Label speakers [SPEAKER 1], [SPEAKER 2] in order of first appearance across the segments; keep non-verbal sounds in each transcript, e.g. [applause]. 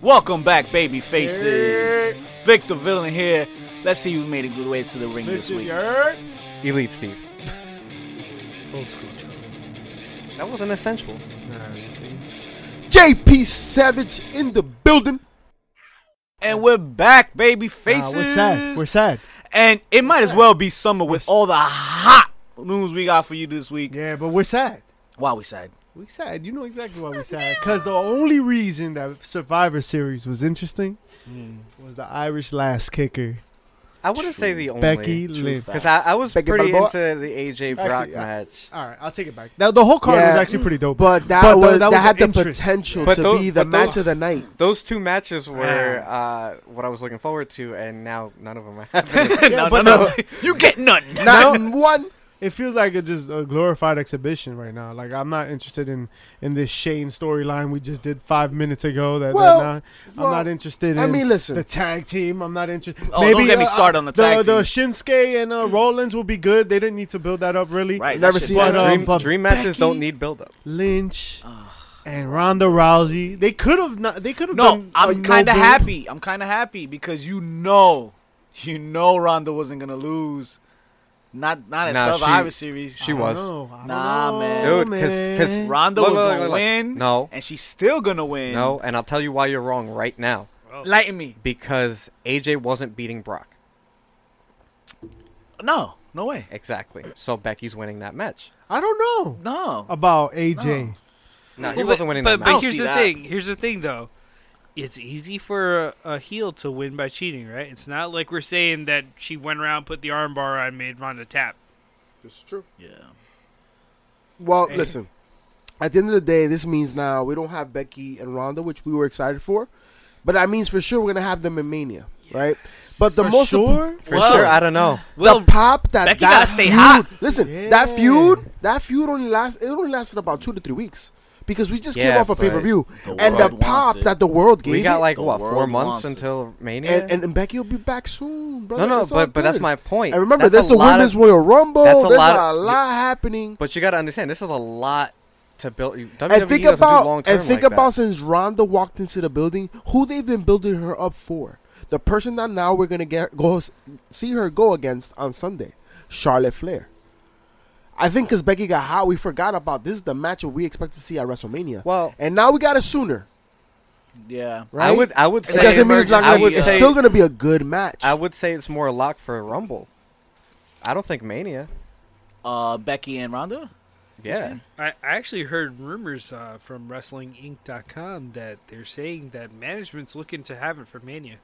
[SPEAKER 1] Welcome back, baby faces. Victor Villain here. Let's see who made a good way to the ring this
[SPEAKER 2] Mr.
[SPEAKER 1] week.
[SPEAKER 2] Yurt.
[SPEAKER 3] Elite Steve.
[SPEAKER 2] Old school Joe.
[SPEAKER 3] That wasn't essential.
[SPEAKER 2] Nah, you see.
[SPEAKER 4] JP Savage in the building.
[SPEAKER 1] And we're back, baby
[SPEAKER 2] Nah,
[SPEAKER 1] faces.
[SPEAKER 2] we're sad. We're sad.
[SPEAKER 1] and it might as well be summer with all the hot news we got for you this week.
[SPEAKER 2] Yeah, but we're sad.
[SPEAKER 1] Wow, we sad.
[SPEAKER 2] We sad. You know exactly why we sad. Because the only reason that Survivor Series was interesting was the Irish last kicker,
[SPEAKER 3] I wouldn't say the only.
[SPEAKER 2] Becky
[SPEAKER 1] true
[SPEAKER 2] Lynch.
[SPEAKER 1] fact.
[SPEAKER 3] Because I, I was
[SPEAKER 4] Becky
[SPEAKER 3] pretty
[SPEAKER 4] Balboa.
[SPEAKER 3] into the AJ Brock
[SPEAKER 2] Actually, I-
[SPEAKER 3] match.
[SPEAKER 2] All right, I'll take it back. Now, the whole card was
[SPEAKER 4] Yeah.
[SPEAKER 2] actually pretty dope.
[SPEAKER 4] But that
[SPEAKER 2] But
[SPEAKER 4] was
[SPEAKER 2] tho- that
[SPEAKER 4] that,
[SPEAKER 2] was
[SPEAKER 4] had
[SPEAKER 2] the
[SPEAKER 4] the
[SPEAKER 2] interest.
[SPEAKER 4] potential
[SPEAKER 3] But
[SPEAKER 4] to
[SPEAKER 3] tho-
[SPEAKER 4] be the
[SPEAKER 3] but those-
[SPEAKER 4] match of the night.
[SPEAKER 3] Those two matches were uh, what I was looking forward to, and now none of them are happening.
[SPEAKER 4] [laughs]
[SPEAKER 2] Yeah,
[SPEAKER 1] No,
[SPEAKER 2] but
[SPEAKER 1] no, no. [laughs] you get nothing.
[SPEAKER 4] Not one.
[SPEAKER 2] it feels like it's just a glorified exhibition right now. Like I'm not interested in in this Shane storyline we just did five minutes ago. That, that
[SPEAKER 4] Well,
[SPEAKER 2] not-
[SPEAKER 4] well,
[SPEAKER 2] I'm not interested. in
[SPEAKER 4] I mean, listen.
[SPEAKER 2] the tag team. I'm not interested.
[SPEAKER 1] Oh, don't get me started on the tag
[SPEAKER 2] The
[SPEAKER 1] team.
[SPEAKER 2] Shinsuke and uh, Rollins will be good. They didn't need to build that up really.
[SPEAKER 1] Right,
[SPEAKER 4] Never
[SPEAKER 1] that
[SPEAKER 4] seen
[SPEAKER 1] shit-
[SPEAKER 2] But, um,
[SPEAKER 3] dream,
[SPEAKER 2] but
[SPEAKER 3] dream matches
[SPEAKER 2] Becky
[SPEAKER 3] don't need build up.
[SPEAKER 2] Lynch and Ronda Rousey. They could have not. They could have
[SPEAKER 1] No,
[SPEAKER 2] done.
[SPEAKER 1] I'm
[SPEAKER 2] kind of
[SPEAKER 1] happy. I'm kind of happy because you know, you know, Ronda wasn't gonna lose. Not not at
[SPEAKER 3] Nah, she-
[SPEAKER 1] Survivor Series.
[SPEAKER 3] She was.
[SPEAKER 1] Nah, man.
[SPEAKER 3] Dude, 'cause- 'cause
[SPEAKER 2] man.
[SPEAKER 1] Ronda
[SPEAKER 3] Look,
[SPEAKER 1] was
[SPEAKER 3] look,
[SPEAKER 1] gonna
[SPEAKER 3] look, look.
[SPEAKER 1] win.
[SPEAKER 3] No.
[SPEAKER 1] and she's still gonna win.
[SPEAKER 3] No, and I'll tell you why you're wrong right now.
[SPEAKER 1] lighten me.
[SPEAKER 3] Because AJ wasn't beating Brock.
[SPEAKER 1] No, no way.
[SPEAKER 3] Exactly. So Becky's winning that match.
[SPEAKER 2] I don't know
[SPEAKER 1] No,
[SPEAKER 2] about AJ.
[SPEAKER 3] No, he
[SPEAKER 5] Well,
[SPEAKER 3] wasn't winning
[SPEAKER 5] but,
[SPEAKER 3] that
[SPEAKER 1] I
[SPEAKER 5] But
[SPEAKER 1] don't
[SPEAKER 3] match.
[SPEAKER 1] see
[SPEAKER 5] here's the
[SPEAKER 1] that.
[SPEAKER 5] thing. Here's the thing, though. It's easy for a, a heel to win by cheating, right? It's not like we're saying that she went around, put the armbar on, made Ronda tap.
[SPEAKER 4] It's true.
[SPEAKER 1] yeah.
[SPEAKER 4] Well, listen. At the end of the day, this means now we don't have Becky and Ronda, which we were excited for, but that means for sure we're gonna have them in Mania, right? But the
[SPEAKER 2] For
[SPEAKER 4] most
[SPEAKER 2] sure?
[SPEAKER 3] For
[SPEAKER 5] Well,
[SPEAKER 3] sure, I don't know.
[SPEAKER 5] Well,
[SPEAKER 4] the pop that
[SPEAKER 5] Becky
[SPEAKER 4] that
[SPEAKER 5] gotta stay
[SPEAKER 4] feud-
[SPEAKER 5] hot.
[SPEAKER 4] Listen,
[SPEAKER 2] Yeah.
[SPEAKER 4] that feud, that feud only last it only lasted about two to three weeks because we just came
[SPEAKER 3] Yeah,
[SPEAKER 4] off a
[SPEAKER 3] but
[SPEAKER 4] pay per view,
[SPEAKER 1] the
[SPEAKER 4] and
[SPEAKER 1] world
[SPEAKER 4] the
[SPEAKER 1] wants
[SPEAKER 4] pop
[SPEAKER 1] it.
[SPEAKER 4] that the world gave
[SPEAKER 3] We got
[SPEAKER 4] it,
[SPEAKER 3] like
[SPEAKER 1] The
[SPEAKER 3] what four
[SPEAKER 1] world
[SPEAKER 3] months
[SPEAKER 1] wants it.
[SPEAKER 3] until Mania.
[SPEAKER 4] and, and and Becky will be back soon, brother.
[SPEAKER 3] no, no,
[SPEAKER 4] It's all
[SPEAKER 3] but but that's
[SPEAKER 4] good.
[SPEAKER 3] my point.
[SPEAKER 4] And remember,
[SPEAKER 3] That's
[SPEAKER 4] there's
[SPEAKER 3] a
[SPEAKER 4] the
[SPEAKER 3] lot
[SPEAKER 4] women's
[SPEAKER 3] Of,
[SPEAKER 4] Royal Rumble.
[SPEAKER 3] that's a
[SPEAKER 4] there's
[SPEAKER 3] lot
[SPEAKER 4] a
[SPEAKER 3] of-
[SPEAKER 4] lot happening.
[SPEAKER 3] but you got to understand, this is a lot to build. WWE
[SPEAKER 4] and think
[SPEAKER 3] E doesn't do
[SPEAKER 4] about
[SPEAKER 3] long
[SPEAKER 4] and think
[SPEAKER 3] like
[SPEAKER 4] about
[SPEAKER 3] that.
[SPEAKER 4] since Ronda walked into the building, who they've been building her up for. The person that now we're gonna get go s- see her go against on Sunday, Charlotte Flair. I think because Becky got hot, we forgot about this. Is the match we expect to see at WrestleMania.
[SPEAKER 3] Well-
[SPEAKER 4] and now we got it sooner,
[SPEAKER 1] Yeah.
[SPEAKER 4] right?
[SPEAKER 3] I would I would
[SPEAKER 1] It
[SPEAKER 3] say
[SPEAKER 4] It doesn't mean it's not.
[SPEAKER 3] I
[SPEAKER 4] Gonna,
[SPEAKER 3] would
[SPEAKER 4] it's
[SPEAKER 3] say
[SPEAKER 4] still gonna be a good match.
[SPEAKER 3] I would say it's more a lock for a Rumble. I don't think Mania.
[SPEAKER 1] Uh, Becky and Ronda.
[SPEAKER 3] Yeah,
[SPEAKER 5] I, I actually heard rumors uh, from WrestlingInc.com that they're saying that management's looking to have it for Mania.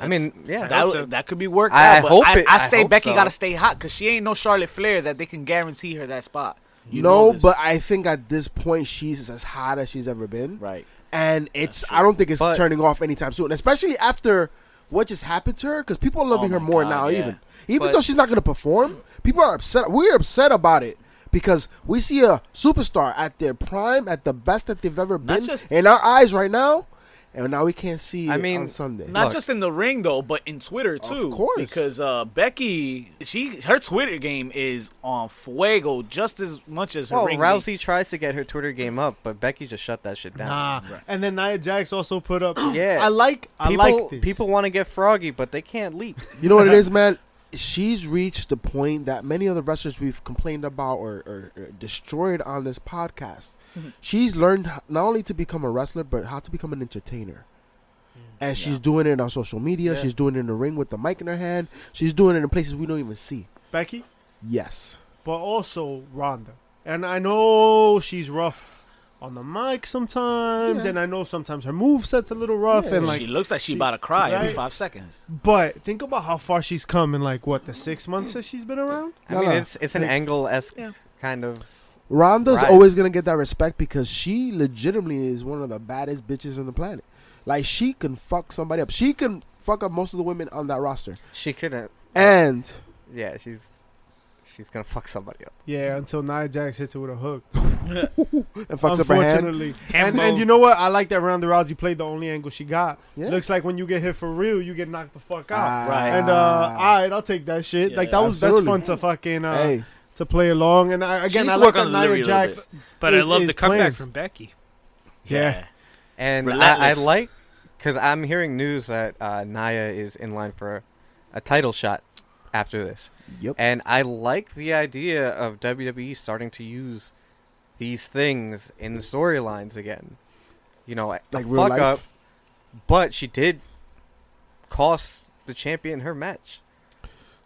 [SPEAKER 3] I mean, yeah,
[SPEAKER 1] That,
[SPEAKER 5] so.
[SPEAKER 1] would- that could be worked
[SPEAKER 3] I-
[SPEAKER 1] out.
[SPEAKER 3] I
[SPEAKER 1] but
[SPEAKER 3] hope
[SPEAKER 1] I,
[SPEAKER 3] it-
[SPEAKER 1] I
[SPEAKER 3] I
[SPEAKER 1] say
[SPEAKER 3] hope
[SPEAKER 1] Becky
[SPEAKER 3] so.
[SPEAKER 1] gotta stay hot because she ain't no Charlotte Flair that they can guarantee her that spot. You know
[SPEAKER 4] no,
[SPEAKER 1] this.
[SPEAKER 4] but I think at this point she's as hot as she's ever been.
[SPEAKER 1] right.
[SPEAKER 4] and it's I don't think it's
[SPEAKER 3] But-
[SPEAKER 4] turning off anytime soon, especially after what just happened to her because people are loving
[SPEAKER 1] Oh
[SPEAKER 4] her
[SPEAKER 1] my
[SPEAKER 4] more
[SPEAKER 1] God,
[SPEAKER 4] now.
[SPEAKER 1] yeah.
[SPEAKER 4] Even even
[SPEAKER 3] But-
[SPEAKER 4] though she's not going to perform, people are upset. We're upset about it because we see a superstar at their prime, at the best that they've ever
[SPEAKER 1] Not
[SPEAKER 4] been
[SPEAKER 1] just-
[SPEAKER 4] in our eyes right now, and now we can't see.
[SPEAKER 3] I
[SPEAKER 4] it
[SPEAKER 3] mean,
[SPEAKER 4] on Sunday,
[SPEAKER 1] Not
[SPEAKER 3] Look.
[SPEAKER 1] just in the ring though, but in Twitter too.
[SPEAKER 4] course.
[SPEAKER 1] because uh, Becky, she her Twitter game is on fuego just as much as her
[SPEAKER 3] Well,
[SPEAKER 1] ring.
[SPEAKER 3] Rousey
[SPEAKER 1] game.
[SPEAKER 3] tries to get her Twitter game up, but Becky just shut that shit down.
[SPEAKER 2] Nah. And then Nia Jax also put up.
[SPEAKER 3] Yeah.
[SPEAKER 2] I like. I
[SPEAKER 3] people,
[SPEAKER 2] like this.
[SPEAKER 3] People want to get froggy, but they can't leap.
[SPEAKER 4] you know what it is, man. She's reached the point that many other wrestlers we've complained about or, or, or destroyed on this podcast. She's learned h- not only to become a wrestler, but how to become an entertainer. And she's doing it on social media. She's doing it in the ring with the mic in her hand. She's doing it in places we don't even see.
[SPEAKER 2] Becky,
[SPEAKER 4] Yes.
[SPEAKER 2] but also Ronda. And I know she's rough on the mic sometimes,
[SPEAKER 4] Yeah.
[SPEAKER 2] and I know sometimes her move set's a little rough, and like,
[SPEAKER 1] she looks like she
[SPEAKER 2] she-
[SPEAKER 1] about to cry every
[SPEAKER 2] right?
[SPEAKER 1] five seconds.
[SPEAKER 2] but think about how far she's come in like what the six months that she's been around.
[SPEAKER 3] I
[SPEAKER 4] No,
[SPEAKER 3] mean,
[SPEAKER 4] no.
[SPEAKER 3] it's it's an angle esque
[SPEAKER 1] Yeah.
[SPEAKER 3] kind of.
[SPEAKER 4] Ronda's
[SPEAKER 3] Right.
[SPEAKER 4] always going to get that respect because she legitimately is one of the baddest bitches on the planet. Like, she can fuck somebody up. She can fuck up most of the women on that roster.
[SPEAKER 3] She couldn't.
[SPEAKER 4] And
[SPEAKER 3] Yeah, she's She's gonna fuck somebody up.
[SPEAKER 2] Yeah, until Nia Jax hits her with a hook.
[SPEAKER 4] and fucks up her hand.
[SPEAKER 2] unfortunately.
[SPEAKER 5] Hand
[SPEAKER 2] and, and
[SPEAKER 5] bone.
[SPEAKER 2] you know what? I like that Ronda Rousey played the only angle she got.
[SPEAKER 4] Yeah.
[SPEAKER 2] Looks like when you get hit for real, you get knocked the fuck out.
[SPEAKER 4] Ah,
[SPEAKER 6] Right.
[SPEAKER 2] and uh, all right, I'll take that shit.
[SPEAKER 1] Yeah,
[SPEAKER 2] like that was that's
[SPEAKER 4] absolutely.
[SPEAKER 2] fun to fucking uh,
[SPEAKER 4] hey,
[SPEAKER 2] to play along. And I,
[SPEAKER 1] She
[SPEAKER 2] again,
[SPEAKER 1] needs to
[SPEAKER 2] I like
[SPEAKER 1] work
[SPEAKER 2] that
[SPEAKER 1] on the delivery
[SPEAKER 2] Nia
[SPEAKER 1] a little
[SPEAKER 2] Jax.
[SPEAKER 5] But
[SPEAKER 2] Is-
[SPEAKER 5] I love
[SPEAKER 2] is
[SPEAKER 5] the comeback
[SPEAKER 2] plans.
[SPEAKER 3] [laughs]
[SPEAKER 5] from Becky.
[SPEAKER 2] Yeah.
[SPEAKER 3] And I, I
[SPEAKER 1] Relentless.
[SPEAKER 3] like because I'm hearing news that uh, Naya is in line for a title shot after this,
[SPEAKER 4] yep.
[SPEAKER 3] and I like the idea of WWE starting to use these things in storylines again. You know, like
[SPEAKER 4] Like
[SPEAKER 3] fuck
[SPEAKER 4] real life?
[SPEAKER 3] up, but she did cost the champion her match,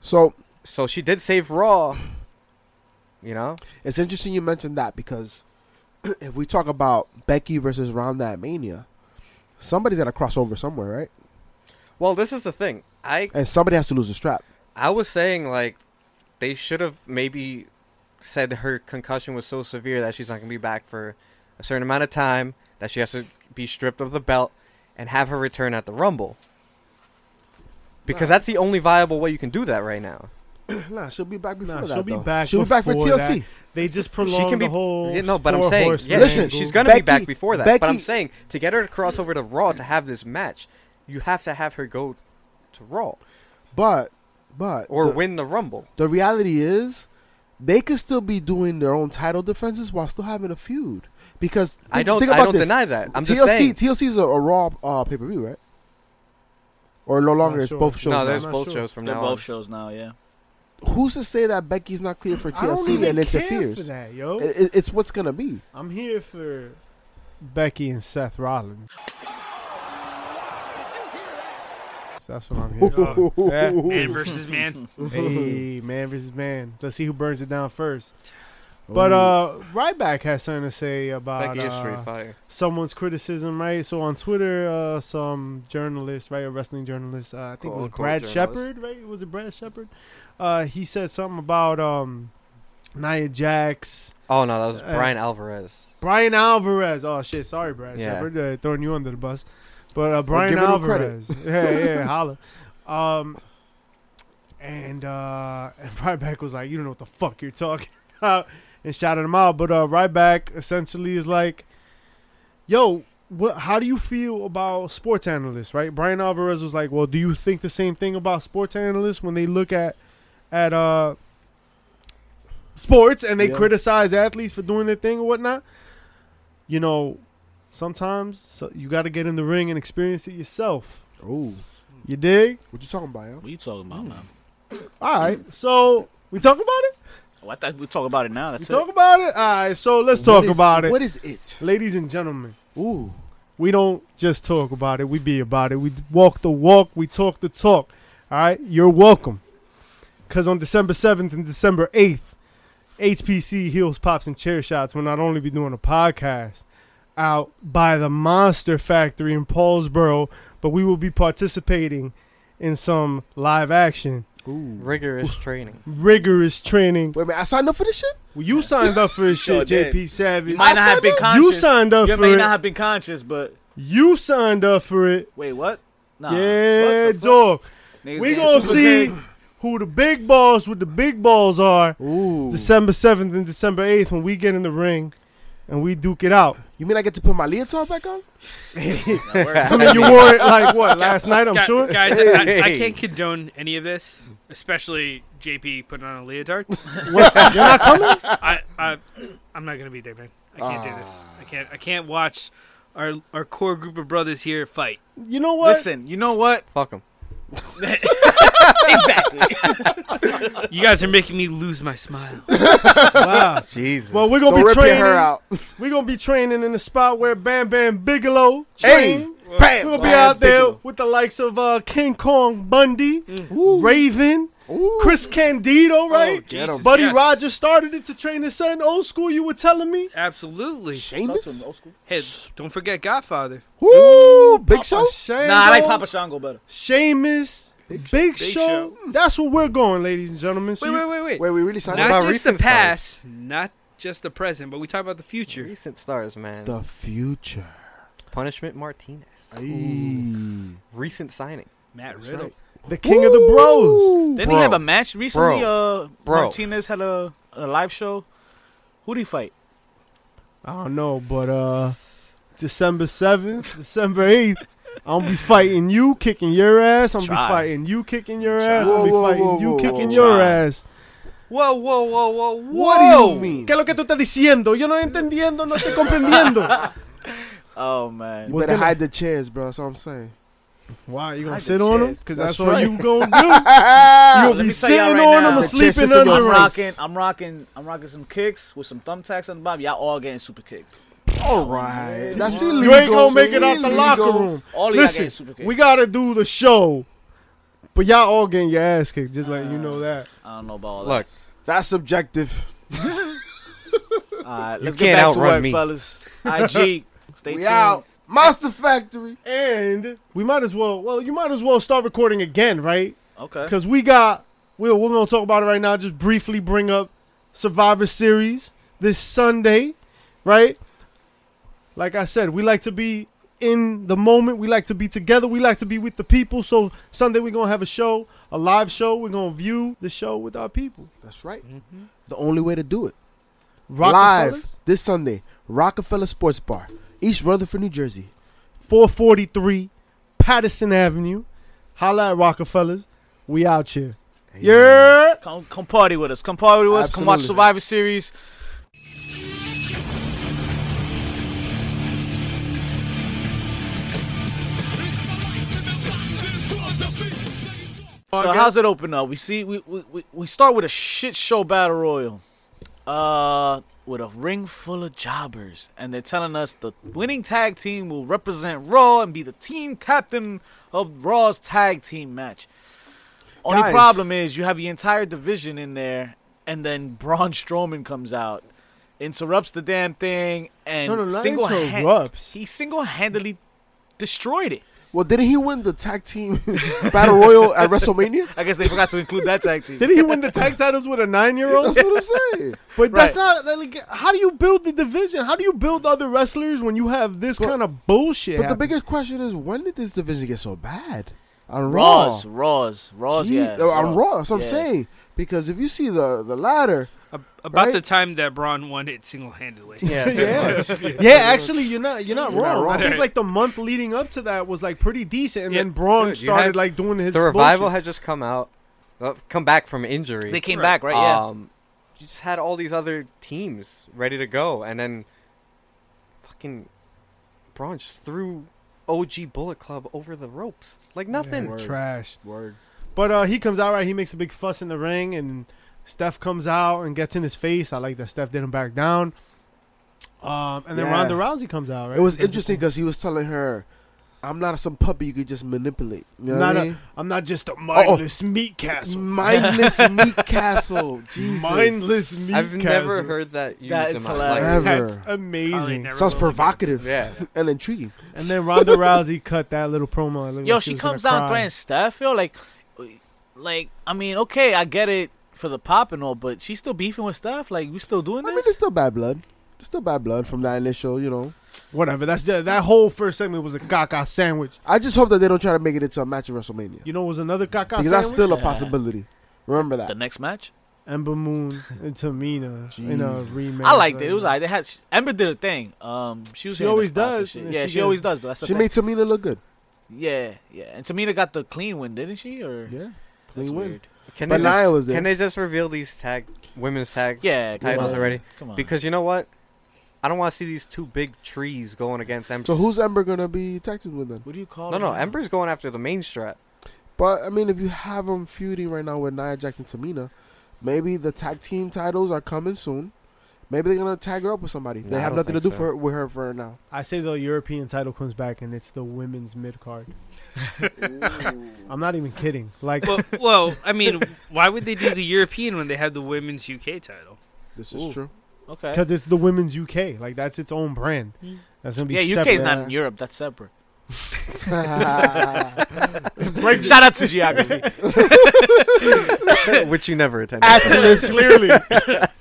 [SPEAKER 4] So
[SPEAKER 3] so she did save Raw. You know,
[SPEAKER 4] It's interesting you mentioned that because [clears throat] if we talk about Becky versus Ronda at Mania, somebody's got to cross over somewhere, right?
[SPEAKER 3] well, this is the thing. I
[SPEAKER 4] And somebody has to lose
[SPEAKER 3] [clears throat]
[SPEAKER 4] a strap.
[SPEAKER 3] I was saying like they should have maybe said her concussion was so severe that she's not gonna be back for a certain amount of time that she has to be stripped of the belt and have her return at the Rumble. Because that's the only viable way you can do that right now.
[SPEAKER 4] nah, she'll be back before
[SPEAKER 2] Nah,
[SPEAKER 4] that.
[SPEAKER 2] she'll be
[SPEAKER 4] though.
[SPEAKER 2] back
[SPEAKER 4] She'll be back for
[SPEAKER 2] before
[SPEAKER 4] TLC.
[SPEAKER 2] They just prolonged
[SPEAKER 3] be-
[SPEAKER 2] the whole.
[SPEAKER 3] Yeah, no, but I'm
[SPEAKER 2] four
[SPEAKER 3] saying,
[SPEAKER 2] horsemen
[SPEAKER 3] yeah,
[SPEAKER 4] Listen,
[SPEAKER 2] angle.
[SPEAKER 3] she's gonna be
[SPEAKER 4] Becky-
[SPEAKER 3] back before that. but I'm
[SPEAKER 4] Becky-
[SPEAKER 3] saying to get her to cross over to Raw to have this match, you have to have her go to Raw
[SPEAKER 4] But, but
[SPEAKER 3] or
[SPEAKER 4] the,
[SPEAKER 3] win the Rumble.
[SPEAKER 4] the reality is, they could still be doing their own title defenses while still having a feud. Because
[SPEAKER 3] I
[SPEAKER 4] think-
[SPEAKER 3] don't,
[SPEAKER 4] think
[SPEAKER 3] I
[SPEAKER 4] about
[SPEAKER 3] don't
[SPEAKER 4] this.
[SPEAKER 3] deny that. I'm
[SPEAKER 4] TLC,
[SPEAKER 3] just saying.
[SPEAKER 4] TLC is a, a Raw uh, pay per view, right? Or no longer. It's
[SPEAKER 2] sure.
[SPEAKER 4] both shows.
[SPEAKER 3] no,
[SPEAKER 4] now.
[SPEAKER 3] there's
[SPEAKER 2] I'm not
[SPEAKER 3] both
[SPEAKER 2] sure.
[SPEAKER 3] shows from
[SPEAKER 1] They're
[SPEAKER 3] now on.
[SPEAKER 1] both shows now, yeah.
[SPEAKER 4] Who's to say that Becky's not clear for
[SPEAKER 2] I don't even
[SPEAKER 4] TLC and
[SPEAKER 2] care
[SPEAKER 4] interferes?
[SPEAKER 2] for that, yo.
[SPEAKER 4] It, it, it's what's gonna be.
[SPEAKER 2] I'm here for Becky and Seth Rollins. So that's what I'm here. for.
[SPEAKER 4] [laughs]
[SPEAKER 5] Oh,
[SPEAKER 1] Eh,
[SPEAKER 5] Man versus man.
[SPEAKER 2] hey, man versus man. Let's see who burns it down first. But uh, Ryback has something to say about
[SPEAKER 3] Becky is
[SPEAKER 2] uh,
[SPEAKER 3] straight fire.
[SPEAKER 2] someone's criticism, right? So on Twitter, uh, some journalist, right, a wrestling journalist, uh, I think it was
[SPEAKER 3] Quote-unquote
[SPEAKER 2] Brad
[SPEAKER 3] journalist.
[SPEAKER 2] Shepard, right? Was it Brad Shepard? Uh, he said something about um, Nia Jax,
[SPEAKER 3] Oh no, that was
[SPEAKER 2] Uh,
[SPEAKER 3] Brian Alvarez.
[SPEAKER 2] Brian Alvarez. Oh shit, sorry, Brad
[SPEAKER 3] Yeah.
[SPEAKER 2] Shepard, uh, throwing you under the bus. But uh, Brian
[SPEAKER 4] giving him
[SPEAKER 2] Alvarez,
[SPEAKER 3] [laughs]
[SPEAKER 2] yeah, yeah, holla. Um, and uh, and Ryback was like, "You don't know what the fuck you're talking [laughs] about," and shouted him out. But uh, Ryback essentially is like, "Yo." What, how do you feel about sports analysts, right? Brian Alvarez was like, "Well, do you think the same thing about sports analysts when they look at at uh sports and they
[SPEAKER 4] Yeah.
[SPEAKER 2] criticize athletes for doing their thing or whatnot. You know, sometimes so you got to get in the ring and experience it yourself.
[SPEAKER 4] Oh,
[SPEAKER 2] You dig?
[SPEAKER 4] what you talking about, yo?
[SPEAKER 1] What are you talking
[SPEAKER 3] Hmm.
[SPEAKER 1] about, man?
[SPEAKER 2] All right. So we talk about it.
[SPEAKER 1] Oh, I thought we talk about it now.
[SPEAKER 2] We
[SPEAKER 1] That's
[SPEAKER 2] talk
[SPEAKER 1] it.
[SPEAKER 2] about it. All right. So let's talk
[SPEAKER 4] What is-
[SPEAKER 2] about it,
[SPEAKER 4] What is it?
[SPEAKER 2] ladies and gentlemen.
[SPEAKER 4] Ooh,
[SPEAKER 2] We don't just talk about it. We be about it. We walk the walk. We talk the talk. All right. You're welcome. Because on December 7th and December 8th, HPC Heels, Pops, and Chair Shots will not only be doing a podcast out by the Monster Factory in Paulsboro, but we will be participating in some live action,
[SPEAKER 4] ooh.
[SPEAKER 3] Rigorous training.
[SPEAKER 2] rigorous training.
[SPEAKER 4] Wait a minute, I signed up for this shit.
[SPEAKER 2] Well, you signed up for
[SPEAKER 6] [laughs]
[SPEAKER 2] this
[SPEAKER 6] Sure
[SPEAKER 2] shit,
[SPEAKER 6] did.
[SPEAKER 2] JP Savage.
[SPEAKER 6] You might not have been conscious.
[SPEAKER 2] You signed up
[SPEAKER 6] You
[SPEAKER 2] for
[SPEAKER 6] may
[SPEAKER 2] it.
[SPEAKER 6] not have been conscious, but
[SPEAKER 2] you signed up for it.
[SPEAKER 6] wait, what? Nah.
[SPEAKER 2] yeah,
[SPEAKER 6] what the fuck?
[SPEAKER 2] dog.
[SPEAKER 6] Niggas
[SPEAKER 2] We
[SPEAKER 6] getting
[SPEAKER 2] gonna
[SPEAKER 6] super
[SPEAKER 2] see
[SPEAKER 6] paid.
[SPEAKER 2] who the big balls with the big balls are
[SPEAKER 4] Ooh,
[SPEAKER 2] December seventh and December eighth when we get in the ring and we duke it out.
[SPEAKER 4] you mean I get to put my leotard
[SPEAKER 2] [laughs]
[SPEAKER 4] back on?
[SPEAKER 1] Now, where-
[SPEAKER 2] I mean, you wore it like what last night? I'm
[SPEAKER 5] Guy-
[SPEAKER 2] sure.
[SPEAKER 5] Guys, I, I
[SPEAKER 3] Hey.
[SPEAKER 5] can't condone any of this, especially JP putting on a leotard.
[SPEAKER 4] [laughs]
[SPEAKER 2] What, you're not coming.
[SPEAKER 5] I, I, I'm not gonna be there, man. I can't do this. I can't. I can't watch our our core group of brothers here fight.
[SPEAKER 2] You know [laughs] what?
[SPEAKER 6] Listen, you know what?
[SPEAKER 3] Fuck him.
[SPEAKER 6] exactly.
[SPEAKER 5] You guys are making me lose my smile.
[SPEAKER 2] Wow.
[SPEAKER 3] Jesus.
[SPEAKER 2] Well, we're
[SPEAKER 4] Don't
[SPEAKER 2] gonna be
[SPEAKER 4] rip your
[SPEAKER 2] training. [laughs]
[SPEAKER 4] hair out.
[SPEAKER 2] We're gonna be training in the spot where Bam Bam Bigelow trained.
[SPEAKER 4] Bam,
[SPEAKER 2] We're gonna be
[SPEAKER 4] bam,
[SPEAKER 2] out there
[SPEAKER 4] Bigelow.
[SPEAKER 2] with the likes of uh, King Kong Bundy,
[SPEAKER 4] Ooh,
[SPEAKER 2] Raven,
[SPEAKER 4] ooh. Oh,
[SPEAKER 2] Chris Candido,
[SPEAKER 5] Oh,
[SPEAKER 2] right?
[SPEAKER 4] get 'em.
[SPEAKER 2] Buddy
[SPEAKER 5] yes.
[SPEAKER 2] Rogers started it to train his son. Old school, you were telling me.
[SPEAKER 5] Absolutely.
[SPEAKER 4] Sheamus.
[SPEAKER 5] Hey, don't forget Godfather.
[SPEAKER 4] Ooh, Big Show.
[SPEAKER 2] Shango,
[SPEAKER 6] Nah, I like Papa Shango better.
[SPEAKER 2] Sheamus, Big, Show. That's where we're going, ladies and gentlemen. So
[SPEAKER 5] Wait,
[SPEAKER 2] you-
[SPEAKER 5] wait, wait, wait.
[SPEAKER 4] Hmm. Wait, we really signed
[SPEAKER 3] What
[SPEAKER 5] Not
[SPEAKER 4] up
[SPEAKER 3] about
[SPEAKER 5] just the
[SPEAKER 3] recent
[SPEAKER 5] past, not just the present, but we talk about the future.
[SPEAKER 3] Recent stars, man.
[SPEAKER 4] the future.
[SPEAKER 3] Punishment Martinez.
[SPEAKER 4] Ooh.
[SPEAKER 3] Recent signing.
[SPEAKER 5] Matt
[SPEAKER 4] That's
[SPEAKER 5] Riddle.
[SPEAKER 4] right.
[SPEAKER 2] the king of the bros.
[SPEAKER 1] Didn't
[SPEAKER 3] Bro.
[SPEAKER 1] he have a match recently? Uh,
[SPEAKER 3] Bro.
[SPEAKER 1] Martinez had a, a live show. Who did he fight?
[SPEAKER 2] I don't know, but uh, December seventh, [laughs] December eighth. I'm gonna be fighting you, kicking your ass. I'm gonna
[SPEAKER 1] Try.
[SPEAKER 2] be fighting you, kicking your
[SPEAKER 1] Try.
[SPEAKER 2] ass. I'm gonna be
[SPEAKER 4] Whoa, whoa,
[SPEAKER 2] fighting
[SPEAKER 4] whoa,
[SPEAKER 2] you,
[SPEAKER 4] whoa,
[SPEAKER 2] kicking
[SPEAKER 1] whoa.
[SPEAKER 2] your
[SPEAKER 1] Try.
[SPEAKER 2] ass.
[SPEAKER 3] Whoa, whoa, whoa, whoa, whoa!
[SPEAKER 4] What do you mean?
[SPEAKER 2] ¿Qué es lo que tú estás diciendo? Yo no entendiendo, no estoy comprendiendo.
[SPEAKER 4] [laughs]
[SPEAKER 1] Oh man.
[SPEAKER 4] You
[SPEAKER 2] What's
[SPEAKER 4] better
[SPEAKER 2] gonna-
[SPEAKER 4] hide the chairs, bro. That's what I'm saying. [laughs]
[SPEAKER 2] Why you gonna
[SPEAKER 1] Hide the
[SPEAKER 2] sit on them?
[SPEAKER 1] chairs.
[SPEAKER 2] Because that's,
[SPEAKER 4] That's
[SPEAKER 2] all
[SPEAKER 4] right.
[SPEAKER 2] you
[SPEAKER 1] [laughs]
[SPEAKER 2] gonna do. [laughs] You gonna
[SPEAKER 1] Let me tell
[SPEAKER 2] be
[SPEAKER 1] y'all
[SPEAKER 2] sitting
[SPEAKER 1] right
[SPEAKER 2] on
[SPEAKER 1] now.
[SPEAKER 2] them and
[SPEAKER 1] The
[SPEAKER 4] chairs
[SPEAKER 2] sleeping
[SPEAKER 4] sit to your
[SPEAKER 2] under
[SPEAKER 1] I'm
[SPEAKER 2] them.
[SPEAKER 4] front.
[SPEAKER 1] rocking. I'm rocking. I'm rocking some kicks with some thumbtacks on the bottom. Y'all all getting super kicked.
[SPEAKER 4] All right. That's illegal.
[SPEAKER 2] You ain't gonna make it out the
[SPEAKER 4] Illegal.
[SPEAKER 2] locker room.
[SPEAKER 1] All of y'all
[SPEAKER 2] Listen,
[SPEAKER 1] getting super kicked.
[SPEAKER 2] we gotta do the show, but y'all all getting your ass kicked. Just letting
[SPEAKER 1] Uh,
[SPEAKER 2] you know that.
[SPEAKER 1] I don't know about all that.
[SPEAKER 3] Look,
[SPEAKER 4] That's subjective.
[SPEAKER 1] All right, let's
[SPEAKER 3] can't
[SPEAKER 1] get back to
[SPEAKER 3] outrun
[SPEAKER 1] work,
[SPEAKER 3] me.
[SPEAKER 1] fellas. IG,
[SPEAKER 2] [laughs]
[SPEAKER 1] stay
[SPEAKER 4] we
[SPEAKER 1] tuned.
[SPEAKER 4] out. Monster Factory.
[SPEAKER 2] And we might as well. Well, you might as well start recording again, right?
[SPEAKER 1] Okay.
[SPEAKER 2] Because we got. We're, we're gonna talk about it right now. Just briefly bring up Survivor Series this Sunday, right? Like I said, we like to be in the moment. We like to be together. We like to be with the people. So Sunday we're gonna have a show, a live show. We're gonna view the show with our people.
[SPEAKER 4] That's right. Mm-hmm. The only way to do it.
[SPEAKER 2] Rockefellers,
[SPEAKER 4] Live this Sunday, Rockefeller Sports Bar, East Rutherford, New Jersey.
[SPEAKER 2] 443 Patterson Avenue. Holla at Rockefellers. We out here.
[SPEAKER 4] Yeah.
[SPEAKER 1] Come, come party with us. Come party with us. Come watch
[SPEAKER 4] Absolutely.
[SPEAKER 1] Survivor Series. So how's it open up? We see we, we we- we start with a shit show battle royal, uh, with a ring full of jobbers, and they're telling us the winning tag team will represent Raw and be the team captain of Raw's tag team match. Only
[SPEAKER 4] Guys.
[SPEAKER 1] problem is you have the entire division in there, and then Braun Strowman comes out, interrupts the damn thing, and
[SPEAKER 2] No, no, not
[SPEAKER 1] single
[SPEAKER 2] interrupts.
[SPEAKER 1] he single handedly destroyed it.
[SPEAKER 4] Well, didn't he win the tag team [laughs] battle royal at WrestleMania?
[SPEAKER 1] I guess they forgot to include that tag team.
[SPEAKER 2] Didn't he win the tag titles with a nine year old?
[SPEAKER 4] That's what I'm saying.
[SPEAKER 1] [laughs]
[SPEAKER 2] But that's not like, ah. how do you build the division? How do you build other wrestlers when you have this
[SPEAKER 4] But-
[SPEAKER 2] kind of bullshit?
[SPEAKER 4] But the
[SPEAKER 2] happen?
[SPEAKER 4] biggest question is, when did this division get so bad? On Raw.
[SPEAKER 1] Raws, Raws, Raws,
[SPEAKER 4] Gee,
[SPEAKER 1] yeah.
[SPEAKER 4] uh, on Raw. That's what
[SPEAKER 1] Yeah.
[SPEAKER 4] I'm saying. Because if you see the, the ladder,
[SPEAKER 5] Ab- About
[SPEAKER 4] Right?
[SPEAKER 5] the time that Braun won it single handedly.
[SPEAKER 3] yeah,
[SPEAKER 2] yeah, yeah. Actually, you're not you're not
[SPEAKER 4] You're not
[SPEAKER 2] wrong. I
[SPEAKER 4] wrong.
[SPEAKER 2] think like the month leading up to that was like pretty decent, and
[SPEAKER 5] Yeah,
[SPEAKER 2] then Braun
[SPEAKER 3] dude, you
[SPEAKER 2] started
[SPEAKER 3] had-
[SPEAKER 2] like doing his
[SPEAKER 3] the revival
[SPEAKER 2] bullshit.
[SPEAKER 3] had just come out, well, come back from injury.
[SPEAKER 1] They came
[SPEAKER 5] Right.
[SPEAKER 1] back, right? Yeah.
[SPEAKER 3] Um, you just had all these other teams ready to go, and then fucking Braun just threw OG Bullet Club over the ropes like nothing.
[SPEAKER 2] Yeah, trash.
[SPEAKER 4] word.
[SPEAKER 2] But uh, he comes out right. He makes a big fuss in the ring, and Steph comes out and gets in his face. I like that Steph didn't back down. Um, and then
[SPEAKER 4] Yeah.
[SPEAKER 2] Ronda Rousey comes out. Right?
[SPEAKER 4] It was
[SPEAKER 2] Says,
[SPEAKER 4] interesting because he was telling her, "I'm not some puppy you could just manipulate." You know
[SPEAKER 2] Not
[SPEAKER 4] what I
[SPEAKER 2] a-
[SPEAKER 4] mean?
[SPEAKER 2] I'm not just a mindless meat castle. [laughs]
[SPEAKER 4] Mindless meat castle. Jesus.
[SPEAKER 2] Mindless meat
[SPEAKER 3] I've
[SPEAKER 2] castle.
[SPEAKER 3] never heard that used
[SPEAKER 1] That
[SPEAKER 3] in
[SPEAKER 1] is
[SPEAKER 3] my
[SPEAKER 1] hilarious.
[SPEAKER 3] life.
[SPEAKER 2] That's
[SPEAKER 4] Ever.
[SPEAKER 5] Probably
[SPEAKER 2] amazing.
[SPEAKER 5] never
[SPEAKER 4] Sounds
[SPEAKER 5] will again.
[SPEAKER 4] provocative
[SPEAKER 3] Yeah,
[SPEAKER 4] and intriguing.
[SPEAKER 2] And then Ronda Rousey [laughs] cut that little promo. It looked
[SPEAKER 1] yo,
[SPEAKER 2] like
[SPEAKER 1] she
[SPEAKER 2] was gonna
[SPEAKER 1] comes out
[SPEAKER 2] cry.
[SPEAKER 1] threatening Steph. Yo, like, like I mean, okay, I get it for the pop and all, but she's still beefing with Steph. Like, we still doing
[SPEAKER 4] I mean,
[SPEAKER 1] this?
[SPEAKER 4] there's still bad blood. There's still bad blood from that initial, you know.
[SPEAKER 2] Whatever. That's just, that whole first segment was a caca sandwich.
[SPEAKER 4] I just hope that they don't try to make it into a match at WrestleMania
[SPEAKER 2] You know, it was another caca
[SPEAKER 4] because
[SPEAKER 2] sandwich.
[SPEAKER 4] that's still a
[SPEAKER 1] Yeah.
[SPEAKER 4] possibility. Remember
[SPEAKER 1] the
[SPEAKER 4] that.
[SPEAKER 1] next match,
[SPEAKER 2] Ember Moon and Tamina in a
[SPEAKER 4] Jeez.
[SPEAKER 2] rematch.
[SPEAKER 1] I liked it. It was like they had Ember did a thing. Um, she was
[SPEAKER 2] She
[SPEAKER 1] hitting the
[SPEAKER 2] always
[SPEAKER 1] spots and
[SPEAKER 2] does,
[SPEAKER 1] shit.
[SPEAKER 2] and
[SPEAKER 1] Yeah,
[SPEAKER 2] she
[SPEAKER 1] she,
[SPEAKER 2] gets-
[SPEAKER 1] always does. That's the
[SPEAKER 4] She
[SPEAKER 1] thing.
[SPEAKER 4] made Tamina look good.
[SPEAKER 1] yeah, yeah. And Tamina got the clean win, didn't she? Or
[SPEAKER 4] Yeah,
[SPEAKER 1] that's
[SPEAKER 4] clean win.
[SPEAKER 1] weird.
[SPEAKER 3] can
[SPEAKER 4] But
[SPEAKER 3] they just,
[SPEAKER 4] Nia was there.
[SPEAKER 3] Can they just reveal these tag women's tag
[SPEAKER 1] Yeah, come
[SPEAKER 3] titles
[SPEAKER 1] on.
[SPEAKER 3] already?
[SPEAKER 1] Come on.
[SPEAKER 3] Because you know what? I don't want to see these two big trees going against Ember.
[SPEAKER 4] So who's Ember gonna be tag team with then?
[SPEAKER 1] what do you call
[SPEAKER 3] no,
[SPEAKER 1] it?
[SPEAKER 3] no, Ember's going after the main
[SPEAKER 4] [laughs]
[SPEAKER 3] strap.
[SPEAKER 4] But I mean, if you have them feuding right now with Nia Jackson, Tamina, maybe the tag team titles are coming soon. Maybe they're gonna tag her up with somebody.
[SPEAKER 3] Nah,
[SPEAKER 4] They
[SPEAKER 3] I
[SPEAKER 4] have
[SPEAKER 3] don't
[SPEAKER 4] nothing to
[SPEAKER 3] think
[SPEAKER 4] do
[SPEAKER 3] so.
[SPEAKER 4] for her, with her for now.
[SPEAKER 2] I say the European title comes back and it's the women's mid card. I'm not even kidding. Like
[SPEAKER 5] [laughs] well, well, I mean, why would they do the European when they had the women's UK title?
[SPEAKER 4] This
[SPEAKER 1] Ooh.
[SPEAKER 4] is true.
[SPEAKER 1] Okay.
[SPEAKER 2] because it's the women's UK. Like that's its own brand. That's gonna be
[SPEAKER 1] Yeah,
[SPEAKER 2] separate.
[SPEAKER 1] UK's not
[SPEAKER 4] Yeah.
[SPEAKER 1] in Europe. That's separate. Shout out to geography.
[SPEAKER 3] which you never attended. [laughs]
[SPEAKER 1] Atlas.
[SPEAKER 2] Clearly,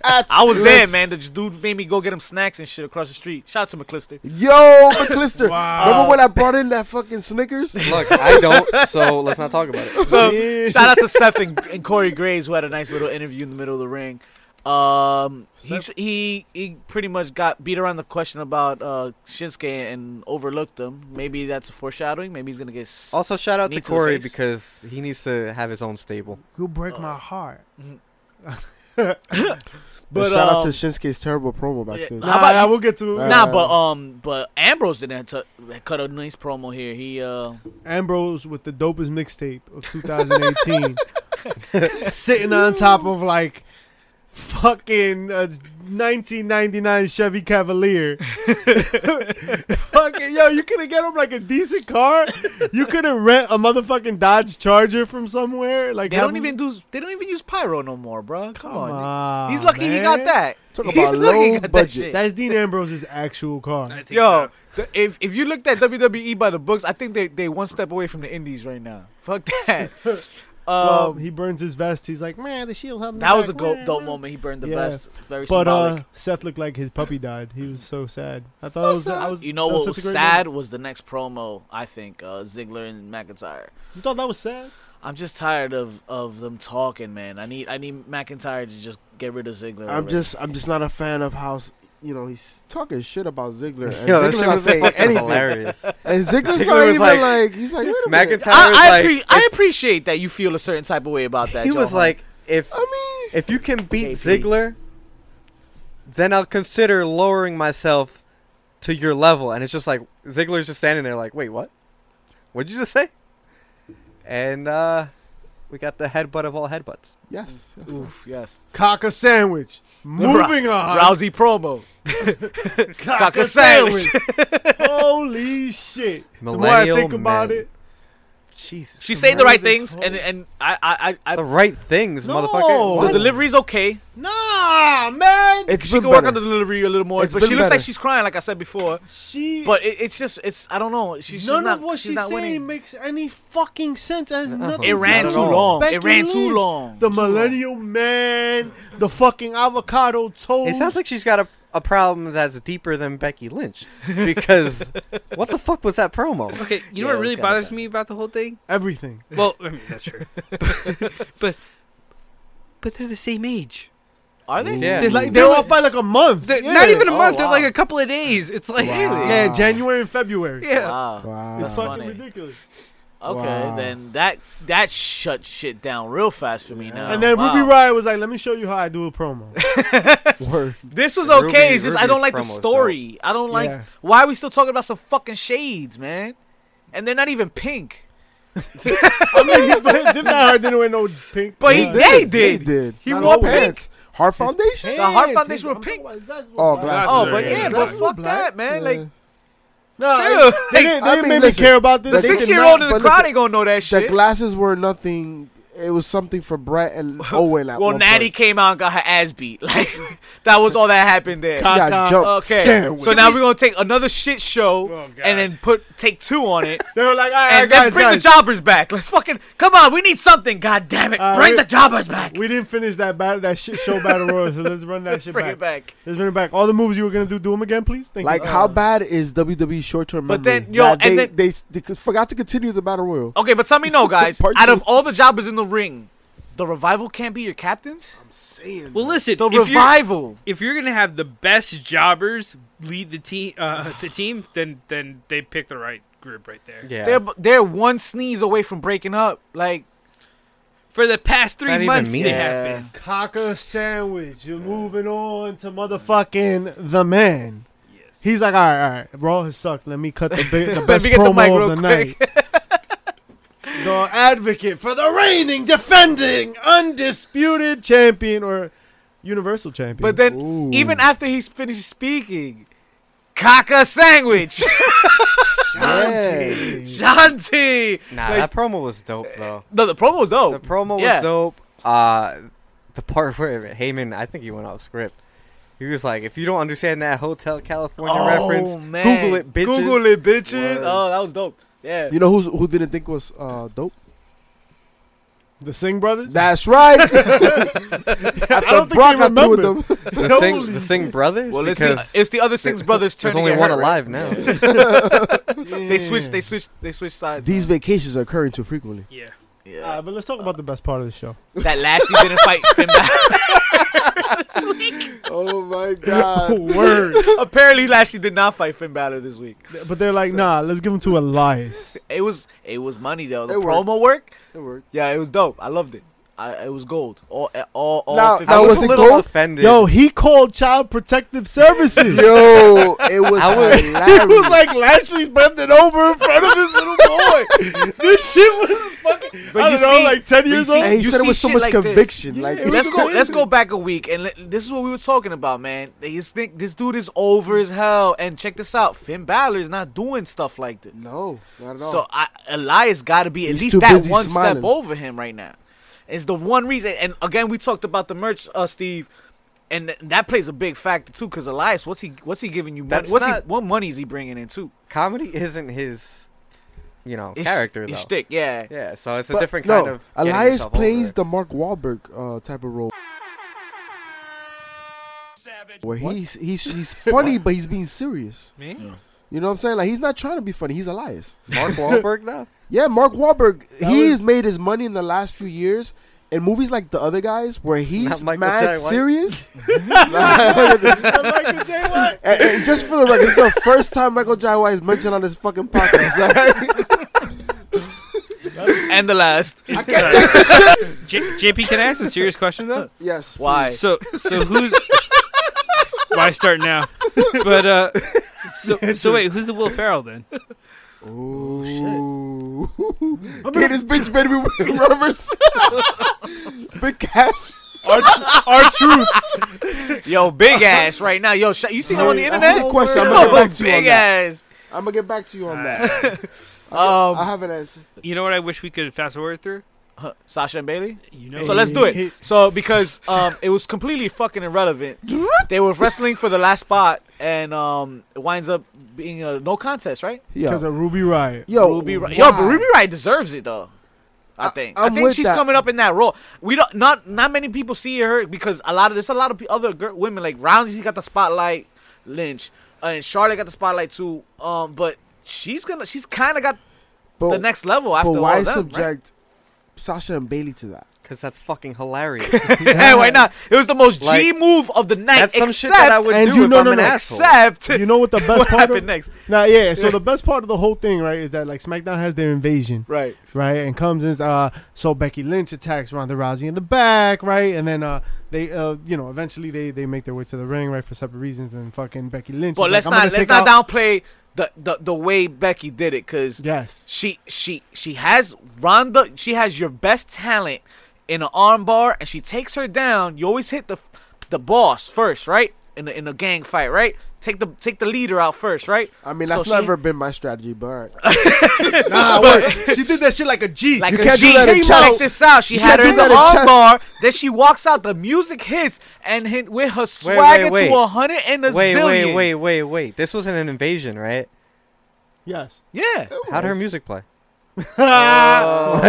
[SPEAKER 1] I was there, man. The dude made me go get him snacks and shit across the street. Shout out to McClister.
[SPEAKER 4] [laughs] Yo, McClister.
[SPEAKER 2] Wow.
[SPEAKER 4] Remember when I brought in that fucking Snickers?
[SPEAKER 3] Look, I don't, so let's not talk about it.
[SPEAKER 1] [laughs] So
[SPEAKER 2] Yeah.
[SPEAKER 1] shout out to Seth and, and Corey Graves who had a nice little interview in the middle of the ring. Um, he, he he pretty much got beat around the question about uh, Shinsuke and overlooked him. Maybe that's a foreshadowing. Maybe he's gonna get. s-
[SPEAKER 3] Also, shout out
[SPEAKER 1] Knee
[SPEAKER 3] to
[SPEAKER 1] to the
[SPEAKER 3] Corey
[SPEAKER 1] face.
[SPEAKER 3] because he needs to have his own stable.
[SPEAKER 2] you'll break my heart.
[SPEAKER 1] But,
[SPEAKER 4] But shout out to
[SPEAKER 1] um,
[SPEAKER 4] Shinsuke's terrible promo back
[SPEAKER 1] yeah,
[SPEAKER 4] then.
[SPEAKER 1] How about
[SPEAKER 2] nah,
[SPEAKER 1] you-
[SPEAKER 2] we'll get to it.
[SPEAKER 1] nah, but um, but Ambrose didn't t- cut a nice promo here. He uh,
[SPEAKER 2] Ambrose with the dopest mixtape of 2018, [laughs] sitting on top of like fucking uh, 1999 Chevy Cavalier. [laughs] fucking yo, you couldn't get him like a decent car. You couldn't rent a motherfucking Dodge Charger from somewhere. Like
[SPEAKER 1] they
[SPEAKER 2] have
[SPEAKER 1] don't
[SPEAKER 2] him-
[SPEAKER 1] even do they don't even use pyro no more, bro. Come,
[SPEAKER 2] [laughs] Come
[SPEAKER 1] on, dude.
[SPEAKER 2] on,
[SPEAKER 1] he's lucky he got
[SPEAKER 2] man. [laughs]
[SPEAKER 1] that.
[SPEAKER 4] Talk
[SPEAKER 1] [laughs] He's
[SPEAKER 4] about
[SPEAKER 1] lucky he
[SPEAKER 4] low
[SPEAKER 1] got that
[SPEAKER 4] budget.
[SPEAKER 1] shit.
[SPEAKER 2] That's Dean Ambrose's actual
[SPEAKER 5] I
[SPEAKER 2] car.
[SPEAKER 5] think
[SPEAKER 1] Yo,
[SPEAKER 5] so.
[SPEAKER 1] the, if if you looked at WWE by the books, I think they they one step away from the Indies right now. [laughs] Fuck that. Um,
[SPEAKER 2] [laughs] Well, he burns his vest. He's like, man, the shield helped me.
[SPEAKER 1] that was a
[SPEAKER 2] back,
[SPEAKER 1] go-
[SPEAKER 2] man,
[SPEAKER 1] dope
[SPEAKER 2] man."
[SPEAKER 1] moment. He burned the
[SPEAKER 2] Yeah.
[SPEAKER 1] vest. Very
[SPEAKER 2] But
[SPEAKER 1] symbolic.
[SPEAKER 2] uh, Seth looked like his puppy died. He was so sad. I
[SPEAKER 4] So
[SPEAKER 2] thought it was, I
[SPEAKER 4] sad.
[SPEAKER 2] was.
[SPEAKER 1] you know
[SPEAKER 2] that was
[SPEAKER 1] what was
[SPEAKER 2] such a great
[SPEAKER 1] sad
[SPEAKER 2] moment.
[SPEAKER 1] was the next promo. I think uh, Ziggler and McIntyre.
[SPEAKER 2] You thought that was sad?
[SPEAKER 1] I'm just tired of of them talking, man. I need I need McIntyre to just get rid of Ziggler.
[SPEAKER 4] I'm
[SPEAKER 1] already.
[SPEAKER 4] just I'm just not a fan of how you know he's talking shit about [laughs] Ziggler and
[SPEAKER 3] Yo, that
[SPEAKER 4] Ziggler's
[SPEAKER 3] shit
[SPEAKER 4] not
[SPEAKER 3] was
[SPEAKER 4] saying
[SPEAKER 3] fucking
[SPEAKER 4] anything.
[SPEAKER 3] hilarious.
[SPEAKER 4] [laughs] And Ziggler's
[SPEAKER 3] Ziggler
[SPEAKER 4] not
[SPEAKER 3] was
[SPEAKER 4] even
[SPEAKER 3] like-
[SPEAKER 4] like, he's like wait a minute.
[SPEAKER 3] McIntyre was
[SPEAKER 1] I, I,
[SPEAKER 3] like,
[SPEAKER 1] appre- I appreciate that you feel a certain type of way
[SPEAKER 2] [laughs]
[SPEAKER 1] about that.
[SPEAKER 3] he
[SPEAKER 1] Joe
[SPEAKER 3] was
[SPEAKER 1] Hunt.
[SPEAKER 3] like, if
[SPEAKER 4] I mean,
[SPEAKER 3] if you can beat
[SPEAKER 1] KP.
[SPEAKER 3] Ziggler, then I'll consider lowering myself to your level. And it's just like Ziggler's just standing there, like, wait, what? What'd you just say? And uh, we got the headbutt of all headbutts.
[SPEAKER 4] yes. yes.
[SPEAKER 1] Oof, yes, [laughs]
[SPEAKER 2] Cocker sandwich. Moving on.
[SPEAKER 1] Rousey promo.
[SPEAKER 2] Cocker,
[SPEAKER 1] Cocker
[SPEAKER 2] sandwich.
[SPEAKER 1] [laughs]
[SPEAKER 2] Holy shit. The more I
[SPEAKER 3] Millennial
[SPEAKER 2] think about
[SPEAKER 3] men.
[SPEAKER 2] it,
[SPEAKER 3] Jesus,
[SPEAKER 1] She's saying the right things,
[SPEAKER 2] Rousey's
[SPEAKER 1] and
[SPEAKER 2] home.
[SPEAKER 1] and I I I, I
[SPEAKER 3] the right things,
[SPEAKER 2] No.
[SPEAKER 3] motherfucker.
[SPEAKER 1] The
[SPEAKER 2] What?
[SPEAKER 1] delivery's okay.
[SPEAKER 2] nah, man.
[SPEAKER 4] It's
[SPEAKER 1] she
[SPEAKER 4] been
[SPEAKER 1] can work
[SPEAKER 4] better.
[SPEAKER 1] on the delivery a little more,
[SPEAKER 4] It's
[SPEAKER 1] but
[SPEAKER 4] been
[SPEAKER 1] she looks like
[SPEAKER 4] better.
[SPEAKER 1] she's crying, like I said before.
[SPEAKER 2] she.
[SPEAKER 1] But it, it's just, it's I don't know. She's
[SPEAKER 2] none
[SPEAKER 1] she's not,
[SPEAKER 2] of what she's,
[SPEAKER 1] not
[SPEAKER 2] saying
[SPEAKER 1] winning.
[SPEAKER 2] makes any fucking sense. As
[SPEAKER 3] No.
[SPEAKER 2] nothing.
[SPEAKER 1] It
[SPEAKER 2] to
[SPEAKER 1] ran
[SPEAKER 2] do
[SPEAKER 1] too
[SPEAKER 3] at all.
[SPEAKER 1] long. it
[SPEAKER 2] Becky
[SPEAKER 1] ran
[SPEAKER 2] Lynch,
[SPEAKER 1] too long.
[SPEAKER 2] The
[SPEAKER 1] Too long.
[SPEAKER 2] millennial man, the fucking avocado toast.
[SPEAKER 3] It sounds like she's got a, a problem that's deeper than Becky Lynch.
[SPEAKER 1] [laughs]
[SPEAKER 3] Because what the fuck was that promo?
[SPEAKER 5] Okay, you know
[SPEAKER 1] Yeah, it
[SPEAKER 5] what
[SPEAKER 1] was
[SPEAKER 5] really
[SPEAKER 1] kinda
[SPEAKER 5] bothers
[SPEAKER 1] bad.
[SPEAKER 5] me about the whole [laughs] thing?
[SPEAKER 2] everything.
[SPEAKER 5] Well, I mean that's true, [laughs] but but they're the same age.
[SPEAKER 1] Are they?
[SPEAKER 3] Yeah.
[SPEAKER 2] They're, like, they're off by like a month.
[SPEAKER 5] They're-
[SPEAKER 2] Yeah.
[SPEAKER 5] Not even a
[SPEAKER 1] Oh,
[SPEAKER 5] month. They're
[SPEAKER 1] wow.
[SPEAKER 5] like a couple of days. It's like
[SPEAKER 4] Wow.
[SPEAKER 2] Yeah, January and February.
[SPEAKER 5] yeah.
[SPEAKER 1] Wow.
[SPEAKER 4] Wow.
[SPEAKER 2] It's
[SPEAKER 1] That's
[SPEAKER 2] fucking
[SPEAKER 1] funny.
[SPEAKER 2] ridiculous.
[SPEAKER 1] Okay,
[SPEAKER 4] Wow.
[SPEAKER 1] then that that shut shit down real fast for me now.
[SPEAKER 2] and then
[SPEAKER 1] wow.
[SPEAKER 2] Ruby Riot was like, "Let me show you how I do
[SPEAKER 1] [laughs]
[SPEAKER 2] a promo."
[SPEAKER 4] Word.
[SPEAKER 1] This was
[SPEAKER 3] Ruby-
[SPEAKER 1] okay. it's just I
[SPEAKER 3] Ruby's
[SPEAKER 1] don't like the
[SPEAKER 3] promo's
[SPEAKER 1] story. I don't like.
[SPEAKER 2] Yeah.
[SPEAKER 1] Why are we still talking about some fucking shades, man? And they're not even pink.
[SPEAKER 2] I mean, [laughs] but Jim Howard didn't wear no pink.
[SPEAKER 1] But he-
[SPEAKER 2] Yeah.
[SPEAKER 1] they
[SPEAKER 4] They
[SPEAKER 1] did.
[SPEAKER 4] did.
[SPEAKER 1] He
[SPEAKER 4] Not
[SPEAKER 1] wore
[SPEAKER 4] his
[SPEAKER 1] pink.
[SPEAKER 4] pants. Heart Foundation.
[SPEAKER 1] The heart
[SPEAKER 2] Pants,
[SPEAKER 1] foundation were
[SPEAKER 2] his-
[SPEAKER 1] pink.
[SPEAKER 2] I'm talking about his glasses
[SPEAKER 4] Oh,
[SPEAKER 2] were
[SPEAKER 4] glasses.
[SPEAKER 1] Oh, but
[SPEAKER 5] Yeah,
[SPEAKER 1] yeah,
[SPEAKER 5] yeah,
[SPEAKER 1] but
[SPEAKER 2] yeah.
[SPEAKER 1] fuck that, man. Like,
[SPEAKER 2] No,
[SPEAKER 1] Still,
[SPEAKER 2] they
[SPEAKER 1] like,
[SPEAKER 2] didn't, they
[SPEAKER 4] I
[SPEAKER 2] didn't
[SPEAKER 4] mean,
[SPEAKER 2] make
[SPEAKER 4] listen,
[SPEAKER 2] me care about
[SPEAKER 4] the
[SPEAKER 2] this.
[SPEAKER 4] They
[SPEAKER 1] six
[SPEAKER 4] did
[SPEAKER 1] year old
[SPEAKER 4] not-
[SPEAKER 1] in the
[SPEAKER 4] but
[SPEAKER 1] crowd
[SPEAKER 4] listen,
[SPEAKER 1] ain't gonna know that
[SPEAKER 4] The
[SPEAKER 1] shit.
[SPEAKER 4] glasses were nothing. It was something for Brett
[SPEAKER 1] [laughs]
[SPEAKER 4] and Owen at
[SPEAKER 1] well,
[SPEAKER 4] one
[SPEAKER 1] Natty
[SPEAKER 4] point.
[SPEAKER 1] came out and got her ass beat. [laughs] Like that was all that happened there.
[SPEAKER 4] He got
[SPEAKER 2] Caca.
[SPEAKER 4] jumped.
[SPEAKER 1] Okay,
[SPEAKER 4] Sandwich.
[SPEAKER 1] so now we're gonna take another shit show
[SPEAKER 5] Oh, God.
[SPEAKER 1] and then put take two on
[SPEAKER 4] [laughs]
[SPEAKER 1] it.
[SPEAKER 2] They were like, "All right,
[SPEAKER 1] And
[SPEAKER 2] guys,
[SPEAKER 1] let's bring
[SPEAKER 2] guys,
[SPEAKER 1] the jobbers back. Let's fucking come on. We need something. God damn it!
[SPEAKER 2] Uh,
[SPEAKER 1] bring
[SPEAKER 2] we-
[SPEAKER 1] the jobbers back.
[SPEAKER 2] we didn't finish that battle, that shit show battle royal. So let's run that shit
[SPEAKER 1] bring
[SPEAKER 2] back.
[SPEAKER 1] it back.
[SPEAKER 2] Let's run it back. All the moves you were gonna do, do them again, please. Thank
[SPEAKER 4] Like
[SPEAKER 2] you. Uh,
[SPEAKER 4] how bad is WWE short term memory?
[SPEAKER 1] But then, yo,
[SPEAKER 4] That
[SPEAKER 1] and
[SPEAKER 4] they,
[SPEAKER 1] then- Oh,
[SPEAKER 4] they they forgot to continue the battle royal.
[SPEAKER 1] Okay, but tell me
[SPEAKER 4] [laughs]
[SPEAKER 1] no, guys.
[SPEAKER 4] Part
[SPEAKER 1] Out of
[SPEAKER 4] two.
[SPEAKER 1] all the jobbers in the ring, the revival can't be your captains.
[SPEAKER 4] I'm saying.
[SPEAKER 5] Well, listen,
[SPEAKER 1] The
[SPEAKER 5] if you're,
[SPEAKER 1] revival.
[SPEAKER 5] if you're gonna have the best jobbers lead the team, uh, the team, then then they pick the right group right there.
[SPEAKER 3] Yeah.
[SPEAKER 1] They're they're one sneeze away from breaking up. Like
[SPEAKER 5] For the past
[SPEAKER 3] Not
[SPEAKER 5] three
[SPEAKER 3] even
[SPEAKER 5] months,
[SPEAKER 3] me.
[SPEAKER 5] they
[SPEAKER 1] Yeah.
[SPEAKER 5] have been.
[SPEAKER 2] Cocker sandwich. You're moving on to motherfucking the man.
[SPEAKER 5] Yes.
[SPEAKER 2] He's like, all right, all right. Raw has sucked. Let me cut the, big,
[SPEAKER 1] [laughs]
[SPEAKER 2] the
[SPEAKER 1] Let
[SPEAKER 2] best
[SPEAKER 1] me get the
[SPEAKER 2] promo
[SPEAKER 1] mic real
[SPEAKER 2] of the
[SPEAKER 1] quick. [laughs]
[SPEAKER 2] night. the advocate for the reigning, defending, undisputed champion or universal champion.
[SPEAKER 1] But then,
[SPEAKER 4] Ooh.
[SPEAKER 1] even after he's finished speaking, Kaka Sandwich, [laughs]
[SPEAKER 4] Yeah.
[SPEAKER 1] Shanti.
[SPEAKER 3] Nah,
[SPEAKER 1] Like-
[SPEAKER 3] that promo was dope though.
[SPEAKER 1] No, the promo was
[SPEAKER 3] The
[SPEAKER 1] dope.
[SPEAKER 3] promo
[SPEAKER 1] Oh, [laughs] Yeah.
[SPEAKER 3] [laughs] was dope. Uh, the part where Heyman, I think he went off script. He was like, if you don't understand that Hotel California
[SPEAKER 1] Oh,
[SPEAKER 3] reference,
[SPEAKER 1] man.
[SPEAKER 3] Google it, bitches.
[SPEAKER 1] Google it, bitches.
[SPEAKER 3] Word.
[SPEAKER 1] Oh, that was dope. Yeah.
[SPEAKER 4] You know who's, who didn't think was uh, dope?
[SPEAKER 2] The Singh brothers.
[SPEAKER 4] That's
[SPEAKER 1] [laughs]
[SPEAKER 4] right. [laughs] After
[SPEAKER 2] don't think he
[SPEAKER 4] Brock got through
[SPEAKER 2] remembered.
[SPEAKER 4] with them.
[SPEAKER 3] The Sing, the Sing Brothers?
[SPEAKER 1] well, it's the,
[SPEAKER 3] because
[SPEAKER 1] it's the other six brothers
[SPEAKER 3] there's
[SPEAKER 1] turning.
[SPEAKER 3] only
[SPEAKER 1] it
[SPEAKER 3] one
[SPEAKER 1] hurt, right? [laughs]
[SPEAKER 3] alive now.
[SPEAKER 1] They switched. They switched. They switched sides.
[SPEAKER 4] These vacations are occurring too frequently.
[SPEAKER 5] Yeah.
[SPEAKER 2] All right, but let's talk about the best part of the show.
[SPEAKER 1] [laughs] that Lashley didn't fight Finn Balor.
[SPEAKER 4] Oh
[SPEAKER 1] [laughs]
[SPEAKER 4] my god.
[SPEAKER 2] [laughs] Word.
[SPEAKER 1] Apparently, Lashley did not fight Finn Balor this week.
[SPEAKER 2] but they're like, nah, let's give them to Elias.
[SPEAKER 1] It was it was money though. The
[SPEAKER 4] It worked.
[SPEAKER 1] promo work,
[SPEAKER 4] It worked.
[SPEAKER 1] yeah, it was dope. I loved it. I, it was gold. All all all.
[SPEAKER 4] Now-
[SPEAKER 1] 50
[SPEAKER 4] now
[SPEAKER 3] I was
[SPEAKER 4] was
[SPEAKER 3] a
[SPEAKER 4] it
[SPEAKER 3] little
[SPEAKER 4] gold?
[SPEAKER 3] offended.
[SPEAKER 2] Yo, he called Child
[SPEAKER 1] [laughs]
[SPEAKER 2] Protective Services.
[SPEAKER 4] Yo, it was
[SPEAKER 3] I was-
[SPEAKER 4] hilarious.
[SPEAKER 2] It was like Lashley's bending over in front of this little boy. this shit was fucking.
[SPEAKER 1] But
[SPEAKER 2] I
[SPEAKER 1] you
[SPEAKER 2] don't know,
[SPEAKER 1] see-
[SPEAKER 2] like ten
[SPEAKER 1] but you
[SPEAKER 2] years
[SPEAKER 1] see-
[SPEAKER 2] old.
[SPEAKER 4] and he
[SPEAKER 1] you
[SPEAKER 4] said it
[SPEAKER 1] see
[SPEAKER 4] with so
[SPEAKER 1] shit
[SPEAKER 4] much
[SPEAKER 1] like this.
[SPEAKER 4] conviction. Like
[SPEAKER 2] it was
[SPEAKER 1] let's go.
[SPEAKER 2] amazing.
[SPEAKER 1] Let's go back a week, and let, this is what we were talking about, man. They just think this dude is over as hell. And check this out: Finn Balor is not doing stuff like this.
[SPEAKER 4] no, not at all.
[SPEAKER 1] So I, Elias got to be at
[SPEAKER 4] He's too
[SPEAKER 1] least that
[SPEAKER 4] busy
[SPEAKER 1] one
[SPEAKER 4] smiling.
[SPEAKER 1] step over him right now. Is the one reason. And again, we talked about the merch, uh, Steve, and th- that plays a big factor too. Because Elias, what's he? What's he giving you? Money?
[SPEAKER 3] That's
[SPEAKER 1] what's
[SPEAKER 3] not-
[SPEAKER 1] he? What money is he bringing in too?
[SPEAKER 3] Comedy isn't his, you know,
[SPEAKER 1] It's-
[SPEAKER 3] character,
[SPEAKER 1] it's
[SPEAKER 3] though.
[SPEAKER 1] shtick, yeah.
[SPEAKER 3] Yeah, so it's a
[SPEAKER 4] But
[SPEAKER 3] different
[SPEAKER 4] no,
[SPEAKER 3] kind of. getting
[SPEAKER 4] Elias
[SPEAKER 3] yourself
[SPEAKER 4] plays
[SPEAKER 3] over.
[SPEAKER 4] the Mark Wahlberg uh, type of role. Where he's he's he's funny, but he's being serious.
[SPEAKER 5] Me?
[SPEAKER 4] You know what I'm saying? Like he's not trying to be funny. He's Elias.
[SPEAKER 3] Mark Wahlberg, though?
[SPEAKER 4] Yeah, Mark Wahlberg.
[SPEAKER 2] That
[SPEAKER 4] He's
[SPEAKER 2] was-
[SPEAKER 4] made his money in the last few years in movies like the other guys, where he's
[SPEAKER 3] Michael
[SPEAKER 4] mad
[SPEAKER 3] J. White. [laughs]
[SPEAKER 4] serious. [laughs] and,
[SPEAKER 2] Michael J. White.
[SPEAKER 4] and just for the record, it's the first time Michael J. White is mentioned on this fucking podcast. [laughs] all right?
[SPEAKER 1] And the
[SPEAKER 4] [laughs]
[SPEAKER 1] last.
[SPEAKER 5] J- JP, can I ask a serious question [laughs] though?
[SPEAKER 4] yes.
[SPEAKER 1] Why?
[SPEAKER 5] So, so who's? [laughs] Why start now? But [laughs] uh, so so wait, who's the Will Ferrell then?
[SPEAKER 4] Oh, Ooh. [laughs] Get his bitch baby [laughs] with rubbers. Big ass.
[SPEAKER 2] Our, tr- our truth.
[SPEAKER 1] Yo, big ass right now. Yo, sh- you seen him on the
[SPEAKER 4] That's
[SPEAKER 1] internet?
[SPEAKER 4] a good question. I'm
[SPEAKER 1] Yo,
[SPEAKER 4] gonna get back to you on
[SPEAKER 1] big
[SPEAKER 4] that.
[SPEAKER 1] ass.
[SPEAKER 4] I'm gonna get back to you on that. I
[SPEAKER 1] Um,
[SPEAKER 4] have an answer.
[SPEAKER 5] You know what I wish we could fast forward through?
[SPEAKER 1] huh, Um, Sasha and Bailey.
[SPEAKER 5] You know.
[SPEAKER 1] So let's do it. So because um, it was completely fucking irrelevant. They were wrestling for the last spot, and um, it winds up being a no contest, right?
[SPEAKER 2] Because
[SPEAKER 4] Yo,
[SPEAKER 2] of
[SPEAKER 1] [laughs]
[SPEAKER 2] Ruby Riot.
[SPEAKER 4] yo,
[SPEAKER 1] Ruby, Ri-
[SPEAKER 4] why?
[SPEAKER 1] yo, but Ruby Riot deserves it though. I
[SPEAKER 4] I-
[SPEAKER 1] think. I,
[SPEAKER 4] I'm
[SPEAKER 1] think
[SPEAKER 4] with
[SPEAKER 1] she's
[SPEAKER 4] that.
[SPEAKER 1] coming up in that role. We don't not not many people see her because a lot of there's a lot of pe- other girl, women like Rounds. She got the spotlight. Lynch uh, and Charlotte got the spotlight too. Um, but she's gonna she's kind of got
[SPEAKER 4] But,
[SPEAKER 1] the next level after
[SPEAKER 4] but why
[SPEAKER 1] all them,
[SPEAKER 4] subject
[SPEAKER 1] right?
[SPEAKER 4] Sasha and Bailey to that?
[SPEAKER 3] Because that's fucking hilarious.
[SPEAKER 1] yeah, [laughs] why not? It was the most G
[SPEAKER 3] Like,
[SPEAKER 1] move of the night.
[SPEAKER 3] That's some
[SPEAKER 1] except
[SPEAKER 3] shit that I would
[SPEAKER 2] and
[SPEAKER 3] do
[SPEAKER 2] you-
[SPEAKER 3] if
[SPEAKER 2] no,
[SPEAKER 3] I'm
[SPEAKER 2] no,
[SPEAKER 3] an
[SPEAKER 2] no.
[SPEAKER 3] asshole.
[SPEAKER 1] except
[SPEAKER 4] [laughs]
[SPEAKER 2] You know what the
[SPEAKER 1] [laughs]
[SPEAKER 2] best
[SPEAKER 1] what
[SPEAKER 2] part
[SPEAKER 1] happened
[SPEAKER 2] of?
[SPEAKER 1] next.
[SPEAKER 2] Nah, yeah.
[SPEAKER 1] [laughs]
[SPEAKER 2] So the best part of the whole thing, right, is that like SmackDown has their invasion,
[SPEAKER 1] Right.
[SPEAKER 2] right, and comes in. Uh, so Becky Lynch attacks Ronda Rousey in the back, right, and then uh, they, uh, you know, eventually they they make their way to the ring, right, for separate reasons, and fucking Becky Lynch.
[SPEAKER 1] But
[SPEAKER 2] is
[SPEAKER 1] let's
[SPEAKER 2] like, I'm gonna
[SPEAKER 1] not let's
[SPEAKER 2] take
[SPEAKER 1] not
[SPEAKER 2] out-
[SPEAKER 1] downplay the, the the way Becky did it because
[SPEAKER 2] Yes.
[SPEAKER 1] she she she has Ronda. She has your best talent in an armbar, and she takes her down. You always hit the the boss first, right? In the, in a gang fight, right? Take the take the leader out first, right?
[SPEAKER 4] I mean,
[SPEAKER 1] So
[SPEAKER 4] that's
[SPEAKER 1] she-
[SPEAKER 4] never been my strategy, but
[SPEAKER 1] [laughs]
[SPEAKER 4] all right.
[SPEAKER 2] Nah, word. she did that shit like a G.
[SPEAKER 1] Like
[SPEAKER 4] You
[SPEAKER 1] a
[SPEAKER 4] can't do
[SPEAKER 1] she
[SPEAKER 4] that in
[SPEAKER 1] came
[SPEAKER 4] chess.
[SPEAKER 1] like this out. She
[SPEAKER 4] You
[SPEAKER 1] had
[SPEAKER 4] can't
[SPEAKER 1] her
[SPEAKER 4] do
[SPEAKER 1] in the
[SPEAKER 4] that in chess.
[SPEAKER 1] armbar. Then she walks out. The music hits and hit with her swagger
[SPEAKER 3] wait.
[SPEAKER 1] to a hundred and a
[SPEAKER 3] wait,
[SPEAKER 1] zillion.
[SPEAKER 3] wait, wait, wait, wait. This wasn't an invasion, right?
[SPEAKER 2] yes.
[SPEAKER 1] Yeah.
[SPEAKER 3] How'd
[SPEAKER 1] [laughs]
[SPEAKER 3] her music play?
[SPEAKER 2] well,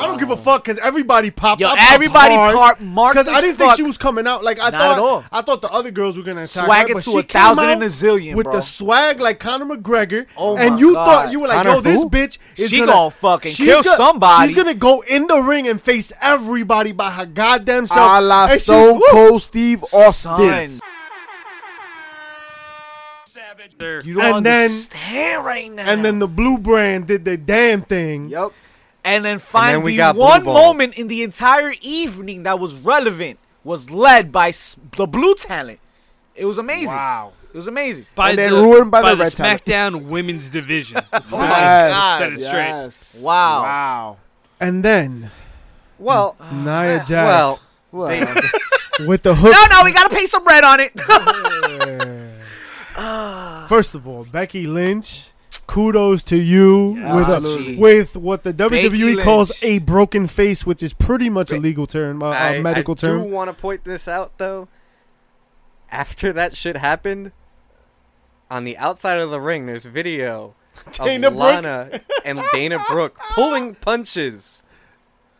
[SPEAKER 2] I don't give a fuck because everybody popped
[SPEAKER 1] Yo,
[SPEAKER 2] up.
[SPEAKER 1] everybody
[SPEAKER 2] hard.
[SPEAKER 1] part marked
[SPEAKER 2] Because
[SPEAKER 1] as
[SPEAKER 2] I didn't
[SPEAKER 1] fuck.
[SPEAKER 2] think she was coming out. Like I
[SPEAKER 1] Not
[SPEAKER 2] thought,
[SPEAKER 1] at all.
[SPEAKER 2] I thought the other girls were gonna attack
[SPEAKER 1] Swagger
[SPEAKER 2] her, but
[SPEAKER 1] to
[SPEAKER 2] she
[SPEAKER 1] a
[SPEAKER 2] came
[SPEAKER 1] thousand
[SPEAKER 2] out
[SPEAKER 1] and a zillion,
[SPEAKER 2] with
[SPEAKER 1] bro.
[SPEAKER 2] the swag like Conor McGregor.
[SPEAKER 1] Oh my
[SPEAKER 2] and you
[SPEAKER 1] God.
[SPEAKER 2] thought you were like,
[SPEAKER 3] Conor
[SPEAKER 2] yo, this
[SPEAKER 3] who?
[SPEAKER 2] bitch is
[SPEAKER 1] She
[SPEAKER 2] gonna,
[SPEAKER 1] gonna fucking
[SPEAKER 2] she's
[SPEAKER 1] kill somebody.
[SPEAKER 2] She's gonna go in the ring and face everybody by her goddamn self.
[SPEAKER 4] A la
[SPEAKER 2] And she's-
[SPEAKER 4] Stone
[SPEAKER 2] woo!
[SPEAKER 4] Cold Steve Austin.
[SPEAKER 1] Son,
[SPEAKER 5] Savage. There.
[SPEAKER 1] you don't
[SPEAKER 2] And then-
[SPEAKER 1] understand right now.
[SPEAKER 2] And then the blue brand did their damn thing.
[SPEAKER 4] Yep.
[SPEAKER 1] and then finally,
[SPEAKER 3] we got blue
[SPEAKER 1] one
[SPEAKER 3] ball.
[SPEAKER 1] moment in the entire evening that was relevant was led by s- the blue talent. It was amazing.
[SPEAKER 5] Wow.
[SPEAKER 1] It was amazing.
[SPEAKER 5] By
[SPEAKER 4] And then ruined by the red talent.
[SPEAKER 5] SmackDown Women's
[SPEAKER 4] [laughs]
[SPEAKER 5] Division.
[SPEAKER 4] Oh
[SPEAKER 1] my God.
[SPEAKER 5] Set it straight.
[SPEAKER 1] Wow.
[SPEAKER 4] Wow.
[SPEAKER 2] And then
[SPEAKER 3] Well,
[SPEAKER 2] Mm. Nia Jax
[SPEAKER 3] well,
[SPEAKER 4] Well,
[SPEAKER 2] with the hook.
[SPEAKER 1] No, no, we gotta pay some bread on
[SPEAKER 3] [laughs]
[SPEAKER 1] it.
[SPEAKER 2] First of all, Becky Lynch, kudos to you
[SPEAKER 5] Yeah,
[SPEAKER 2] with a,
[SPEAKER 1] absolutely.
[SPEAKER 2] with what the WWE
[SPEAKER 1] Becky
[SPEAKER 2] calls
[SPEAKER 1] Lynch.
[SPEAKER 2] a broken face, which is pretty much a
[SPEAKER 3] Ba-
[SPEAKER 2] legal term, uh,
[SPEAKER 3] I,
[SPEAKER 2] a medical
[SPEAKER 3] I do
[SPEAKER 2] term.
[SPEAKER 3] want to point this out though. after that shit happened, on the outside of the ring, there's
[SPEAKER 2] [laughs]
[SPEAKER 3] video
[SPEAKER 2] Dana
[SPEAKER 3] of
[SPEAKER 2] Brooke.
[SPEAKER 3] Lana and Dana Brooke pulling punches.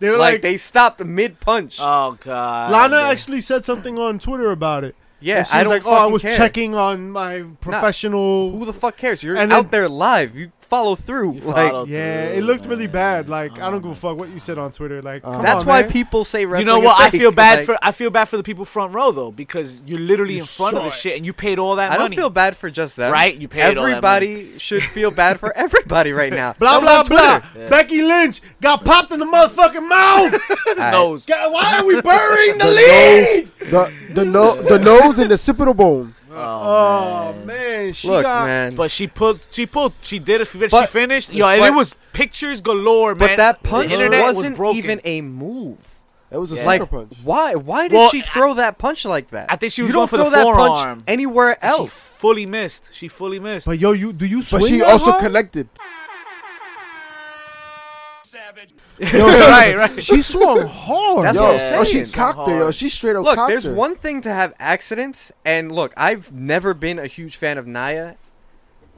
[SPEAKER 2] They were
[SPEAKER 3] Like,
[SPEAKER 2] like, Uh,
[SPEAKER 3] they stopped mid punch.
[SPEAKER 1] Oh [laughs] god.
[SPEAKER 2] Lana actually said something on Twitter about it.
[SPEAKER 3] yeah,
[SPEAKER 2] And she
[SPEAKER 3] I
[SPEAKER 2] was
[SPEAKER 3] don't
[SPEAKER 2] like, "Oh, I
[SPEAKER 3] fucking
[SPEAKER 2] was
[SPEAKER 3] care.
[SPEAKER 2] checking on my professional."
[SPEAKER 3] Who the fuck cares? You're
[SPEAKER 2] And
[SPEAKER 3] out
[SPEAKER 2] then-
[SPEAKER 3] there live. You follow through.
[SPEAKER 1] You
[SPEAKER 3] like
[SPEAKER 1] follow
[SPEAKER 2] yeah,
[SPEAKER 1] through,
[SPEAKER 2] it looked really
[SPEAKER 1] man.
[SPEAKER 2] bad. Like I don't
[SPEAKER 1] Oh,
[SPEAKER 2] give a fuck what you said on Twitter. Like
[SPEAKER 4] Uh,
[SPEAKER 2] come
[SPEAKER 3] that's
[SPEAKER 2] on,
[SPEAKER 3] why
[SPEAKER 2] man.
[SPEAKER 3] people say
[SPEAKER 1] You
[SPEAKER 3] wrestling.
[SPEAKER 1] know what?
[SPEAKER 3] Is
[SPEAKER 1] I feel
[SPEAKER 3] fake.
[SPEAKER 1] bad
[SPEAKER 3] Like,
[SPEAKER 1] for I feel bad for the people front row though because you're literally
[SPEAKER 4] You
[SPEAKER 1] in front of
[SPEAKER 4] saw
[SPEAKER 1] the
[SPEAKER 4] it.
[SPEAKER 1] shit and you paid all that
[SPEAKER 3] I don't
[SPEAKER 1] money.
[SPEAKER 3] feel bad for just them.
[SPEAKER 1] right? You paid all that money.
[SPEAKER 3] Everybody should feel bad for [laughs] everybody right now.
[SPEAKER 2] Blah
[SPEAKER 3] I'm
[SPEAKER 2] blah
[SPEAKER 3] on
[SPEAKER 2] blah.
[SPEAKER 3] Twitter.
[SPEAKER 1] Yeah.
[SPEAKER 2] Becky Lynch got popped in the motherfucking mouth.
[SPEAKER 3] [laughs] Alright.
[SPEAKER 1] knows.
[SPEAKER 2] God, why are we burying the
[SPEAKER 4] The
[SPEAKER 2] lead?
[SPEAKER 4] The the no the nose and the occipital bone.
[SPEAKER 2] Oh man, she
[SPEAKER 3] Look,
[SPEAKER 2] got.
[SPEAKER 3] man.
[SPEAKER 1] But she pulled. She pulled. She did it. She
[SPEAKER 3] But-
[SPEAKER 1] finished. Yo, and it
[SPEAKER 3] but-
[SPEAKER 1] was pictures galore, man.
[SPEAKER 3] But that punch
[SPEAKER 1] the internet was
[SPEAKER 3] wasn't
[SPEAKER 1] broken.
[SPEAKER 3] even a move.
[SPEAKER 4] It was a
[SPEAKER 3] Yeah.
[SPEAKER 4] sucker
[SPEAKER 3] Like,
[SPEAKER 4] punch.
[SPEAKER 3] Why? Why did
[SPEAKER 1] Well,
[SPEAKER 3] she throw that punch like that?
[SPEAKER 1] I think she
[SPEAKER 3] You
[SPEAKER 1] was
[SPEAKER 3] don't
[SPEAKER 1] going for
[SPEAKER 3] throw
[SPEAKER 1] the
[SPEAKER 3] that
[SPEAKER 1] forearm.
[SPEAKER 3] punch anywhere
[SPEAKER 1] And She
[SPEAKER 3] else.
[SPEAKER 1] fully missed. She fully missed.
[SPEAKER 2] But yo, you do you swing?
[SPEAKER 4] But she
[SPEAKER 2] that
[SPEAKER 4] also
[SPEAKER 2] hard?
[SPEAKER 4] connected.
[SPEAKER 2] Yo,
[SPEAKER 4] [laughs]
[SPEAKER 1] right, right.
[SPEAKER 2] She [laughs] swung hard.
[SPEAKER 3] That's
[SPEAKER 4] yo,
[SPEAKER 3] what I'm
[SPEAKER 4] oh,
[SPEAKER 3] saying.
[SPEAKER 4] she cocked it. Yo, she straight up
[SPEAKER 3] Look,
[SPEAKER 4] cocked
[SPEAKER 3] there's
[SPEAKER 4] it.
[SPEAKER 3] one thing to have accidents, and look, I've never been a huge fan of Naya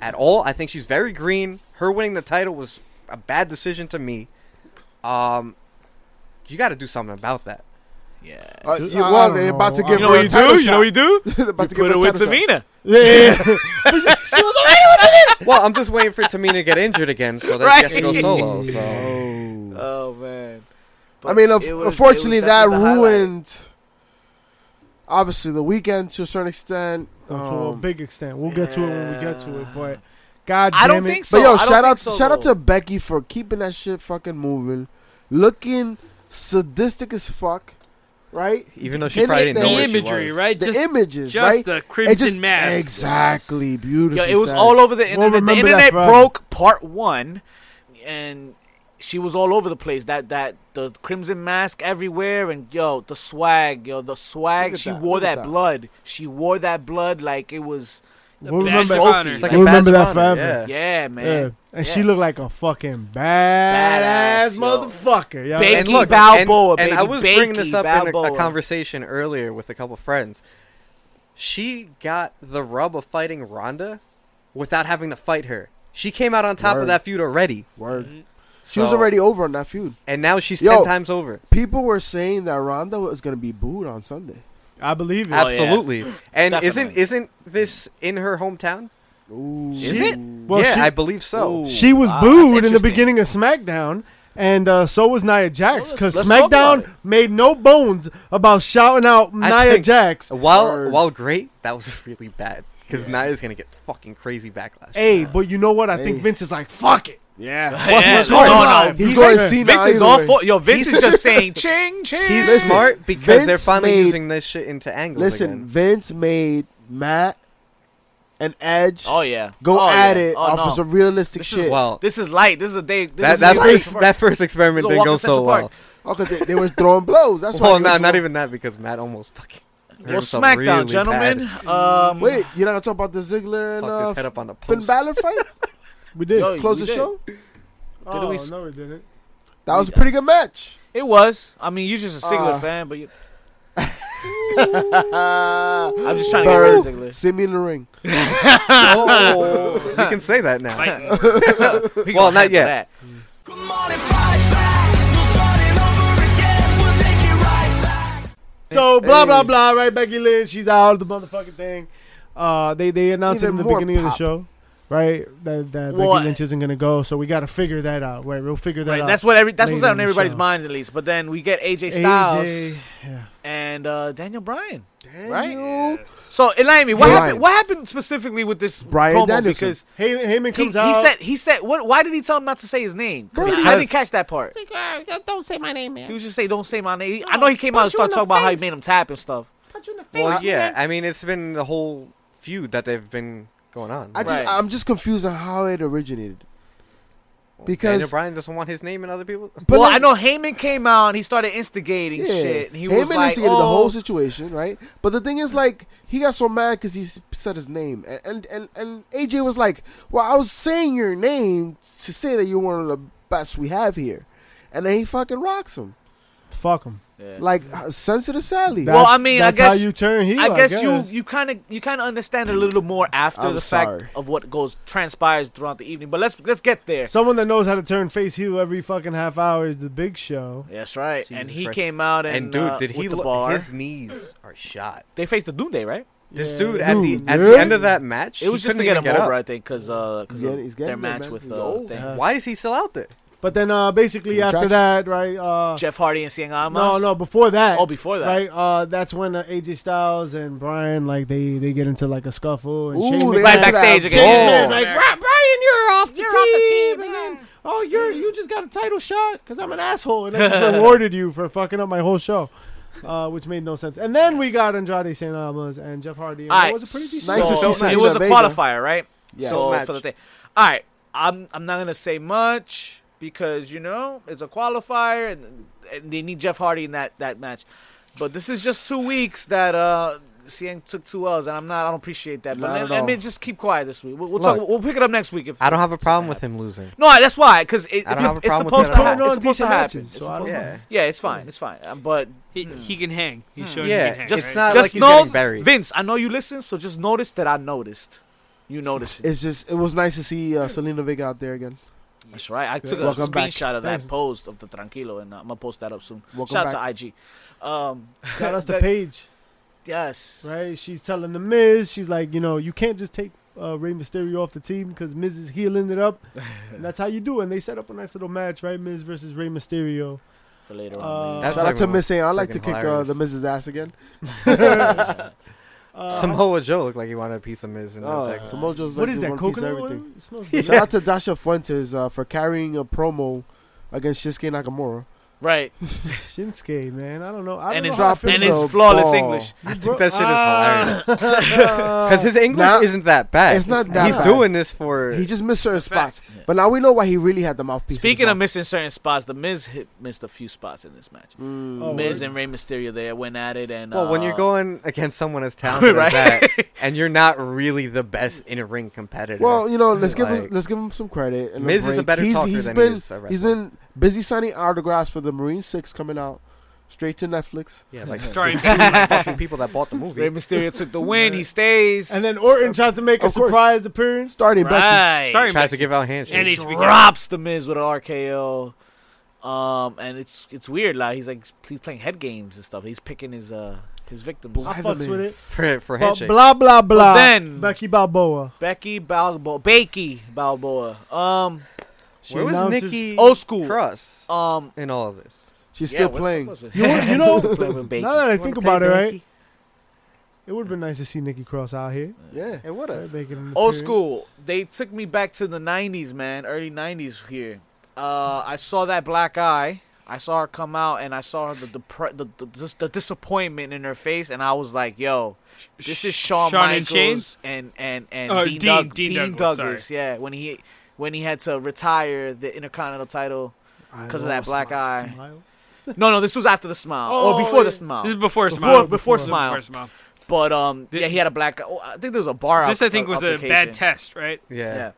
[SPEAKER 3] at all. I think she's very green. Her winning the title was a bad decision to me. Um, you got to do something about that.
[SPEAKER 1] yeah.
[SPEAKER 4] Uh,
[SPEAKER 2] Dude,
[SPEAKER 4] you-
[SPEAKER 2] I- I
[SPEAKER 4] well,
[SPEAKER 2] don't
[SPEAKER 4] they're
[SPEAKER 2] know.
[SPEAKER 4] about to
[SPEAKER 2] I
[SPEAKER 4] give
[SPEAKER 2] don't
[SPEAKER 4] her
[SPEAKER 2] know.
[SPEAKER 4] a title shot. [laughs]
[SPEAKER 1] do?
[SPEAKER 4] They're about to give
[SPEAKER 1] Put it
[SPEAKER 4] her a
[SPEAKER 1] with
[SPEAKER 4] title shot.
[SPEAKER 1] Tamina.
[SPEAKER 2] Yeah, yeah, yeah.
[SPEAKER 3] well, I'm just waiting for Tamina to get injured again, so that she has to go
[SPEAKER 1] Right.
[SPEAKER 3] solo. So
[SPEAKER 2] [laughs]
[SPEAKER 1] Oh man.
[SPEAKER 4] I mean,
[SPEAKER 1] But
[SPEAKER 4] unf-
[SPEAKER 1] it was- it
[SPEAKER 4] unfortunately,
[SPEAKER 1] was
[SPEAKER 4] that
[SPEAKER 1] definitely the highlight.
[SPEAKER 4] ruined. Obviously, the weekend to a certain extent.
[SPEAKER 2] to a
[SPEAKER 4] Um,
[SPEAKER 2] big extent. We'll get to it when we get to it. But God
[SPEAKER 1] I don't
[SPEAKER 2] damn it.
[SPEAKER 1] think so.
[SPEAKER 4] but yo,
[SPEAKER 1] I don't
[SPEAKER 4] shout
[SPEAKER 1] think
[SPEAKER 4] out,
[SPEAKER 1] so,
[SPEAKER 4] shout out
[SPEAKER 1] though.
[SPEAKER 4] to Becky for keeping that shit fucking moving, looking sadistic as fuck, right?
[SPEAKER 3] even though she
[SPEAKER 4] Hit
[SPEAKER 3] probably
[SPEAKER 4] it,
[SPEAKER 3] didn't know
[SPEAKER 4] the
[SPEAKER 5] the
[SPEAKER 3] where
[SPEAKER 5] imagery,
[SPEAKER 3] she was.
[SPEAKER 5] right?
[SPEAKER 4] The
[SPEAKER 5] just
[SPEAKER 4] images,
[SPEAKER 5] just
[SPEAKER 4] right?
[SPEAKER 5] the
[SPEAKER 4] It
[SPEAKER 5] crimson mask.
[SPEAKER 4] Exactly,
[SPEAKER 1] Yo,
[SPEAKER 4] beautiful.
[SPEAKER 1] it was
[SPEAKER 4] sad.
[SPEAKER 1] all over the
[SPEAKER 2] We'll
[SPEAKER 1] internet. the
[SPEAKER 2] remember that
[SPEAKER 1] internet
[SPEAKER 2] forever.
[SPEAKER 1] broke part one, and she was all over the place. That that the crimson mask everywhere, and yo, the swag, yo, the
[SPEAKER 4] Look
[SPEAKER 1] swag.
[SPEAKER 4] at
[SPEAKER 1] She
[SPEAKER 4] that,
[SPEAKER 1] wore
[SPEAKER 4] look at
[SPEAKER 1] that,
[SPEAKER 4] that.
[SPEAKER 1] blood. She wore that blood like it was.
[SPEAKER 2] We'll
[SPEAKER 5] Badge
[SPEAKER 2] remember-
[SPEAKER 5] of honor.
[SPEAKER 3] It's like
[SPEAKER 2] We'll
[SPEAKER 3] a badge
[SPEAKER 2] remember
[SPEAKER 3] of
[SPEAKER 2] that
[SPEAKER 3] honor,
[SPEAKER 2] forever.
[SPEAKER 3] Yeah.
[SPEAKER 1] Yeah,
[SPEAKER 2] Yeah.
[SPEAKER 1] man.
[SPEAKER 2] And
[SPEAKER 1] Yeah.
[SPEAKER 2] she looked like a fucking badass,
[SPEAKER 1] Badass, yo.
[SPEAKER 2] motherfucker. Yo.
[SPEAKER 1] Big-
[SPEAKER 3] and
[SPEAKER 1] Becky
[SPEAKER 3] look,
[SPEAKER 1] Balboa,
[SPEAKER 3] and, and
[SPEAKER 1] baby,
[SPEAKER 3] I was bringing this
[SPEAKER 1] Becky
[SPEAKER 3] up in a- a,
[SPEAKER 1] Balboa.
[SPEAKER 3] conversation earlier with a couple friends. She got the rub of fighting Ronda without having to fight her. She came out on top of
[SPEAKER 4] Word.
[SPEAKER 3] that feud already.
[SPEAKER 4] Word. She
[SPEAKER 3] So-
[SPEAKER 4] was already over on that feud.
[SPEAKER 3] and now she's
[SPEAKER 4] Yo.
[SPEAKER 3] ten times over.
[SPEAKER 1] Oh,
[SPEAKER 4] People were saying that Ronda was gonna be booed on Sunday.
[SPEAKER 2] I believe it.
[SPEAKER 1] Oh, yeah.
[SPEAKER 3] Absolutely. And isn't
[SPEAKER 1] Definitely.
[SPEAKER 3] isn't this in her hometown?
[SPEAKER 4] Ooh.
[SPEAKER 3] Is it?
[SPEAKER 2] Well,
[SPEAKER 3] yeah,
[SPEAKER 2] she-
[SPEAKER 3] I believe so.
[SPEAKER 1] Ooh.
[SPEAKER 2] She was
[SPEAKER 1] Wow, that's
[SPEAKER 2] booed in the
[SPEAKER 1] interesting.
[SPEAKER 2] beginning of SmackDown, and uh, so was Nia Jax,
[SPEAKER 1] Well,
[SPEAKER 2] because
[SPEAKER 1] let's- let's talk about
[SPEAKER 2] SmackDown made no bones about shouting out
[SPEAKER 3] I
[SPEAKER 2] Nia
[SPEAKER 3] think-
[SPEAKER 1] Oh,
[SPEAKER 2] Jax.
[SPEAKER 3] While
[SPEAKER 4] Word.
[SPEAKER 3] while great, that was [laughs] really bad because Nia's gonna get fucking crazy backlash.
[SPEAKER 2] Hey, but you know what? I think
[SPEAKER 4] Hey.
[SPEAKER 2] Vince is like, fuck it.
[SPEAKER 4] Yeah.
[SPEAKER 1] Yeah,
[SPEAKER 2] he's
[SPEAKER 1] no,
[SPEAKER 2] going
[SPEAKER 1] no,
[SPEAKER 2] live.
[SPEAKER 1] no.
[SPEAKER 4] He's going Cena
[SPEAKER 1] Vince is
[SPEAKER 4] either
[SPEAKER 1] all
[SPEAKER 4] way.
[SPEAKER 1] for. Yo, Vince is just saying ching ching.
[SPEAKER 3] He's
[SPEAKER 4] [laughs] Listen,
[SPEAKER 3] smart because they're
[SPEAKER 4] Vince
[SPEAKER 3] finally
[SPEAKER 4] made-
[SPEAKER 3] using this shit into angles.
[SPEAKER 4] Listen,
[SPEAKER 3] again.
[SPEAKER 4] Vince made Matt and Edge
[SPEAKER 1] oh yeah,
[SPEAKER 4] go
[SPEAKER 1] Oh,
[SPEAKER 4] at
[SPEAKER 1] yeah.
[SPEAKER 4] it
[SPEAKER 1] Oh,
[SPEAKER 4] off
[SPEAKER 1] no.
[SPEAKER 4] of some realistic
[SPEAKER 1] This
[SPEAKER 4] shit.
[SPEAKER 1] is
[SPEAKER 3] Well,
[SPEAKER 1] This is light. This is a day. This
[SPEAKER 3] that
[SPEAKER 1] is
[SPEAKER 3] that
[SPEAKER 1] a
[SPEAKER 3] first
[SPEAKER 1] day-
[SPEAKER 3] that first experiment
[SPEAKER 1] It's a
[SPEAKER 3] didn't
[SPEAKER 1] walk
[SPEAKER 3] go
[SPEAKER 1] in Central
[SPEAKER 3] so
[SPEAKER 1] Park.
[SPEAKER 3] well.
[SPEAKER 4] Oh, because they, they were throwing
[SPEAKER 1] [laughs]
[SPEAKER 4] blows. That's why.
[SPEAKER 1] Oh,
[SPEAKER 3] Well,
[SPEAKER 4] it
[SPEAKER 3] no,
[SPEAKER 4] was
[SPEAKER 3] not
[SPEAKER 4] all-
[SPEAKER 3] even that because Matt almost fucking. hurt
[SPEAKER 1] Well,
[SPEAKER 3] himself
[SPEAKER 1] SmackDown,
[SPEAKER 3] really
[SPEAKER 1] gentlemen.
[SPEAKER 3] bad.
[SPEAKER 1] Um,
[SPEAKER 4] Wait, you're not gonna talk about the Ziggler and
[SPEAKER 3] Fucked
[SPEAKER 4] uh,
[SPEAKER 3] his head up on the
[SPEAKER 4] Finn
[SPEAKER 3] post.
[SPEAKER 1] [laughs]
[SPEAKER 4] Balor fight?
[SPEAKER 2] We did.
[SPEAKER 1] Yo,
[SPEAKER 4] Close
[SPEAKER 1] we
[SPEAKER 4] the
[SPEAKER 1] did.
[SPEAKER 4] show.
[SPEAKER 2] oh,
[SPEAKER 1] we s-
[SPEAKER 2] no, we didn't.
[SPEAKER 4] That was a pretty good match.
[SPEAKER 1] It was. I mean, you're just a Ziggler
[SPEAKER 4] Uh,
[SPEAKER 1] fan,
[SPEAKER 2] [laughs]
[SPEAKER 1] but you,
[SPEAKER 4] I'm
[SPEAKER 1] [laughs] I'm just trying to get rid of Ziggler.
[SPEAKER 4] Send me in the ring.
[SPEAKER 3] Oh, [laughs]
[SPEAKER 4] [laughs]
[SPEAKER 3] we can say that now.
[SPEAKER 5] Fighting.
[SPEAKER 1] We
[SPEAKER 3] Well,
[SPEAKER 1] gonna
[SPEAKER 3] not
[SPEAKER 1] handle
[SPEAKER 3] yet.
[SPEAKER 1] that.
[SPEAKER 2] So blah blah
[SPEAKER 4] Hey.
[SPEAKER 2] blah. Right, Becky Lynch, she's out of the motherfucking thing. Uh, they they announced
[SPEAKER 4] Even
[SPEAKER 2] it in the
[SPEAKER 4] more
[SPEAKER 2] beginning of the
[SPEAKER 4] pop.
[SPEAKER 2] show, right? That, that
[SPEAKER 1] Well,
[SPEAKER 2] Becky Lynch isn't gonna go, so we got to figure that out. Right, we'll figure that
[SPEAKER 1] Right,
[SPEAKER 2] out.
[SPEAKER 1] that's what every that's
[SPEAKER 2] Later
[SPEAKER 1] what's on
[SPEAKER 2] in the
[SPEAKER 1] everybody's
[SPEAKER 2] uh, show.
[SPEAKER 1] mind at least. But then we get AJ
[SPEAKER 2] AJ,
[SPEAKER 1] Styles
[SPEAKER 2] yeah.
[SPEAKER 1] and uh, Daniel Bryan.
[SPEAKER 4] Daniel.
[SPEAKER 1] So Elaine, what
[SPEAKER 4] Bryan.
[SPEAKER 1] happened? What happened specifically with this
[SPEAKER 4] Bryan
[SPEAKER 1] promo?
[SPEAKER 4] Danielson.
[SPEAKER 1] Because
[SPEAKER 2] Hey, Heyman
[SPEAKER 1] he,
[SPEAKER 2] comes
[SPEAKER 1] he
[SPEAKER 2] out.
[SPEAKER 1] said he said what? Why did he tell him not to say his name? 'Cause I- I
[SPEAKER 3] Because-
[SPEAKER 1] didn't catch that part.
[SPEAKER 7] Like, "Ah, don't- don't say my name, man.
[SPEAKER 1] He was just saying, "Don't say my name." I know he came out and
[SPEAKER 7] punch you in
[SPEAKER 1] started
[SPEAKER 7] the
[SPEAKER 1] talking about how he
[SPEAKER 7] face.
[SPEAKER 1] made him tap and stuff.
[SPEAKER 7] Punch you in the face.
[SPEAKER 3] Well, yeah.
[SPEAKER 7] man.
[SPEAKER 3] I mean, it's been the whole feud that they've been going on.
[SPEAKER 4] I just,
[SPEAKER 1] Right.
[SPEAKER 4] I'm just confused on how it originated. Because
[SPEAKER 3] Daniel Bryan doesn't want his name in other people.
[SPEAKER 4] But
[SPEAKER 1] well,
[SPEAKER 4] like-
[SPEAKER 1] I know Heyman came out and he started instigating shit. And he was
[SPEAKER 4] Heyman
[SPEAKER 1] like,
[SPEAKER 4] instigated
[SPEAKER 1] "Oh, Mm.
[SPEAKER 4] the whole situation, right? But the thing is, like, he got so mad because he s- said his name, and, and and and AJ was like, "Well, I was saying your name to say that you're one of the best we have here," and then he fucking rocks him.
[SPEAKER 2] fuck him.
[SPEAKER 1] Yeah.
[SPEAKER 4] Like uh, sensitive Sally.
[SPEAKER 1] Well, I mean, I
[SPEAKER 2] that's
[SPEAKER 1] guess-
[SPEAKER 2] how you turn heel.
[SPEAKER 1] I guess, you you kind of you kind of understand a little more after
[SPEAKER 4] I'm
[SPEAKER 1] the
[SPEAKER 4] sorry.
[SPEAKER 1] fact of what goes transpires throughout the evening. But let's let's get there.
[SPEAKER 2] Someone that knows how to turn face heel every fucking half hour is the Big Show.
[SPEAKER 1] That's right. and
[SPEAKER 3] Jesus
[SPEAKER 1] he
[SPEAKER 3] Christ.
[SPEAKER 1] came out and,
[SPEAKER 3] And, dude,
[SPEAKER 1] uh,
[SPEAKER 3] did he
[SPEAKER 1] with the
[SPEAKER 3] look?
[SPEAKER 1] bar.
[SPEAKER 3] His knees are shot.
[SPEAKER 1] They faced the Doom Day, right?
[SPEAKER 3] This
[SPEAKER 2] Yeah.
[SPEAKER 3] dude at the
[SPEAKER 4] Dude,
[SPEAKER 3] at
[SPEAKER 4] yeah.
[SPEAKER 3] the end of that match,
[SPEAKER 1] It was
[SPEAKER 3] he
[SPEAKER 1] just to
[SPEAKER 3] couldn't
[SPEAKER 1] get him
[SPEAKER 3] even get
[SPEAKER 1] over,
[SPEAKER 3] up.
[SPEAKER 1] I think, because uh, 'cause
[SPEAKER 4] He's
[SPEAKER 1] of
[SPEAKER 4] getting- he's
[SPEAKER 1] their
[SPEAKER 4] getting there,
[SPEAKER 1] match
[SPEAKER 4] man.
[SPEAKER 1] with
[SPEAKER 4] He's
[SPEAKER 1] uh,
[SPEAKER 4] old. Uh-huh.
[SPEAKER 1] thing.
[SPEAKER 2] Yeah.
[SPEAKER 3] Why is he still out there?
[SPEAKER 2] But then uh, basically after that,
[SPEAKER 4] Contraction.
[SPEAKER 2] right? Uh,
[SPEAKER 1] Jeff Hardy and Cien Almas.
[SPEAKER 2] no, no, before that.
[SPEAKER 1] Oh, before [laughs] that,
[SPEAKER 2] Right, uh, that's when uh, AJ Styles and Brian like they they get into like a scuffle and Shane
[SPEAKER 4] they
[SPEAKER 2] McMahon-
[SPEAKER 1] Right
[SPEAKER 4] went to that
[SPEAKER 1] backstage again.
[SPEAKER 4] Jane
[SPEAKER 1] Yeah.
[SPEAKER 4] Man's
[SPEAKER 5] Yeah.
[SPEAKER 4] like,
[SPEAKER 5] Yeah.
[SPEAKER 4] "Rob, Brian, you're off the
[SPEAKER 7] You're off the
[SPEAKER 4] team."
[SPEAKER 7] team,
[SPEAKER 4] And
[SPEAKER 7] yeah.
[SPEAKER 4] then, oh, you're you just got a title shot
[SPEAKER 2] because I'm an asshole and I just rewarded you for fucking up my whole show, uh, which made no sense. And then we got Andrade San Almas and Jeff Hardy. And
[SPEAKER 1] All
[SPEAKER 2] it
[SPEAKER 1] right,
[SPEAKER 2] was a pretty decent.
[SPEAKER 4] Nice to
[SPEAKER 1] so
[SPEAKER 4] see
[SPEAKER 1] it
[SPEAKER 4] Selena
[SPEAKER 1] was a
[SPEAKER 4] Vega.
[SPEAKER 1] qualifier, right?
[SPEAKER 4] Yes.
[SPEAKER 1] So
[SPEAKER 3] Match.
[SPEAKER 1] for the thing. All right, I'm I'm not gonna say much because you know it's a qualifier and, and they need Jeff Hardy in that that match. But this is just two weeks that uh Cien took two L's, and I'm not I don't appreciate that. But
[SPEAKER 4] Not
[SPEAKER 1] let,
[SPEAKER 4] at
[SPEAKER 1] let
[SPEAKER 4] all.
[SPEAKER 1] me just keep quiet this week. We'll, we'll
[SPEAKER 4] Look.
[SPEAKER 1] talk. We'll pick it up next week if
[SPEAKER 3] I don't have a problem with him losing.
[SPEAKER 1] No, that's why because it,
[SPEAKER 3] I
[SPEAKER 1] it's,
[SPEAKER 3] don't have a
[SPEAKER 1] it's
[SPEAKER 3] problem with
[SPEAKER 1] supposed to
[SPEAKER 3] that.
[SPEAKER 1] happen. It's
[SPEAKER 2] Putting on
[SPEAKER 1] supposed to
[SPEAKER 2] decent
[SPEAKER 1] happen.
[SPEAKER 2] matches,
[SPEAKER 1] It's
[SPEAKER 2] so I
[SPEAKER 4] Oh,
[SPEAKER 1] supposed-
[SPEAKER 2] don't know.
[SPEAKER 3] Yeah,
[SPEAKER 1] yeah, it's fine. It's fine. Um, But
[SPEAKER 5] He,
[SPEAKER 4] Hmm.
[SPEAKER 5] he can hang. He's showing he
[SPEAKER 3] yeah.
[SPEAKER 5] can hang.
[SPEAKER 3] Just
[SPEAKER 5] right?
[SPEAKER 3] not
[SPEAKER 1] just
[SPEAKER 3] like he's
[SPEAKER 1] know,
[SPEAKER 3] getting buried.
[SPEAKER 1] Vince, I know you listen, so just notice that I noticed. You noticed it.
[SPEAKER 4] It's just it was nice to see uh, Selena Vega out there again.
[SPEAKER 1] That's right. I took a
[SPEAKER 4] Welcome back.
[SPEAKER 1] screenshot of that
[SPEAKER 2] Thanks.
[SPEAKER 1] post of the tranquilo, and uh, I'm gonna post that up soon.
[SPEAKER 4] Welcome
[SPEAKER 1] Shout
[SPEAKER 4] back.
[SPEAKER 1] out to IG. Um,
[SPEAKER 2] Shout out to
[SPEAKER 1] that-
[SPEAKER 2] Paige,
[SPEAKER 1] Yes.
[SPEAKER 2] right? She's telling the Miz, she's like, you know, you can't just take uh, Rey Mysterio off the team because Miz is healing it up, and that's how you do. it. And they set up a nice little match, right? Miz versus Rey Mysterio.
[SPEAKER 1] For later
[SPEAKER 2] Uh,
[SPEAKER 1] on.
[SPEAKER 3] That's
[SPEAKER 4] Shout out to
[SPEAKER 3] everyone.
[SPEAKER 4] Miss Saint. I like
[SPEAKER 3] Freaking
[SPEAKER 4] to kick uh,
[SPEAKER 3] hilarious.
[SPEAKER 4] the Miz's ass again.
[SPEAKER 2] Uh,
[SPEAKER 3] Samoa Joe looked like he wanted a piece of Miz in that
[SPEAKER 4] Oh,
[SPEAKER 3] section.
[SPEAKER 4] Samoa Joe's
[SPEAKER 2] what
[SPEAKER 4] like
[SPEAKER 2] is
[SPEAKER 4] the
[SPEAKER 2] that
[SPEAKER 4] one piece of
[SPEAKER 2] coconut [laughs]
[SPEAKER 4] everything.
[SPEAKER 2] one? It smells
[SPEAKER 4] [laughs] Shout
[SPEAKER 2] good.
[SPEAKER 4] out to Dasha Fuentes uh, for carrying a promo against Shinsuke Nakamura.
[SPEAKER 1] Right.
[SPEAKER 2] Shinsuke, man, I don't know. I don't
[SPEAKER 1] And
[SPEAKER 2] know
[SPEAKER 1] it's
[SPEAKER 2] how I feel
[SPEAKER 1] and
[SPEAKER 2] about Ah.
[SPEAKER 1] it's
[SPEAKER 4] the
[SPEAKER 1] flawless
[SPEAKER 4] ball.
[SPEAKER 1] English.
[SPEAKER 3] I think that shit
[SPEAKER 2] [laughs]
[SPEAKER 3] is
[SPEAKER 4] [laughs]
[SPEAKER 3] hilarious
[SPEAKER 2] because
[SPEAKER 3] because his English
[SPEAKER 4] Now-
[SPEAKER 3] isn't that bad.
[SPEAKER 4] It's not that
[SPEAKER 3] He's
[SPEAKER 4] bad.
[SPEAKER 3] doing this for.
[SPEAKER 4] He just missed certain
[SPEAKER 5] Facts.
[SPEAKER 4] spots, but now we know why he really had the mouthpiece. in his
[SPEAKER 1] Speaking of
[SPEAKER 4] mouth.
[SPEAKER 1] missing certain spots, the Miz hit, missed a few spots in this match.
[SPEAKER 4] Mm.
[SPEAKER 2] Oh,
[SPEAKER 1] Miz
[SPEAKER 2] word.
[SPEAKER 1] and Rey Mysterio there went at it, and
[SPEAKER 3] well, when you're
[SPEAKER 1] uh,
[SPEAKER 3] going against someone
[SPEAKER 4] [laughs]
[SPEAKER 3] as talented
[SPEAKER 1] Right.
[SPEAKER 3] as that, and you're not really the best in ring competitor.
[SPEAKER 4] Well, you know, let's give him,
[SPEAKER 3] Like-
[SPEAKER 4] let's give him some credit. And
[SPEAKER 3] Miz is a
[SPEAKER 4] break.
[SPEAKER 3] better
[SPEAKER 4] he's,
[SPEAKER 3] talker
[SPEAKER 4] he's
[SPEAKER 3] than he
[SPEAKER 4] been,
[SPEAKER 3] is a
[SPEAKER 4] He's
[SPEAKER 3] wrestler.
[SPEAKER 4] been busy signing autographs for the Marine Six coming out straight to Netflix.
[SPEAKER 3] yeah,
[SPEAKER 4] [laughs]
[SPEAKER 3] like
[SPEAKER 5] Starring
[SPEAKER 3] two fucking people that bought the
[SPEAKER 1] Rey
[SPEAKER 3] movie.
[SPEAKER 1] Mysterio took the win. He stays.
[SPEAKER 2] And then Orton tries to make a
[SPEAKER 4] Of course.
[SPEAKER 2] surprise appearance.
[SPEAKER 4] Starting back.
[SPEAKER 1] right.
[SPEAKER 5] Starring
[SPEAKER 3] Tries to give out handshakes.
[SPEAKER 5] And he- HBK.
[SPEAKER 1] drops the Miz with an RKO. Um, and it's it's weird. Like he's like he's playing head games and stuff. He's picking his uh his victims.
[SPEAKER 2] I
[SPEAKER 4] By the
[SPEAKER 2] fucks with
[SPEAKER 4] Miz.
[SPEAKER 2] it.
[SPEAKER 3] [laughs] for for
[SPEAKER 2] But
[SPEAKER 3] handshake.
[SPEAKER 2] blah blah blah.
[SPEAKER 1] then-
[SPEAKER 2] Becky Balboa.
[SPEAKER 1] Becky Balboa, Becky Balboa. Um,
[SPEAKER 2] She
[SPEAKER 3] Where was
[SPEAKER 2] announces-
[SPEAKER 3] Nikki
[SPEAKER 1] old school.
[SPEAKER 3] Cross
[SPEAKER 1] um,
[SPEAKER 3] in all of this?
[SPEAKER 4] She's
[SPEAKER 1] yeah,
[SPEAKER 4] still
[SPEAKER 1] what the
[SPEAKER 4] playing.
[SPEAKER 1] fuck was it?
[SPEAKER 2] You wa-
[SPEAKER 1] [laughs]
[SPEAKER 2] you know, Now that I
[SPEAKER 3] Wanna
[SPEAKER 2] think
[SPEAKER 3] play
[SPEAKER 2] about it, right?
[SPEAKER 3] Becky?
[SPEAKER 2] It would have been nice to see Nikki Cross out here.
[SPEAKER 4] Yeah.
[SPEAKER 3] It would
[SPEAKER 2] Right,
[SPEAKER 3] have.
[SPEAKER 2] making an
[SPEAKER 1] old
[SPEAKER 2] appearance.
[SPEAKER 1] school. They took me back to the '90s, man. Early '90s here. Uh, I saw that black eye. I saw her come out, and I saw the depre- the, the, dis- the disappointment in her face, and I was like, "Yo, this is Shawn
[SPEAKER 5] Shawn and
[SPEAKER 1] Michaels and and and,
[SPEAKER 5] Oh,
[SPEAKER 1] Dean,
[SPEAKER 5] Dean-
[SPEAKER 1] Doug-
[SPEAKER 5] Dean
[SPEAKER 1] Dean
[SPEAKER 5] Douglas,
[SPEAKER 1] Douglas. Yeah, when he when he had to retire the Intercontinental title because of that black eye.
[SPEAKER 2] Smile.
[SPEAKER 1] No, no, this was after the smile
[SPEAKER 2] Oh,
[SPEAKER 1] or before
[SPEAKER 2] yeah.
[SPEAKER 1] the smile.
[SPEAKER 5] This is before
[SPEAKER 1] Before-
[SPEAKER 5] smile.
[SPEAKER 1] before
[SPEAKER 5] This is
[SPEAKER 1] Smile.
[SPEAKER 5] Before smile.
[SPEAKER 1] But um,
[SPEAKER 5] This-
[SPEAKER 1] yeah, he had a black. Oh, I think there was a bar.
[SPEAKER 5] This
[SPEAKER 1] al-
[SPEAKER 5] I think was a
[SPEAKER 1] altercation.
[SPEAKER 5] bad test, right?
[SPEAKER 3] Yeah.
[SPEAKER 1] Yeah.
[SPEAKER 3] yeah.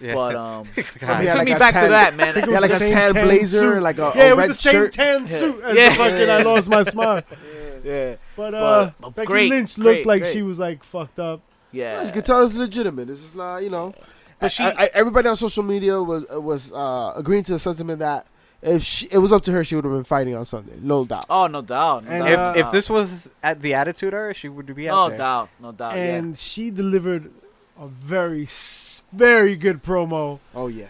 [SPEAKER 5] [laughs]
[SPEAKER 1] But um, it
[SPEAKER 3] God.
[SPEAKER 4] Yeah,
[SPEAKER 1] took
[SPEAKER 4] like
[SPEAKER 1] me
[SPEAKER 4] a
[SPEAKER 1] back to
[SPEAKER 4] tan-
[SPEAKER 1] that man.
[SPEAKER 4] Yeah, [laughs] like a
[SPEAKER 2] Same
[SPEAKER 4] tan
[SPEAKER 2] tan
[SPEAKER 4] blazer,
[SPEAKER 2] suit.
[SPEAKER 4] like a,
[SPEAKER 2] Yeah,
[SPEAKER 4] a
[SPEAKER 2] it was
[SPEAKER 4] red
[SPEAKER 2] the same
[SPEAKER 4] shirt.
[SPEAKER 2] tan
[SPEAKER 1] Yeah.
[SPEAKER 2] suit as
[SPEAKER 1] Yeah.
[SPEAKER 2] the fucking I lost my smile.
[SPEAKER 1] [laughs] yeah,
[SPEAKER 2] But uh,
[SPEAKER 1] but
[SPEAKER 2] Becky
[SPEAKER 1] great,
[SPEAKER 2] Lynch looked
[SPEAKER 1] great,
[SPEAKER 2] like
[SPEAKER 1] great.
[SPEAKER 2] she was like fucked up.
[SPEAKER 1] yeah.
[SPEAKER 4] You can tell it's legitimate. This is not, you know.
[SPEAKER 1] But
[SPEAKER 4] But
[SPEAKER 1] she-
[SPEAKER 4] she, I, I- everybody on social media was was uh, agreeing to the sentiment that if she, it was up to her, she would have been fighting on Sunday, no doubt.
[SPEAKER 1] Oh no doubt. No
[SPEAKER 2] And,
[SPEAKER 1] doubt.
[SPEAKER 3] uh, if if this was at the Attitude Era, she would be out
[SPEAKER 1] no
[SPEAKER 3] there.
[SPEAKER 1] doubt, no doubt.
[SPEAKER 2] and she delivered a very, s- very good promo.
[SPEAKER 4] Oh yeah,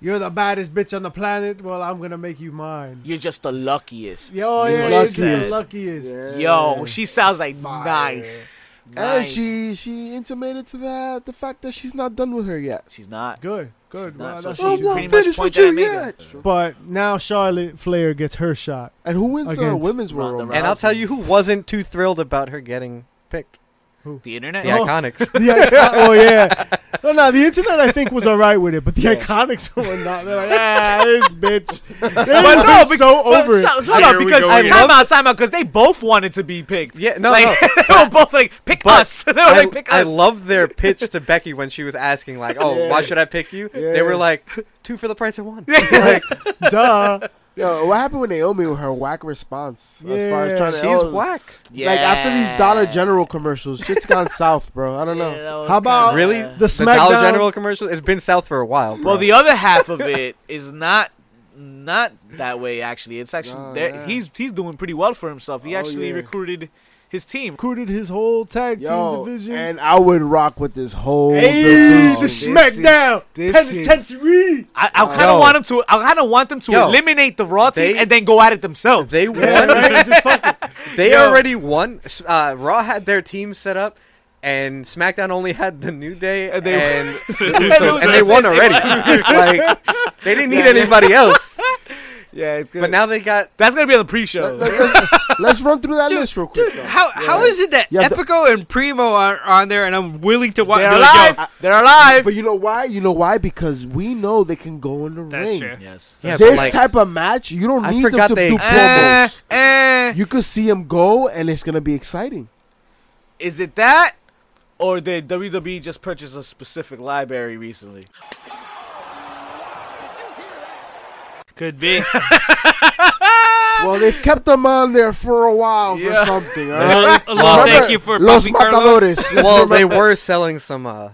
[SPEAKER 2] You're the baddest bitch on the planet. Well, I'm gonna make you mine.
[SPEAKER 1] yeah. You're just the luckiest.
[SPEAKER 2] Yo,
[SPEAKER 1] That's
[SPEAKER 2] yeah,
[SPEAKER 1] what
[SPEAKER 2] it's
[SPEAKER 1] she
[SPEAKER 2] the
[SPEAKER 1] says.
[SPEAKER 2] luckiest.
[SPEAKER 1] Yo, she sounds like
[SPEAKER 4] Fire.
[SPEAKER 1] nice.
[SPEAKER 4] and
[SPEAKER 1] nice.
[SPEAKER 4] she she intimated to that the fact that she's not done with her yet.
[SPEAKER 1] she's not.
[SPEAKER 2] Good, good.
[SPEAKER 1] She's
[SPEAKER 2] Wow,
[SPEAKER 1] not, so
[SPEAKER 2] that's-
[SPEAKER 1] she
[SPEAKER 4] I'm not
[SPEAKER 1] pretty much
[SPEAKER 4] finished
[SPEAKER 1] point
[SPEAKER 4] with
[SPEAKER 1] that at
[SPEAKER 4] you
[SPEAKER 1] Megan.
[SPEAKER 4] yet.
[SPEAKER 2] but now Charlotte Flair gets her shot.
[SPEAKER 4] And who wins the
[SPEAKER 2] Against
[SPEAKER 4] women's
[SPEAKER 1] Ronda
[SPEAKER 4] Royal Rumble?
[SPEAKER 3] And I'll tell you who wasn't too thrilled about her getting picked.
[SPEAKER 1] The internet.
[SPEAKER 3] The
[SPEAKER 1] [laughs]
[SPEAKER 2] Oh.
[SPEAKER 3] Iconics.
[SPEAKER 2] The icon- oh yeah, no, no. The internet I think was alright with it, but the iconics were not. They're like,
[SPEAKER 1] [laughs]
[SPEAKER 2] ah, this bitch. They
[SPEAKER 1] But
[SPEAKER 2] were
[SPEAKER 1] no,
[SPEAKER 2] just so
[SPEAKER 1] But
[SPEAKER 2] over it.
[SPEAKER 1] shut- shut
[SPEAKER 5] Here
[SPEAKER 1] up,
[SPEAKER 5] we
[SPEAKER 1] because uh,
[SPEAKER 5] go
[SPEAKER 1] time
[SPEAKER 5] again.
[SPEAKER 1] out, time out, because they both wanted to be picked. [laughs]
[SPEAKER 3] Yeah, no,
[SPEAKER 1] like,
[SPEAKER 3] no.
[SPEAKER 1] they were both like, pick
[SPEAKER 3] but
[SPEAKER 1] us. [laughs] They were
[SPEAKER 3] I,
[SPEAKER 1] like, pick us.
[SPEAKER 3] I
[SPEAKER 1] [laughs]
[SPEAKER 3] love their pitch to Becky when she was asking, like, "Oh, why should I pick you?" They were like, two for the price of one." Like,
[SPEAKER 2] Duh.
[SPEAKER 4] Yo, what happened with Naomi with her whack response? As far as
[SPEAKER 2] Yeah.
[SPEAKER 4] trying to,
[SPEAKER 3] She's
[SPEAKER 4] oh,
[SPEAKER 3] whack.
[SPEAKER 4] Like after these Dollar General commercials,
[SPEAKER 1] [laughs]
[SPEAKER 4] shit's gone south, bro. I don't
[SPEAKER 1] Yeah, that
[SPEAKER 4] know.
[SPEAKER 1] was
[SPEAKER 2] How about-
[SPEAKER 1] kinda-
[SPEAKER 3] Really?
[SPEAKER 2] The
[SPEAKER 3] The Dollar
[SPEAKER 2] SmackDown.
[SPEAKER 3] General commercial? It's been south for a while. Bro.
[SPEAKER 1] Well, the other half of it is not not that way. Actually, it's actually
[SPEAKER 4] No,
[SPEAKER 1] there
[SPEAKER 4] yeah.
[SPEAKER 1] he's he's doing pretty well for himself. He
[SPEAKER 4] Oh,
[SPEAKER 1] actually
[SPEAKER 4] yeah.
[SPEAKER 1] recruited his team.
[SPEAKER 2] Recruited his whole tag team
[SPEAKER 4] Yo,
[SPEAKER 2] division.
[SPEAKER 4] and I would rock with this whole.
[SPEAKER 2] hey, the
[SPEAKER 4] division.
[SPEAKER 6] this
[SPEAKER 2] SmackDown
[SPEAKER 6] is- this is- [laughs]
[SPEAKER 2] Penitentiary.
[SPEAKER 1] I, I kind
[SPEAKER 3] Yo.
[SPEAKER 1] of want him to. I kind of want them to
[SPEAKER 3] Yo.
[SPEAKER 1] eliminate the Raw team
[SPEAKER 3] They-
[SPEAKER 1] and then go at it themselves. [laughs]
[SPEAKER 3] They won.
[SPEAKER 2] Yeah, [laughs] right? Just fuck it.
[SPEAKER 3] They
[SPEAKER 1] Yo.
[SPEAKER 3] already won. S- Uh, Raw had their team set up, and SmackDown only had the New Day and,
[SPEAKER 1] they- [laughs]
[SPEAKER 3] the Usos, and they won already. like they didn't need anybody else.
[SPEAKER 1] yeah, it's gonna,
[SPEAKER 3] But now they got
[SPEAKER 1] that's gonna be on the pre-show.
[SPEAKER 4] Let- let's, let's run through that list real quick. though.
[SPEAKER 5] How how is it that
[SPEAKER 4] Yeah, the-
[SPEAKER 5] Epico and Primo are on there, and I'm willing to watch?
[SPEAKER 1] They're
[SPEAKER 5] be like, yo,
[SPEAKER 1] alive. They're alive.
[SPEAKER 4] But you know why? You know why? Because we know they can go in the
[SPEAKER 5] That's
[SPEAKER 4] ring.
[SPEAKER 5] true.
[SPEAKER 1] Yes.
[SPEAKER 3] yeah, but,
[SPEAKER 4] This
[SPEAKER 3] like,
[SPEAKER 4] type of match, you don't
[SPEAKER 3] I
[SPEAKER 4] need them
[SPEAKER 3] forgot
[SPEAKER 4] to
[SPEAKER 3] they
[SPEAKER 4] do
[SPEAKER 1] Eh,
[SPEAKER 4] promos.
[SPEAKER 1] eh.
[SPEAKER 4] You could see them go, and it's gonna be exciting.
[SPEAKER 1] Is it that, or did WWE just purchase a specific library recently?
[SPEAKER 5] could [laughs] be.
[SPEAKER 4] Well, they've kept them on there for a while
[SPEAKER 1] Yeah.
[SPEAKER 4] for something. All
[SPEAKER 3] That's-
[SPEAKER 4] right?
[SPEAKER 5] Hello,
[SPEAKER 3] Well,
[SPEAKER 5] thank you for
[SPEAKER 4] Los
[SPEAKER 5] Bobby Carlos.
[SPEAKER 4] Matadores. Let's
[SPEAKER 3] well,
[SPEAKER 4] remember-
[SPEAKER 3] they were selling some uh,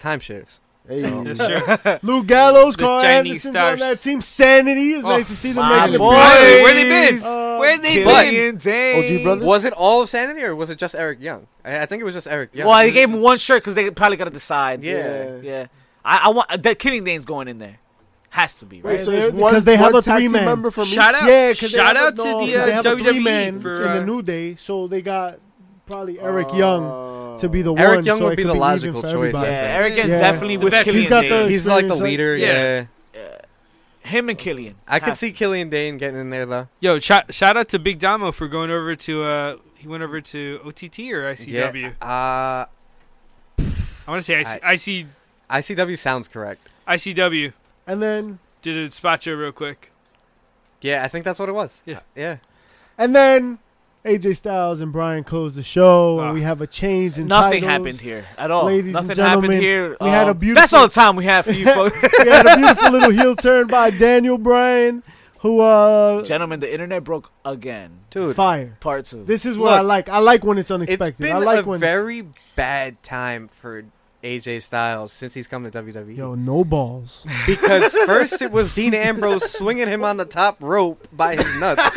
[SPEAKER 3] timeshares.
[SPEAKER 4] Hey.
[SPEAKER 5] That's [laughs] true.
[SPEAKER 2] Lou Gallows,
[SPEAKER 5] The
[SPEAKER 2] Carl
[SPEAKER 5] Chinese
[SPEAKER 2] Anderson's
[SPEAKER 5] stars.
[SPEAKER 2] on that team. Sanity. It's
[SPEAKER 5] Oh,
[SPEAKER 2] nice to see them
[SPEAKER 1] my
[SPEAKER 2] making the
[SPEAKER 1] boy.
[SPEAKER 2] break.
[SPEAKER 5] Where they been?
[SPEAKER 2] Uh,
[SPEAKER 5] Where they
[SPEAKER 3] but-
[SPEAKER 5] been?
[SPEAKER 4] OG brother.
[SPEAKER 3] Was it all of Sanity or was it just Eric Young? I, I think it was just Eric Young.
[SPEAKER 1] Well, they gave him one shirt because they probably got to decide.
[SPEAKER 3] Yeah.
[SPEAKER 1] yeah. I, I want that Killing Dane's going in there. Has to be right.
[SPEAKER 4] Wait, so
[SPEAKER 2] Right
[SPEAKER 4] it's
[SPEAKER 2] there,
[SPEAKER 4] one,
[SPEAKER 2] because they have
[SPEAKER 4] one
[SPEAKER 2] a
[SPEAKER 4] tag team
[SPEAKER 2] three-man.
[SPEAKER 4] member from
[SPEAKER 5] Shout
[SPEAKER 4] each.
[SPEAKER 5] out,
[SPEAKER 2] Yeah, 'cause they have
[SPEAKER 5] shout
[SPEAKER 2] a-
[SPEAKER 5] out to
[SPEAKER 2] no,
[SPEAKER 5] the
[SPEAKER 2] 'cause they
[SPEAKER 5] uh,
[SPEAKER 2] have a
[SPEAKER 5] WWE
[SPEAKER 2] three-man
[SPEAKER 5] for
[SPEAKER 2] in
[SPEAKER 5] uh,
[SPEAKER 2] the New Day, so they got
[SPEAKER 6] Oh.
[SPEAKER 2] probably Eric Young to
[SPEAKER 4] Oh.
[SPEAKER 2] be the
[SPEAKER 3] Eric
[SPEAKER 2] one.
[SPEAKER 3] Young
[SPEAKER 2] so
[SPEAKER 3] would
[SPEAKER 2] it
[SPEAKER 3] be
[SPEAKER 2] could
[SPEAKER 3] the
[SPEAKER 2] even
[SPEAKER 3] logical
[SPEAKER 2] for
[SPEAKER 3] choice,
[SPEAKER 2] everybody.
[SPEAKER 1] Yeah,
[SPEAKER 3] I think.
[SPEAKER 1] Eric Young
[SPEAKER 2] Yeah.
[SPEAKER 1] definitely
[SPEAKER 5] The
[SPEAKER 1] with
[SPEAKER 5] fact
[SPEAKER 1] Killian
[SPEAKER 5] he's got
[SPEAKER 1] Dane.
[SPEAKER 2] the-
[SPEAKER 3] He's like the
[SPEAKER 2] Experience, like-
[SPEAKER 3] leader.
[SPEAKER 5] Yeah.
[SPEAKER 3] Yeah.
[SPEAKER 1] Him and Killian.
[SPEAKER 3] I could see Killian Dane getting in there though.
[SPEAKER 5] Yo, shout, shout out to Big Damo for going over to uh he went over to OTT or ICW.
[SPEAKER 3] Yeah. Uh,
[SPEAKER 5] I want to say IC, IC,
[SPEAKER 3] ICW sounds correct.
[SPEAKER 5] ICW
[SPEAKER 2] And then,
[SPEAKER 5] did a spot show real quick.
[SPEAKER 3] Yeah, I think that's what it was. Uh,
[SPEAKER 5] Yeah.
[SPEAKER 3] Yeah.
[SPEAKER 2] and then AJ Styles and Brian closed the show, and we have a change in
[SPEAKER 1] Nothing
[SPEAKER 2] titles. [laughs]
[SPEAKER 1] happened here at all.
[SPEAKER 2] Ladies and
[SPEAKER 1] Nothing
[SPEAKER 2] gentlemen,
[SPEAKER 1] happened here.
[SPEAKER 2] we had a
[SPEAKER 1] Um, That's
[SPEAKER 2] beautiful-
[SPEAKER 1] all the time we have for
[SPEAKER 2] [laughs]
[SPEAKER 1] you folks.
[SPEAKER 2] we had a beautiful little heel turn by Daniel Bryan, who uh
[SPEAKER 1] Gentlemen, the internet broke again.
[SPEAKER 3] Dude,
[SPEAKER 2] fire.
[SPEAKER 1] Part two.
[SPEAKER 2] This is what
[SPEAKER 3] Look,
[SPEAKER 2] I like. I like when it's
[SPEAKER 3] it's
[SPEAKER 2] unexpected.
[SPEAKER 3] been
[SPEAKER 2] I like
[SPEAKER 3] a
[SPEAKER 2] when
[SPEAKER 3] very bad time for AJ Styles since he's come to WWE.
[SPEAKER 2] yo no balls.
[SPEAKER 3] Because first it was Dean Ambrose swinging him on the top rope by his nuts,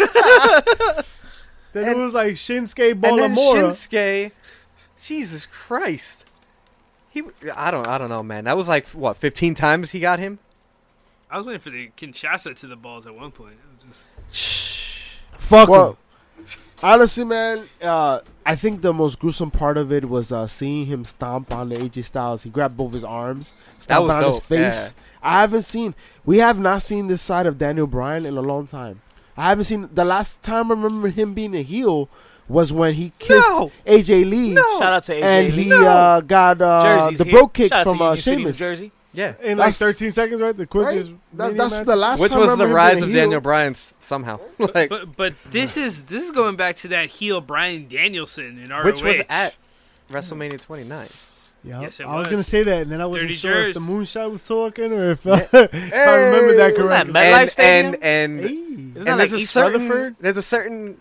[SPEAKER 2] Then
[SPEAKER 3] And-
[SPEAKER 2] it was like Shinsuke
[SPEAKER 3] and then
[SPEAKER 2] Ballamora.
[SPEAKER 3] Shinsuke. Jesus Christ. He, I don't, I don't know, man. That was like what, fifteen times he got him.
[SPEAKER 5] I was waiting for the Kinshasa to the balls at one point. I'm just
[SPEAKER 2] Fuck him.
[SPEAKER 4] Well, honestly, man, uh, I think the most gruesome part of it was uh, seeing him stomp on the AJ Styles. He grabbed both his arms, stomped
[SPEAKER 3] was
[SPEAKER 4] on his
[SPEAKER 3] dope,
[SPEAKER 4] face. I haven't seen. We have not seen this side of Daniel Bryan in a long time. I haven't seen the last time I remember him being a heel was when he kissed
[SPEAKER 3] No!
[SPEAKER 4] AJ Lee
[SPEAKER 1] Shout out to AJ
[SPEAKER 4] and
[SPEAKER 1] Lee.
[SPEAKER 4] he uh, got uh,
[SPEAKER 1] Jersey's
[SPEAKER 4] the
[SPEAKER 1] here.
[SPEAKER 4] bro kick
[SPEAKER 1] Shout out to
[SPEAKER 4] from uh,
[SPEAKER 1] Union City, New
[SPEAKER 4] Sheamus.
[SPEAKER 1] Jersey.
[SPEAKER 3] Yeah,
[SPEAKER 2] in like
[SPEAKER 4] That's-
[SPEAKER 2] 13 seconds, right? The
[SPEAKER 4] Right?
[SPEAKER 2] quickest.
[SPEAKER 4] That,
[SPEAKER 2] Mania
[SPEAKER 4] that's
[SPEAKER 2] match.
[SPEAKER 4] the last
[SPEAKER 3] which
[SPEAKER 4] time I
[SPEAKER 3] was the
[SPEAKER 4] remember him
[SPEAKER 3] rise of
[SPEAKER 4] being a heel.
[SPEAKER 3] Daniel Bryan s- somehow, like
[SPEAKER 5] but but this is this is going back to that heel Brian Danielson in ROH.
[SPEAKER 3] which was at WrestleMania twenty nine.
[SPEAKER 2] Yeah,
[SPEAKER 5] Yes, it
[SPEAKER 2] I was
[SPEAKER 5] was.
[SPEAKER 2] gonna say that, and then I wasn't
[SPEAKER 5] Dirty
[SPEAKER 2] sure if the
[SPEAKER 5] Jers.
[SPEAKER 2] moonshot was talking or [laughs] if, if I remembered that
[SPEAKER 4] Hey!
[SPEAKER 2] correctly.
[SPEAKER 1] Met Life
[SPEAKER 3] And
[SPEAKER 1] Stadium?
[SPEAKER 3] and and
[SPEAKER 2] Hey.
[SPEAKER 1] Isn't
[SPEAKER 3] and
[SPEAKER 1] that
[SPEAKER 3] there's
[SPEAKER 1] like
[SPEAKER 3] a
[SPEAKER 1] East
[SPEAKER 3] certain
[SPEAKER 1] Rutherford?
[SPEAKER 3] there's a certain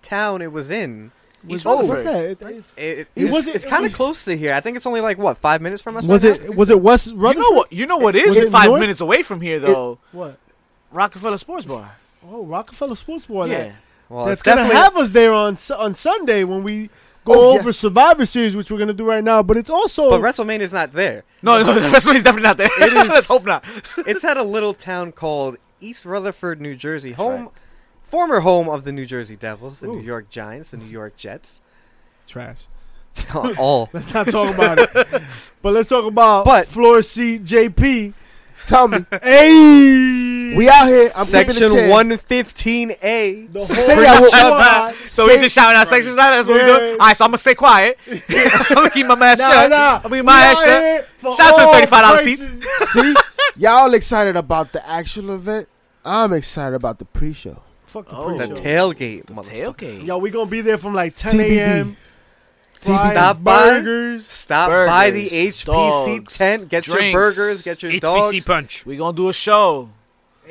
[SPEAKER 3] town it was in.
[SPEAKER 1] East
[SPEAKER 4] Oh,
[SPEAKER 2] What's
[SPEAKER 1] Rutherford.
[SPEAKER 2] that? It- it's-
[SPEAKER 3] It,
[SPEAKER 2] It
[SPEAKER 3] it's
[SPEAKER 2] wasn't-
[SPEAKER 3] it's kind of close to here. I think it's only like what five minutes from us.
[SPEAKER 2] Was
[SPEAKER 3] right now?
[SPEAKER 2] it was it West
[SPEAKER 1] You
[SPEAKER 2] Rutherford?
[SPEAKER 1] know what? You know what
[SPEAKER 2] Was
[SPEAKER 1] is
[SPEAKER 2] it
[SPEAKER 1] five
[SPEAKER 2] north?
[SPEAKER 1] minutes away from here though.
[SPEAKER 2] What?
[SPEAKER 1] Rockefeller Sports Bar.
[SPEAKER 2] Oh, Rockefeller Sports Bar.
[SPEAKER 1] yeah.
[SPEAKER 2] that-
[SPEAKER 3] Well,
[SPEAKER 2] that's
[SPEAKER 3] Oh, it's
[SPEAKER 2] gonna
[SPEAKER 3] definitely-
[SPEAKER 2] have us there on Su- on Sunday when we go
[SPEAKER 4] Oh,
[SPEAKER 2] over
[SPEAKER 4] yes.
[SPEAKER 2] Survivor Series, which we're gonna do right now. But it's also
[SPEAKER 3] But WrestleMania is not there.
[SPEAKER 1] No, [laughs] no, that's why he's definitely not there.
[SPEAKER 3] [laughs] It is-
[SPEAKER 1] Let's hope not. [laughs]
[SPEAKER 3] It's at a little town called East Rutherford, New Jersey, home, former home of the New Jersey Devils, the
[SPEAKER 2] Ooh.
[SPEAKER 3] New York Giants, the New
[SPEAKER 1] [laughs]
[SPEAKER 3] York Jets,
[SPEAKER 2] trash.
[SPEAKER 3] all.
[SPEAKER 2] Let's not talk about it. But let's talk about
[SPEAKER 3] But-
[SPEAKER 2] floor seat JP.
[SPEAKER 1] [laughs]
[SPEAKER 4] Tell me,
[SPEAKER 2] Hey,
[SPEAKER 4] we out here. I'm keeping it
[SPEAKER 3] Section
[SPEAKER 4] 10.
[SPEAKER 3] one fifteen A.
[SPEAKER 2] the whole
[SPEAKER 4] Say I
[SPEAKER 1] [laughs]
[SPEAKER 4] will-
[SPEAKER 2] squad.
[SPEAKER 1] So he's just shouting out sections now. That's what we
[SPEAKER 2] Yeah.
[SPEAKER 1] do. All right, so I'm gonna stay quiet.
[SPEAKER 4] [laughs]
[SPEAKER 1] I'm gonna keep my mouth
[SPEAKER 2] Nah,
[SPEAKER 1] shut.
[SPEAKER 2] nah.
[SPEAKER 1] I'm gonna keep my ass
[SPEAKER 2] We out
[SPEAKER 1] shut.
[SPEAKER 2] here for
[SPEAKER 1] Shout out to the
[SPEAKER 2] all
[SPEAKER 1] $35
[SPEAKER 2] prices.
[SPEAKER 4] See, y'all excited about the actual event. I'm excited about the pre-show.
[SPEAKER 2] Fuck the
[SPEAKER 1] Oh.
[SPEAKER 3] The
[SPEAKER 2] pre-show.
[SPEAKER 3] tailgate. motherfucker.
[SPEAKER 1] Tailgate.
[SPEAKER 2] Yo, we gonna be there from like 10
[SPEAKER 4] TBD.
[SPEAKER 2] a.m.
[SPEAKER 4] TBD.
[SPEAKER 3] Stop by.
[SPEAKER 2] burgers.
[SPEAKER 3] Stop by the
[SPEAKER 1] Burgers,
[SPEAKER 3] HPC
[SPEAKER 1] dogs,
[SPEAKER 3] tent. Get your
[SPEAKER 1] drinks,
[SPEAKER 3] burgers. Get your
[SPEAKER 5] HBC
[SPEAKER 3] dogs.
[SPEAKER 5] punch.
[SPEAKER 1] We gonna do a show.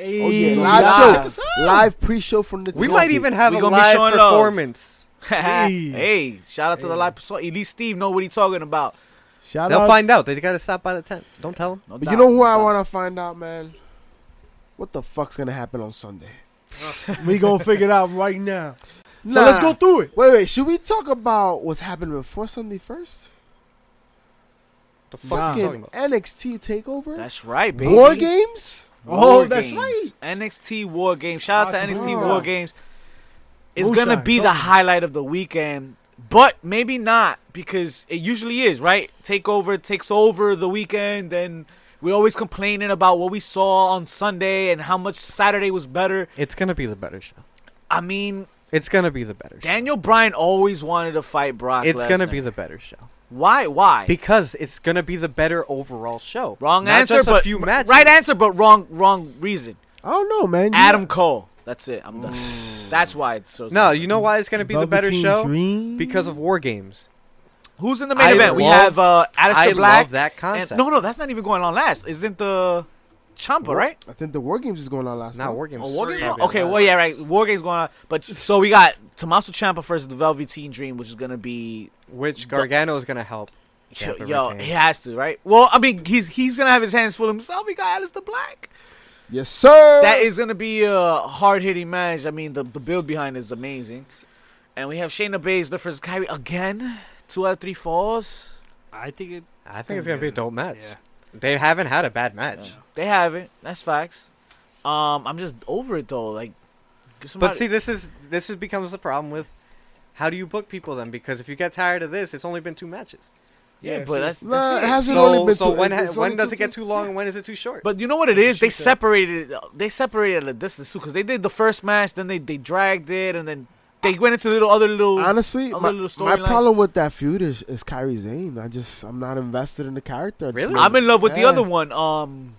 [SPEAKER 4] Oh yeah,
[SPEAKER 2] Hey.
[SPEAKER 4] live
[SPEAKER 6] Live.
[SPEAKER 4] show, live pre-show from the.
[SPEAKER 3] We might even have
[SPEAKER 1] We
[SPEAKER 3] a
[SPEAKER 1] gonna be
[SPEAKER 3] live
[SPEAKER 1] showing love.
[SPEAKER 3] performance.
[SPEAKER 2] Hey.
[SPEAKER 1] [laughs] hey, shout out to the
[SPEAKER 2] Hey.
[SPEAKER 1] live performance. At least Steve know what he talking about.
[SPEAKER 2] Shout
[SPEAKER 3] They'll
[SPEAKER 2] out.
[SPEAKER 3] find out. They gotta stop by the tent. Don't tell them.
[SPEAKER 1] No
[SPEAKER 4] But
[SPEAKER 1] doubt.
[SPEAKER 4] you know who I
[SPEAKER 1] No doubt.
[SPEAKER 4] want to find out, man? What the fuck's gonna happen on Sunday?
[SPEAKER 2] We gonna figure it out right now. So let's go through it.
[SPEAKER 4] Wait, wait. Should we talk about what's happened before Sunday first?
[SPEAKER 3] The fuck are you talking
[SPEAKER 4] Fucking
[SPEAKER 3] about?
[SPEAKER 4] NXT Takeover,
[SPEAKER 1] That's right, baby.
[SPEAKER 4] War Games.
[SPEAKER 2] Oh, that's right.
[SPEAKER 1] NXT War Games. Shout out to
[SPEAKER 2] Ah, come
[SPEAKER 1] NXT
[SPEAKER 4] on.
[SPEAKER 1] War Games. It's
[SPEAKER 2] Moonshine,
[SPEAKER 1] gonna be the
[SPEAKER 2] come on.
[SPEAKER 1] highlight of the weekend, but maybe not because it usually is, right? Takeover takes over the weekend, and we're always complaining about what we saw on Sunday and how much Saturday was better.
[SPEAKER 3] It's gonna be the better show.
[SPEAKER 1] I mean,
[SPEAKER 3] It's gonna be the better. show.
[SPEAKER 1] Daniel Bryan always wanted to fight Brock.
[SPEAKER 3] It's gonna
[SPEAKER 1] Lesnar.
[SPEAKER 3] be the better show
[SPEAKER 1] why? Why?
[SPEAKER 3] because it's gonna be the better overall show.
[SPEAKER 1] wrong
[SPEAKER 3] Not
[SPEAKER 1] answer,
[SPEAKER 3] just
[SPEAKER 1] but
[SPEAKER 3] a few matches.
[SPEAKER 1] right answer, but wrong wrong reason.
[SPEAKER 4] I don't know, man. You-
[SPEAKER 1] Adam Cole. That's it. I'm done. That's why it's so.
[SPEAKER 3] Mm. No, you know why it's gonna be the better
[SPEAKER 2] Velveteen
[SPEAKER 3] show
[SPEAKER 2] Dream.
[SPEAKER 3] because of War Games.
[SPEAKER 1] Who's in the main
[SPEAKER 3] I
[SPEAKER 1] event? we
[SPEAKER 3] love-
[SPEAKER 1] have uh, Alistair
[SPEAKER 3] I
[SPEAKER 1] Black.
[SPEAKER 3] love that
[SPEAKER 1] and-
[SPEAKER 3] concept.
[SPEAKER 1] no, no, that's not even going on last. Isn't the Champa right?
[SPEAKER 4] I think the War Games is going on last
[SPEAKER 3] Not
[SPEAKER 4] night.
[SPEAKER 3] War Games.
[SPEAKER 1] Or War
[SPEAKER 5] Sorry,
[SPEAKER 1] Games?
[SPEAKER 5] yeah,
[SPEAKER 3] Probably
[SPEAKER 1] Okay,
[SPEAKER 3] not.
[SPEAKER 1] well, yeah, right. War Games going on, but so we got Tommaso Champa versus the Velveteen Dream, which is gonna be
[SPEAKER 3] Which Gargano is gonna help.
[SPEAKER 1] yo,
[SPEAKER 3] Champa
[SPEAKER 1] yo,
[SPEAKER 3] retain.
[SPEAKER 1] he has to, right? Well, I mean, he's he's gonna have his hands full himself. He got Alistair Black.
[SPEAKER 4] Yes, sir.
[SPEAKER 1] That is gonna be a hard hitting match. I mean, the the build behind is amazing, and we have Shayna Baszler versus Kyrie again. Two out of three falls.
[SPEAKER 5] I think it.
[SPEAKER 3] I think it's gonna be a dope match.
[SPEAKER 5] Yeah.
[SPEAKER 3] They haven't had a bad match.
[SPEAKER 1] They haven't. That's facts. Um, I'm just over it though. Like, give
[SPEAKER 3] But
[SPEAKER 1] somebody-
[SPEAKER 3] see, this is this is becomes the problem with how do you book people then? Because if you get tired of this, it's only been two matches.
[SPEAKER 1] yeah,
[SPEAKER 2] yeah,
[SPEAKER 1] but that's,
[SPEAKER 4] Nah, it
[SPEAKER 1] that's it.
[SPEAKER 4] hasn't
[SPEAKER 3] So,
[SPEAKER 4] only been
[SPEAKER 3] so
[SPEAKER 4] two-
[SPEAKER 3] when
[SPEAKER 4] it's-
[SPEAKER 3] ha-
[SPEAKER 4] it's
[SPEAKER 3] when
[SPEAKER 4] only
[SPEAKER 3] does
[SPEAKER 4] two
[SPEAKER 3] it get
[SPEAKER 4] people.
[SPEAKER 3] too long and when is it too short?
[SPEAKER 1] But you know what it is? They
[SPEAKER 2] Shit.
[SPEAKER 1] separated. uh, They separated at a distance too, because they did the first match, then they they dragged it, and then they went into little other little.
[SPEAKER 4] Honestly,
[SPEAKER 1] Other
[SPEAKER 4] my,
[SPEAKER 1] little
[SPEAKER 4] my
[SPEAKER 1] storylines.
[SPEAKER 4] problem with that feud is, is Kyrie Zane. I just I'm not invested in the character. at this
[SPEAKER 3] Really?
[SPEAKER 4] moment.
[SPEAKER 1] I'm in love with the
[SPEAKER 4] Yeah.
[SPEAKER 1] other one. Um,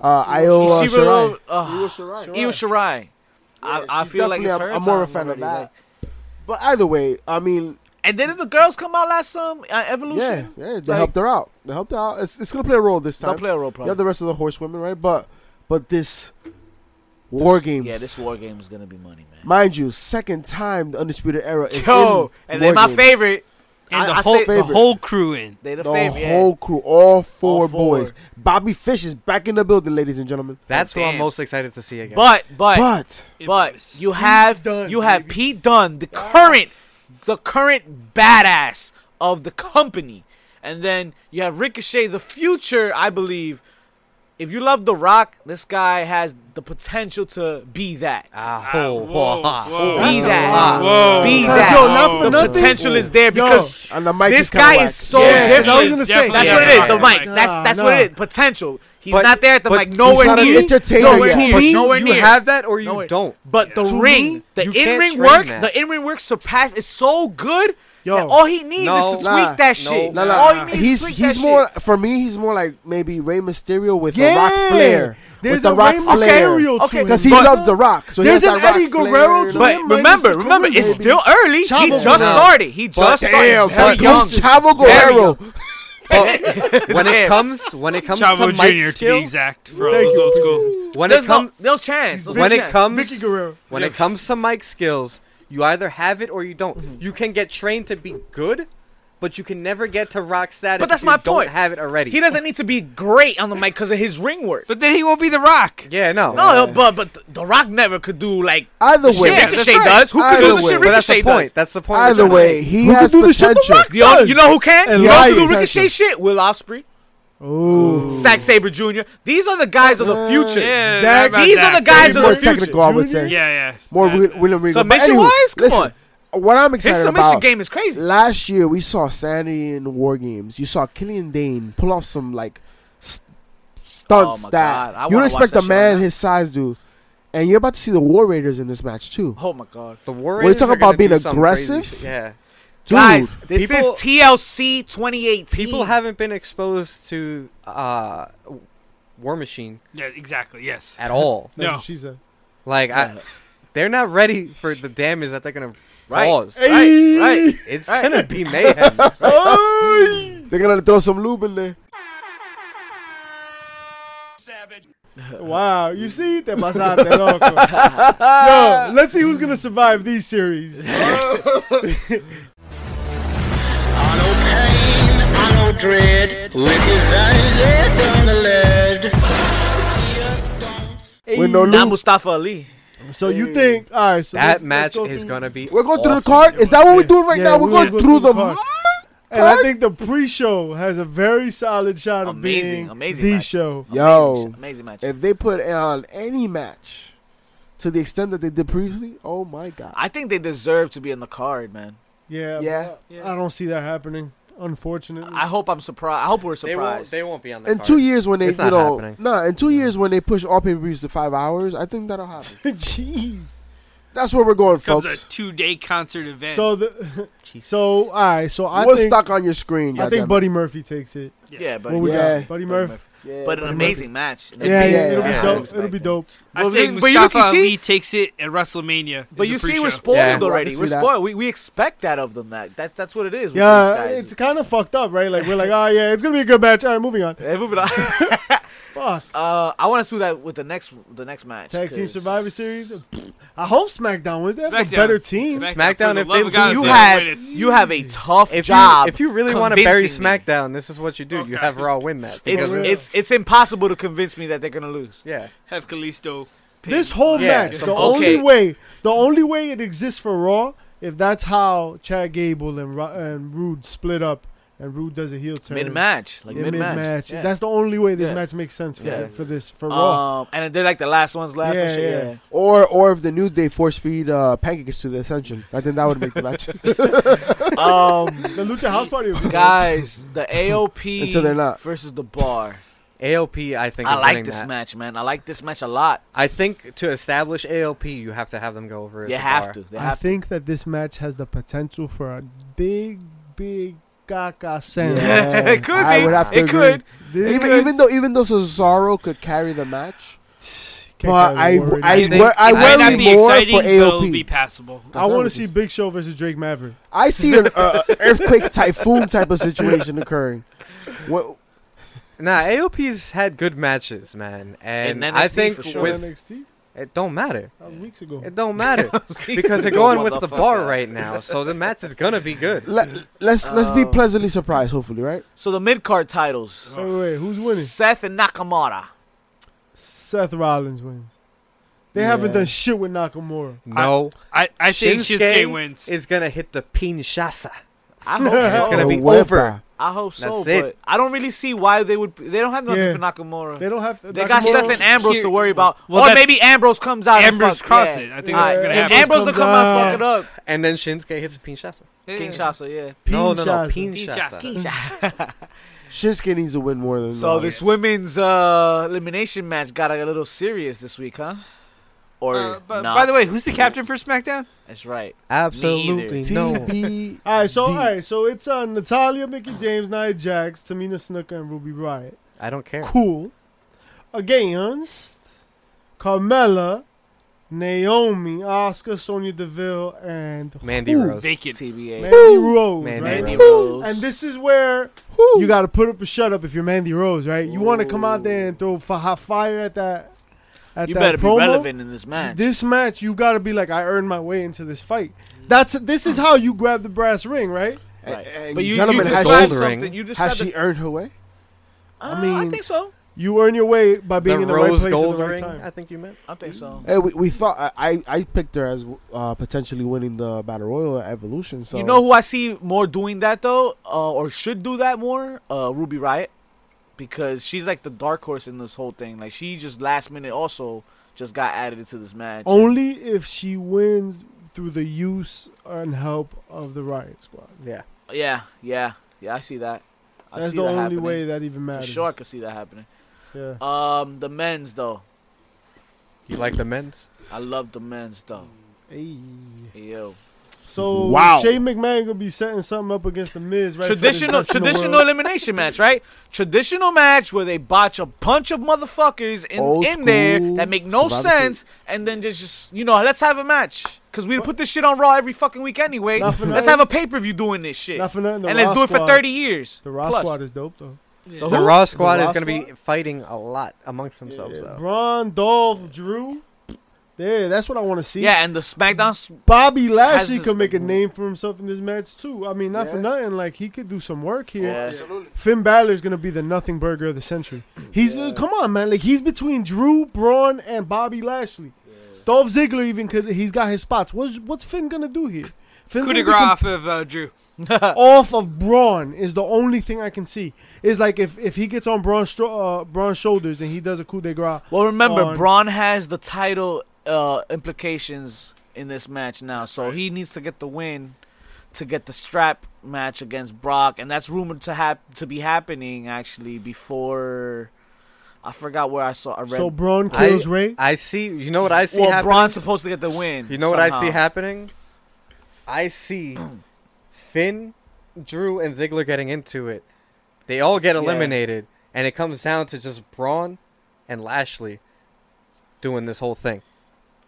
[SPEAKER 4] Uh, Io uh,
[SPEAKER 1] Ishiro-
[SPEAKER 4] Shirai.
[SPEAKER 1] uh, Io Shirai. I,
[SPEAKER 4] Yeah,
[SPEAKER 1] I
[SPEAKER 4] she's
[SPEAKER 1] feel like it's
[SPEAKER 4] definitely-
[SPEAKER 1] her
[SPEAKER 4] I'm, I'm more
[SPEAKER 1] time
[SPEAKER 4] of a fan of
[SPEAKER 1] already,
[SPEAKER 4] that.
[SPEAKER 1] like-
[SPEAKER 4] But either way, I mean,
[SPEAKER 1] And then if the girls come out last um uh,
[SPEAKER 4] yeah,
[SPEAKER 1] Evolution,
[SPEAKER 4] yeah, they
[SPEAKER 1] Like-
[SPEAKER 4] helped her out. They helped her out. It's, it's gonna play a role this
[SPEAKER 1] they'll
[SPEAKER 4] time.
[SPEAKER 1] play a role
[SPEAKER 4] You
[SPEAKER 1] play.
[SPEAKER 4] have the rest of the horsewomen, right? But but this war games,
[SPEAKER 1] Yeah, this war game is gonna be money, man.
[SPEAKER 4] mind you, second time the undisputed era is
[SPEAKER 1] Yo,
[SPEAKER 4] in
[SPEAKER 1] and
[SPEAKER 4] War
[SPEAKER 1] then my
[SPEAKER 4] Games.
[SPEAKER 1] favorite.
[SPEAKER 5] And
[SPEAKER 1] I-
[SPEAKER 5] the
[SPEAKER 1] I
[SPEAKER 5] whole
[SPEAKER 1] say-
[SPEAKER 5] the
[SPEAKER 4] favorite.
[SPEAKER 5] whole crew in.
[SPEAKER 1] They the,
[SPEAKER 4] The
[SPEAKER 1] favorite. yeah.
[SPEAKER 4] whole crew, all four,
[SPEAKER 1] four.
[SPEAKER 4] boys. Bobby Fish is back in the building, ladies and gentlemen.
[SPEAKER 3] That's who I'm
[SPEAKER 1] Damn.
[SPEAKER 3] most excited to see again.
[SPEAKER 1] But but
[SPEAKER 4] But
[SPEAKER 1] But
[SPEAKER 5] Infamous.
[SPEAKER 1] you have
[SPEAKER 2] Dunne,
[SPEAKER 1] you have
[SPEAKER 2] baby.
[SPEAKER 1] Pete Dunne, the current the current badass of the company. And then you have Ricochet, the future, I believe. If you love The Rock, this guy has the potential to be that.
[SPEAKER 3] ah,
[SPEAKER 5] Ah,
[SPEAKER 3] ho,
[SPEAKER 5] whoa,
[SPEAKER 3] ho, ha,
[SPEAKER 5] whoa.
[SPEAKER 3] ho.
[SPEAKER 1] be
[SPEAKER 4] that's a
[SPEAKER 1] that.
[SPEAKER 4] lot.
[SPEAKER 5] Whoa.
[SPEAKER 1] Be
[SPEAKER 2] Cause,
[SPEAKER 1] that.
[SPEAKER 2] yo, not for
[SPEAKER 1] the
[SPEAKER 2] nothing-
[SPEAKER 1] potential is there
[SPEAKER 2] Yo,
[SPEAKER 1] because
[SPEAKER 4] and the mic
[SPEAKER 1] this
[SPEAKER 4] is kinda
[SPEAKER 1] guy
[SPEAKER 4] whack.
[SPEAKER 1] is so
[SPEAKER 2] Yeah,
[SPEAKER 1] different.
[SPEAKER 2] that's what I was gonna say.
[SPEAKER 1] That's
[SPEAKER 2] Yeah,
[SPEAKER 1] what it is.
[SPEAKER 2] yeah,
[SPEAKER 1] The
[SPEAKER 2] yeah.
[SPEAKER 1] mic. That's that's
[SPEAKER 2] Nah,
[SPEAKER 1] what
[SPEAKER 2] nah.
[SPEAKER 1] it is. Potential. He's
[SPEAKER 3] But-
[SPEAKER 1] not there at the
[SPEAKER 3] but
[SPEAKER 1] mic.
[SPEAKER 3] he's
[SPEAKER 4] he's
[SPEAKER 1] Nowhere
[SPEAKER 4] not an
[SPEAKER 1] near.
[SPEAKER 4] entertainer
[SPEAKER 1] Nowhere
[SPEAKER 4] yet.
[SPEAKER 1] near.
[SPEAKER 3] But
[SPEAKER 1] Nowhere
[SPEAKER 3] you
[SPEAKER 1] near.
[SPEAKER 3] have that or you
[SPEAKER 1] Nowhere- [laughs]
[SPEAKER 3] don't.
[SPEAKER 1] But the
[SPEAKER 2] To
[SPEAKER 1] ring,
[SPEAKER 2] me,
[SPEAKER 1] the
[SPEAKER 3] you can't
[SPEAKER 1] in ring
[SPEAKER 3] train
[SPEAKER 1] work,
[SPEAKER 3] that.
[SPEAKER 1] the in ring work surpass is so good
[SPEAKER 2] Yo.
[SPEAKER 1] that all he needs
[SPEAKER 3] No.
[SPEAKER 1] is to tweak
[SPEAKER 4] Nah.
[SPEAKER 1] that shit.
[SPEAKER 4] No, no.
[SPEAKER 1] All he needs
[SPEAKER 4] he's
[SPEAKER 1] is to tweak
[SPEAKER 4] he's
[SPEAKER 1] that
[SPEAKER 4] more
[SPEAKER 1] shit.
[SPEAKER 4] for me. He's more like maybe Rey Mysterio with a
[SPEAKER 2] Yeah.
[SPEAKER 4] Rock Flair.
[SPEAKER 2] There's
[SPEAKER 4] with the
[SPEAKER 2] a
[SPEAKER 4] Rock
[SPEAKER 2] Rey
[SPEAKER 4] Flair.
[SPEAKER 2] Mysterio to
[SPEAKER 1] Okay,
[SPEAKER 2] him.
[SPEAKER 4] Because he
[SPEAKER 1] But-
[SPEAKER 4] loves The Rock. So he
[SPEAKER 2] There's
[SPEAKER 4] has
[SPEAKER 2] an
[SPEAKER 4] that
[SPEAKER 2] Eddie
[SPEAKER 4] Rock Flair,
[SPEAKER 2] Guerrero
[SPEAKER 4] you
[SPEAKER 2] to
[SPEAKER 4] know?
[SPEAKER 2] him.
[SPEAKER 1] But
[SPEAKER 2] Minus
[SPEAKER 1] remember,
[SPEAKER 2] the
[SPEAKER 1] remember,
[SPEAKER 2] charisma,
[SPEAKER 1] it's
[SPEAKER 2] baby.
[SPEAKER 1] still early. he
[SPEAKER 2] Chavo
[SPEAKER 1] just
[SPEAKER 2] Guerrero.
[SPEAKER 1] started. He just
[SPEAKER 4] Damn,
[SPEAKER 1] started.
[SPEAKER 4] fuck,
[SPEAKER 1] Very young.
[SPEAKER 4] who's Chavo
[SPEAKER 1] Very
[SPEAKER 4] Guerrero?
[SPEAKER 3] when it
[SPEAKER 1] Damn.
[SPEAKER 3] comes when it comes
[SPEAKER 5] Chavo
[SPEAKER 3] to mic
[SPEAKER 5] Jr. to be
[SPEAKER 3] skills,
[SPEAKER 5] exact. For all
[SPEAKER 2] Thank
[SPEAKER 5] those
[SPEAKER 2] you.
[SPEAKER 5] old school.
[SPEAKER 3] when it
[SPEAKER 1] There's no,
[SPEAKER 3] comes
[SPEAKER 1] there's chance. There's no
[SPEAKER 3] when it
[SPEAKER 1] chance.
[SPEAKER 2] Vicky
[SPEAKER 3] comes
[SPEAKER 2] Guerrero.
[SPEAKER 3] when it comes to mic skills, you either have it or you
[SPEAKER 1] Mm-hmm.
[SPEAKER 3] don't. You can get trained to be good, but you can never get to rock status.
[SPEAKER 1] But that's
[SPEAKER 3] if
[SPEAKER 1] my
[SPEAKER 3] you Don't
[SPEAKER 1] point.
[SPEAKER 3] have it already.
[SPEAKER 1] he doesn't need to be great on the mic because of his ring work.
[SPEAKER 5] But then he won't be the Rock.
[SPEAKER 3] Yeah, no.
[SPEAKER 1] No, but but The Rock never could do like
[SPEAKER 4] Either
[SPEAKER 1] the shit
[SPEAKER 4] way,
[SPEAKER 1] Ricochet
[SPEAKER 5] right.
[SPEAKER 1] does. Who could
[SPEAKER 4] Either
[SPEAKER 1] do the
[SPEAKER 4] way.
[SPEAKER 1] shit
[SPEAKER 3] but that's the
[SPEAKER 1] Ricochet
[SPEAKER 3] point.
[SPEAKER 1] does?
[SPEAKER 3] That's the point. I'm
[SPEAKER 4] either
[SPEAKER 3] trying to
[SPEAKER 4] way,
[SPEAKER 3] make.
[SPEAKER 4] he
[SPEAKER 2] Who
[SPEAKER 4] has
[SPEAKER 2] could do the shit but
[SPEAKER 1] [laughs]
[SPEAKER 4] potential.
[SPEAKER 2] Rock?
[SPEAKER 1] You know, you know who can?
[SPEAKER 2] And
[SPEAKER 1] you know who
[SPEAKER 2] Elias,
[SPEAKER 1] can do Ricochet
[SPEAKER 2] actually.
[SPEAKER 1] shit? Will Osprey,
[SPEAKER 2] Oh,
[SPEAKER 1] Zack Saber Jr. These are the guys of
[SPEAKER 4] Uh,
[SPEAKER 1] the future.
[SPEAKER 5] Yeah,
[SPEAKER 2] Zach-
[SPEAKER 5] about
[SPEAKER 1] These
[SPEAKER 5] that.
[SPEAKER 1] are the guys
[SPEAKER 4] He's
[SPEAKER 1] of
[SPEAKER 4] more
[SPEAKER 1] the future.
[SPEAKER 4] technical, I would
[SPEAKER 5] Yeah,
[SPEAKER 4] say.
[SPEAKER 5] yeah.
[SPEAKER 4] More
[SPEAKER 5] That-
[SPEAKER 4] Will- William Regal. But
[SPEAKER 1] Submission
[SPEAKER 4] anyway,
[SPEAKER 1] wise, come
[SPEAKER 4] listen,
[SPEAKER 1] on.
[SPEAKER 4] What I'm
[SPEAKER 1] His
[SPEAKER 4] excited
[SPEAKER 1] submission
[SPEAKER 4] about.
[SPEAKER 1] game is crazy.
[SPEAKER 4] Last year, we saw Sanity in War Games. You saw Killian Dane pull off some like st- stunts
[SPEAKER 1] Oh my
[SPEAKER 4] that
[SPEAKER 1] God, I
[SPEAKER 4] you
[SPEAKER 1] wanna
[SPEAKER 4] don't
[SPEAKER 1] watch
[SPEAKER 4] expect
[SPEAKER 1] that
[SPEAKER 4] a
[SPEAKER 1] shit
[SPEAKER 4] man
[SPEAKER 1] right
[SPEAKER 4] his size do. And you're about to see the War Raiders in this match too.
[SPEAKER 1] Oh my god,
[SPEAKER 3] the Warriors
[SPEAKER 4] talking
[SPEAKER 3] are gonna
[SPEAKER 4] about being
[SPEAKER 3] do some crazy
[SPEAKER 4] aggressive?
[SPEAKER 3] shit. Yeah.
[SPEAKER 4] Dude,
[SPEAKER 1] guys, this
[SPEAKER 3] people-
[SPEAKER 1] is TLC 2018.
[SPEAKER 3] People haven't been exposed to uh, War Machine
[SPEAKER 5] Yeah, exactly. Yes.
[SPEAKER 3] at all.
[SPEAKER 2] That's
[SPEAKER 5] No.
[SPEAKER 2] what she said.
[SPEAKER 3] Like, I,
[SPEAKER 1] Yeah.
[SPEAKER 3] they're not ready for the damage that they're gonna
[SPEAKER 1] Right.
[SPEAKER 3] cause.
[SPEAKER 1] right, right.
[SPEAKER 3] It's
[SPEAKER 1] Right.
[SPEAKER 3] gonna be
[SPEAKER 1] [laughs]
[SPEAKER 3] mayhem.
[SPEAKER 4] they're gonna throw some lube in there.
[SPEAKER 2] [laughs] Wow, you see? Te pasaste, loco. Yo, let's see who's going to survive these series.
[SPEAKER 8] I know pain, I know dread. Wicked valley down the lead.
[SPEAKER 4] With no
[SPEAKER 1] Not
[SPEAKER 4] loot.
[SPEAKER 1] Mustafa Ali.
[SPEAKER 2] So you think, all right, so
[SPEAKER 3] that
[SPEAKER 2] let's- let's
[SPEAKER 3] match
[SPEAKER 2] go
[SPEAKER 3] is
[SPEAKER 2] through-
[SPEAKER 3] gonna be.
[SPEAKER 4] We're going through the
[SPEAKER 3] awesome.
[SPEAKER 4] card. Is that what we're doing right
[SPEAKER 2] Yeah,
[SPEAKER 4] now? We're,
[SPEAKER 2] we're
[SPEAKER 4] going,
[SPEAKER 2] going
[SPEAKER 4] through
[SPEAKER 2] through the
[SPEAKER 4] the.
[SPEAKER 2] card. And I think the pre-show has a very solid shot of
[SPEAKER 1] Amazing,
[SPEAKER 2] being
[SPEAKER 1] amazing
[SPEAKER 2] the
[SPEAKER 1] match.
[SPEAKER 2] show.
[SPEAKER 4] Yo.
[SPEAKER 1] Amazing, sh- amazing match.
[SPEAKER 4] If they put on any match to the extent that they did previously, oh my god.
[SPEAKER 1] I think they deserve to be in the card, man.
[SPEAKER 2] Yeah,
[SPEAKER 4] Yeah.
[SPEAKER 2] I don't see that happening, unfortunately.
[SPEAKER 1] I hope I'm surprised. I hope we're
[SPEAKER 3] They won't,
[SPEAKER 1] surprised.
[SPEAKER 3] they won't be on the
[SPEAKER 4] In
[SPEAKER 3] card.
[SPEAKER 4] two years, when they
[SPEAKER 3] It's
[SPEAKER 4] you
[SPEAKER 3] not
[SPEAKER 4] know,
[SPEAKER 3] happening.
[SPEAKER 4] nah, in two years when they push all pay per views to five hours, I think that'll happen.
[SPEAKER 2] [laughs] Jeez.
[SPEAKER 4] That's where we're going,
[SPEAKER 5] Comes
[SPEAKER 4] folks.
[SPEAKER 5] a two-day concert event.
[SPEAKER 2] So the so all right, so I
[SPEAKER 4] What's
[SPEAKER 2] think
[SPEAKER 4] stuck on your screen?
[SPEAKER 2] I think
[SPEAKER 4] goddammit?
[SPEAKER 2] Buddy Murphy takes it.
[SPEAKER 1] yeah,
[SPEAKER 2] What
[SPEAKER 1] buddy.
[SPEAKER 2] we
[SPEAKER 1] Murphy.
[SPEAKER 4] Yeah.
[SPEAKER 2] got? Buddy
[SPEAKER 1] Buddy
[SPEAKER 2] Murphy.
[SPEAKER 1] Murphy.
[SPEAKER 4] Yeah,
[SPEAKER 1] But uh, an
[SPEAKER 4] Buddy
[SPEAKER 1] amazing match.
[SPEAKER 4] Murphy. Yeah, yeah,
[SPEAKER 2] it'll
[SPEAKER 4] yeah.
[SPEAKER 2] be
[SPEAKER 3] yeah.
[SPEAKER 2] dope. It'll be dope.
[SPEAKER 5] I
[SPEAKER 1] Well,
[SPEAKER 5] say
[SPEAKER 1] then- but you look,
[SPEAKER 5] Mustafa
[SPEAKER 1] you see-
[SPEAKER 5] Ali takes it at WrestleMania.
[SPEAKER 1] But
[SPEAKER 5] in
[SPEAKER 1] you
[SPEAKER 5] the
[SPEAKER 1] see, we're
[SPEAKER 5] pre-show.
[SPEAKER 1] spoiled
[SPEAKER 3] Yeah.
[SPEAKER 1] already.
[SPEAKER 4] Love
[SPEAKER 1] We're
[SPEAKER 4] to see that.
[SPEAKER 1] spoiled. We, we expect that of them. That, that that's what it is. With
[SPEAKER 2] Yeah,
[SPEAKER 1] these guys.
[SPEAKER 2] it's kind of fucked up, right? Like we're like, oh yeah, it's gonna be a good match. All right, moving on.
[SPEAKER 1] Hey, moving on. [laughs]
[SPEAKER 2] Fuck.
[SPEAKER 1] uh, I want to see that with the next the next match.
[SPEAKER 2] Tag Team
[SPEAKER 1] 'cause
[SPEAKER 2] Survivor Series. I hope SmackDown wins. They have a
[SPEAKER 5] SmackDown.
[SPEAKER 2] better team.
[SPEAKER 3] SmackDown, if they-
[SPEAKER 1] You
[SPEAKER 3] Doesn't
[SPEAKER 1] have you have a tough
[SPEAKER 3] If
[SPEAKER 1] job.
[SPEAKER 3] you if you really want to bury
[SPEAKER 1] convincing me.
[SPEAKER 3] SmackDown, this is what you do. You
[SPEAKER 5] Okay.
[SPEAKER 3] have Raw win that.
[SPEAKER 1] it's
[SPEAKER 3] because-
[SPEAKER 2] real.
[SPEAKER 1] it's it's impossible to convince me that they're gonna lose.
[SPEAKER 3] yeah,
[SPEAKER 5] have Kalisto. pin.
[SPEAKER 2] This whole
[SPEAKER 3] Yeah,
[SPEAKER 2] match,
[SPEAKER 3] it's a-
[SPEAKER 2] the
[SPEAKER 1] okay.
[SPEAKER 2] only way, the only way it exists for Raw, if that's how Chad Gable and Ru- and Rude split up, and Rude does a heel turn.
[SPEAKER 1] Mid match, like
[SPEAKER 2] Yeah,
[SPEAKER 1] mid match.
[SPEAKER 2] mid-match. That's the only way this
[SPEAKER 1] Yeah.
[SPEAKER 2] match makes sense for,
[SPEAKER 3] Yeah.
[SPEAKER 2] for this for Raw.
[SPEAKER 1] Um, and they're like the last ones left. and
[SPEAKER 2] Yeah,
[SPEAKER 1] shit,
[SPEAKER 2] yeah.
[SPEAKER 1] yeah.
[SPEAKER 4] Or or if the new day force feed uh, pancakes to the Ascension, I think that would make
[SPEAKER 2] [laughs]
[SPEAKER 4] the match
[SPEAKER 1] Um,
[SPEAKER 2] [laughs]
[SPEAKER 1] [laughs]
[SPEAKER 2] The Lucha House Party would be
[SPEAKER 1] guys, the
[SPEAKER 2] [laughs]
[SPEAKER 1] AOP
[SPEAKER 4] Until they're not.
[SPEAKER 1] versus the Bar.
[SPEAKER 3] ALP. I think
[SPEAKER 1] I
[SPEAKER 3] is
[SPEAKER 1] like
[SPEAKER 3] winning
[SPEAKER 1] this
[SPEAKER 3] that.
[SPEAKER 1] match, man. I like this match a lot.
[SPEAKER 3] I think to establish ALP, you have to have them go over.
[SPEAKER 1] You have to. They
[SPEAKER 2] I
[SPEAKER 1] have to.
[SPEAKER 2] think that this match has the potential for a big, big caca sandwich.
[SPEAKER 4] [laughs] Yeah.
[SPEAKER 1] it could
[SPEAKER 4] I
[SPEAKER 1] be.
[SPEAKER 4] would have to
[SPEAKER 1] it
[SPEAKER 4] agree.
[SPEAKER 1] could.
[SPEAKER 2] [laughs] This
[SPEAKER 4] even
[SPEAKER 2] could-
[SPEAKER 4] even though even though Cesaro could carry the match,
[SPEAKER 2] Can't
[SPEAKER 4] but I
[SPEAKER 2] carry the
[SPEAKER 4] I,
[SPEAKER 2] word.
[SPEAKER 4] I,
[SPEAKER 3] It
[SPEAKER 4] wor- I
[SPEAKER 5] It might not
[SPEAKER 4] worry
[SPEAKER 5] be
[SPEAKER 4] more
[SPEAKER 5] exciting,
[SPEAKER 4] for
[SPEAKER 5] but It'll be
[SPEAKER 4] AOP.
[SPEAKER 5] passable.
[SPEAKER 2] I want to see Big Show versus Drake Maverick.
[SPEAKER 4] [laughs] I see an uh, earthquake typhoon type of [laughs] situation occurring. What,
[SPEAKER 3] Nah, AOP's had good matches, man, and
[SPEAKER 1] In
[SPEAKER 3] I
[SPEAKER 1] NXT
[SPEAKER 3] think
[SPEAKER 1] for
[SPEAKER 2] Show
[SPEAKER 1] sure.
[SPEAKER 3] with
[SPEAKER 2] NXT.
[SPEAKER 3] it don't matter.
[SPEAKER 2] That was weeks ago.
[SPEAKER 3] It
[SPEAKER 2] [laughs]
[SPEAKER 3] don't matter [laughs] because they're going with the bar right now, so the match is gonna
[SPEAKER 2] [laughs]
[SPEAKER 3] be good.
[SPEAKER 4] let, let's let's be
[SPEAKER 1] Oh.
[SPEAKER 4] pleasantly surprised. Hopefully, right?
[SPEAKER 1] So the mid card titles:
[SPEAKER 2] Wait, wait, wait, who's winning?
[SPEAKER 1] Seth and Nakamura.
[SPEAKER 2] Seth Rollins wins. They haven't
[SPEAKER 4] Yeah.
[SPEAKER 2] done shit with Nakamura.
[SPEAKER 3] No,
[SPEAKER 5] I, I think
[SPEAKER 3] Shinsuke
[SPEAKER 5] Shinsuke, wins.
[SPEAKER 3] is gonna hit the Pinshasa.
[SPEAKER 1] I hope
[SPEAKER 2] It's
[SPEAKER 1] so.
[SPEAKER 3] It's gonna
[SPEAKER 4] Oh,
[SPEAKER 3] be
[SPEAKER 4] what
[SPEAKER 3] over.
[SPEAKER 1] I hope so,
[SPEAKER 3] That's it.
[SPEAKER 1] but I don't really see why they would. They don't have nothing
[SPEAKER 2] Yeah.
[SPEAKER 1] for Nakamura.
[SPEAKER 2] They
[SPEAKER 1] They,
[SPEAKER 2] don't have.
[SPEAKER 1] got
[SPEAKER 2] Nakamura-
[SPEAKER 1] Seth and Ambrose to worry about,
[SPEAKER 5] Well,
[SPEAKER 1] or
[SPEAKER 5] that-
[SPEAKER 1] maybe Ambrose comes out. and
[SPEAKER 5] Ambrose
[SPEAKER 1] fuck,
[SPEAKER 5] cross
[SPEAKER 1] yeah.
[SPEAKER 5] it. I think
[SPEAKER 2] All
[SPEAKER 5] that's
[SPEAKER 2] right.
[SPEAKER 5] gonna
[SPEAKER 1] And
[SPEAKER 5] happen.
[SPEAKER 1] Ambrose
[SPEAKER 2] Ambrose
[SPEAKER 1] will
[SPEAKER 2] comes
[SPEAKER 1] come out
[SPEAKER 2] out.
[SPEAKER 1] and fuck it up.
[SPEAKER 3] and then Shinsuke hits a Pinshasa.
[SPEAKER 1] King Shasa, yeah.
[SPEAKER 3] No, no, no,
[SPEAKER 2] Pinchasa.
[SPEAKER 3] Pinshasa.
[SPEAKER 1] King Shasa.
[SPEAKER 4] Shinsuke needs to win more than
[SPEAKER 1] So
[SPEAKER 4] the-
[SPEAKER 1] this women's uh, elimination match got a little serious this week, huh? Or
[SPEAKER 5] Uh, but,
[SPEAKER 1] not.
[SPEAKER 5] by the way, who's the captain for SmackDown?
[SPEAKER 1] that's right.
[SPEAKER 3] Absolutely [laughs] no.
[SPEAKER 4] TB.
[SPEAKER 2] All right, so
[SPEAKER 4] D.
[SPEAKER 2] all right, so it's uh, Natalia, Mickey James, Nia Jax, Tamina Snuka, and Ruby Riot.
[SPEAKER 3] I don't care.
[SPEAKER 2] Cool. Against Carmella, Naomi, Oscar, Sonya Deville, and
[SPEAKER 3] Mandy
[SPEAKER 2] who?
[SPEAKER 3] Rose.
[SPEAKER 5] Vacant.
[SPEAKER 1] TBA.
[SPEAKER 2] Mandy Rose.
[SPEAKER 3] Mandy
[SPEAKER 2] right?
[SPEAKER 1] Mandy Rose.
[SPEAKER 2] And this is where you got to put up a shut up if you're Mandy Rose, right? You want to come out there and throw fa- hot fire at that. At
[SPEAKER 1] you
[SPEAKER 2] that
[SPEAKER 1] better
[SPEAKER 2] promo.
[SPEAKER 1] be relevant in this match.
[SPEAKER 2] This match, you got to be like, I earned my way into this fight. That's this
[SPEAKER 1] Mm.
[SPEAKER 2] is how you grab the brass ring, right?
[SPEAKER 1] Right.
[SPEAKER 4] And
[SPEAKER 1] but you,
[SPEAKER 4] gentlemen,
[SPEAKER 1] you
[SPEAKER 4] has,
[SPEAKER 1] described
[SPEAKER 3] described
[SPEAKER 4] she,
[SPEAKER 3] Gold ring.
[SPEAKER 1] something. You
[SPEAKER 4] has
[SPEAKER 1] described.
[SPEAKER 4] she
[SPEAKER 1] the-
[SPEAKER 4] earned her way?
[SPEAKER 1] Uh, I,
[SPEAKER 2] mean-
[SPEAKER 1] think so.
[SPEAKER 2] You earn your way by being
[SPEAKER 3] the
[SPEAKER 2] in the
[SPEAKER 3] Rose
[SPEAKER 2] right place at
[SPEAKER 3] Gold
[SPEAKER 2] the right
[SPEAKER 3] ring.
[SPEAKER 2] time.
[SPEAKER 3] I think you meant.
[SPEAKER 1] I think so.
[SPEAKER 4] Hey, we, we thought I, I I picked her as uh, potentially winning the battle royal at evolution. So
[SPEAKER 1] You know who I see more doing that though, uh, or should do that more? Uh, Ruby Riot, because she's like the dark horse in this whole thing. Like she just last minute also just got added into this match.
[SPEAKER 2] Only if she wins through the use and help of the Riot Squad.
[SPEAKER 3] Yeah.
[SPEAKER 1] Yeah, yeah, yeah. I see that. I
[SPEAKER 2] That's
[SPEAKER 1] see
[SPEAKER 2] the
[SPEAKER 1] that
[SPEAKER 2] only
[SPEAKER 1] happening.
[SPEAKER 2] way that even
[SPEAKER 1] For
[SPEAKER 2] matters.
[SPEAKER 1] sure, I could see that happening.
[SPEAKER 2] Yeah.
[SPEAKER 1] Um, the men's though.
[SPEAKER 3] You like the men's?
[SPEAKER 1] I love the men's though. Yo.
[SPEAKER 2] So
[SPEAKER 4] Wow.
[SPEAKER 2] Shane McMahon gonna be setting something up against the Miz, right? for the
[SPEAKER 1] traditional
[SPEAKER 2] best in the
[SPEAKER 1] traditional
[SPEAKER 2] world.
[SPEAKER 1] elimination match, right? Traditional match where they botch a bunch of motherfuckers in,
[SPEAKER 4] Old
[SPEAKER 1] in there
[SPEAKER 4] school
[SPEAKER 1] that make no
[SPEAKER 4] Survivor
[SPEAKER 1] sense, and then just just you know let's have a match because we put this shit on Raw every fucking week anyway.
[SPEAKER 2] Not for
[SPEAKER 1] Let's
[SPEAKER 2] nothing.
[SPEAKER 1] have a pay per view doing this shit,
[SPEAKER 2] Not for nothing, the
[SPEAKER 1] and let's
[SPEAKER 2] Raw
[SPEAKER 1] do it for
[SPEAKER 2] Squad-
[SPEAKER 1] thirty years.
[SPEAKER 2] The Raw
[SPEAKER 1] plus.
[SPEAKER 2] Squad is dope though.
[SPEAKER 5] Yeah.
[SPEAKER 6] The
[SPEAKER 1] Uh-huh.
[SPEAKER 3] The
[SPEAKER 6] who?
[SPEAKER 3] Raw squad
[SPEAKER 2] Raw
[SPEAKER 3] is going to be fighting a lot amongst themselves, though.
[SPEAKER 2] Braun, Dolph, Drew. There, that's what I want to see.
[SPEAKER 1] Yeah, and the SmackDown. s-
[SPEAKER 2] Bobby Lashley
[SPEAKER 1] Has-
[SPEAKER 2] could make a name for himself in this match too. I mean, not for
[SPEAKER 4] Yeah.
[SPEAKER 2] nothing. Like he could do some work here.
[SPEAKER 1] Yeah.
[SPEAKER 2] Finn Balor's gonna be the nothing burger of the century. He's uh, come on, man. Like he's between Drew Braun and Bobby Lashley. Dolph Ziggler even because he's got his spots. What's what's Finn gonna do here? Finn's
[SPEAKER 5] Coup
[SPEAKER 2] gonna
[SPEAKER 5] de
[SPEAKER 2] be
[SPEAKER 5] grace off of uh, Drew.
[SPEAKER 2] off of Braun is the only thing I can see. Is like if, if he gets on Braun's stro- uh, Braun's shoulders and he does a coup de grace.
[SPEAKER 1] Well, remember,
[SPEAKER 2] on-
[SPEAKER 1] Braun has the title uh, implications in this match now, so he needs to get the win to get the strap match against Brock, and that's rumored to hap- to be happening actually before. I forgot where I saw. I read.
[SPEAKER 2] So Braun kills
[SPEAKER 3] I-
[SPEAKER 2] Ray.
[SPEAKER 3] I see. You know what I see
[SPEAKER 1] well,
[SPEAKER 3] happening?
[SPEAKER 1] Braun's supposed to get the win.
[SPEAKER 3] You know what I see
[SPEAKER 1] somehow.
[SPEAKER 3] happening? I see [clears throat] Finn, Drew, and Ziggler getting into it. They all get eliminated, and it comes down to just Braun and Lashley doing this whole thing.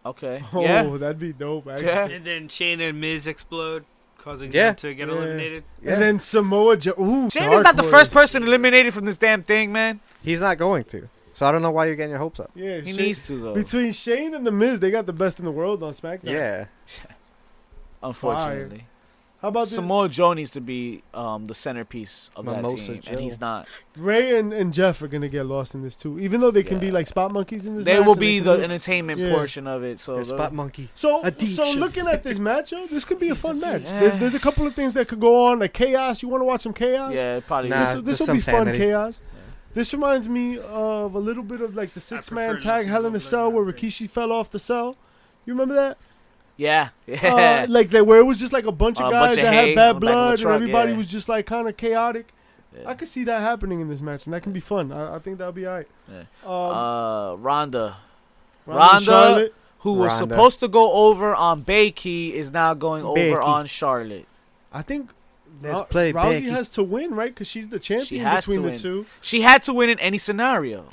[SPEAKER 1] Okay.
[SPEAKER 2] [laughs] Oh,
[SPEAKER 1] Yeah.
[SPEAKER 2] that'd be dope. Actually.
[SPEAKER 1] Yeah.
[SPEAKER 5] And then Shayna and Miz explode, causing
[SPEAKER 3] Yeah.
[SPEAKER 5] them to get
[SPEAKER 2] Yeah.
[SPEAKER 5] eliminated.
[SPEAKER 3] Yeah.
[SPEAKER 2] And then Samoa Joe. Ooh,
[SPEAKER 1] Shane is
[SPEAKER 2] dark
[SPEAKER 1] not the
[SPEAKER 2] horse.
[SPEAKER 1] first person eliminated from this damn thing, man.
[SPEAKER 3] He's not going to. So I don't know why you're getting your hopes up.
[SPEAKER 2] Yeah,
[SPEAKER 1] He
[SPEAKER 2] Shane-
[SPEAKER 1] needs to though.
[SPEAKER 2] Between Shane and the Miz, they got the best in the world on SmackDown.
[SPEAKER 3] Yeah.
[SPEAKER 1] unfortunately.
[SPEAKER 2] How about the
[SPEAKER 1] Samoa Joe needs to be um, the centerpiece of
[SPEAKER 3] Mimosa
[SPEAKER 1] that team,
[SPEAKER 3] Joe.
[SPEAKER 1] and he's not.
[SPEAKER 2] Ray and, and Jeff are gonna get lost in this too, even though they can be
[SPEAKER 1] Yeah.
[SPEAKER 2] like spot monkeys in this.
[SPEAKER 1] They
[SPEAKER 2] match,
[SPEAKER 1] will
[SPEAKER 2] so
[SPEAKER 1] be
[SPEAKER 2] can
[SPEAKER 1] the
[SPEAKER 2] do-
[SPEAKER 1] entertainment
[SPEAKER 2] Yeah.
[SPEAKER 1] portion of it. So
[SPEAKER 3] They're
[SPEAKER 1] those-
[SPEAKER 3] spot monkey.
[SPEAKER 2] So, so
[SPEAKER 3] Addiction.
[SPEAKER 2] looking at this match, yo, this could be a fun match.
[SPEAKER 1] Yeah.
[SPEAKER 2] There's, there's a couple of things that could go on, like chaos. You want to watch some chaos?
[SPEAKER 1] yeah, it probably.
[SPEAKER 3] Nah.
[SPEAKER 1] is.
[SPEAKER 2] This,
[SPEAKER 3] just
[SPEAKER 2] this will
[SPEAKER 3] Ah, some
[SPEAKER 2] be fun
[SPEAKER 3] sanity.
[SPEAKER 2] chaos. This reminds me of a little bit of like the six man
[SPEAKER 5] prefer
[SPEAKER 2] tag
[SPEAKER 5] Nelson
[SPEAKER 2] Hell in a
[SPEAKER 5] Goldberg
[SPEAKER 2] Cell where
[SPEAKER 5] that way.
[SPEAKER 2] Rikishi fell off the cell. You
[SPEAKER 1] [laughs]
[SPEAKER 2] remember that?
[SPEAKER 1] Yeah,
[SPEAKER 2] uh,
[SPEAKER 1] yeah.
[SPEAKER 2] like that where it was just like a bunch of
[SPEAKER 1] A
[SPEAKER 2] guys
[SPEAKER 1] bunch of
[SPEAKER 2] that
[SPEAKER 1] hay
[SPEAKER 2] had
[SPEAKER 1] on the
[SPEAKER 2] bad
[SPEAKER 1] back of the
[SPEAKER 2] blood
[SPEAKER 1] truck,
[SPEAKER 2] and everybody
[SPEAKER 1] yeah.
[SPEAKER 2] was just like kind of chaotic.
[SPEAKER 1] Yeah.
[SPEAKER 2] I could see that happening in this match, and that can be fun. I, I think that'll be alright.
[SPEAKER 1] Yeah.
[SPEAKER 2] Um,
[SPEAKER 1] uh, Ronda,
[SPEAKER 2] Ronda,
[SPEAKER 1] Ronda-
[SPEAKER 2] Charlotte,
[SPEAKER 1] who was
[SPEAKER 3] Ronda.
[SPEAKER 1] supposed to go over on Becky, is now going
[SPEAKER 3] Becky.
[SPEAKER 1] over on Charlotte.
[SPEAKER 2] I think
[SPEAKER 3] Let's
[SPEAKER 2] Rou-
[SPEAKER 3] play
[SPEAKER 2] Rousey
[SPEAKER 3] Becky.
[SPEAKER 2] has to win, right? Because she's the champion
[SPEAKER 1] has to
[SPEAKER 2] between the
[SPEAKER 1] win.
[SPEAKER 2] two.
[SPEAKER 1] She had to win in any scenario.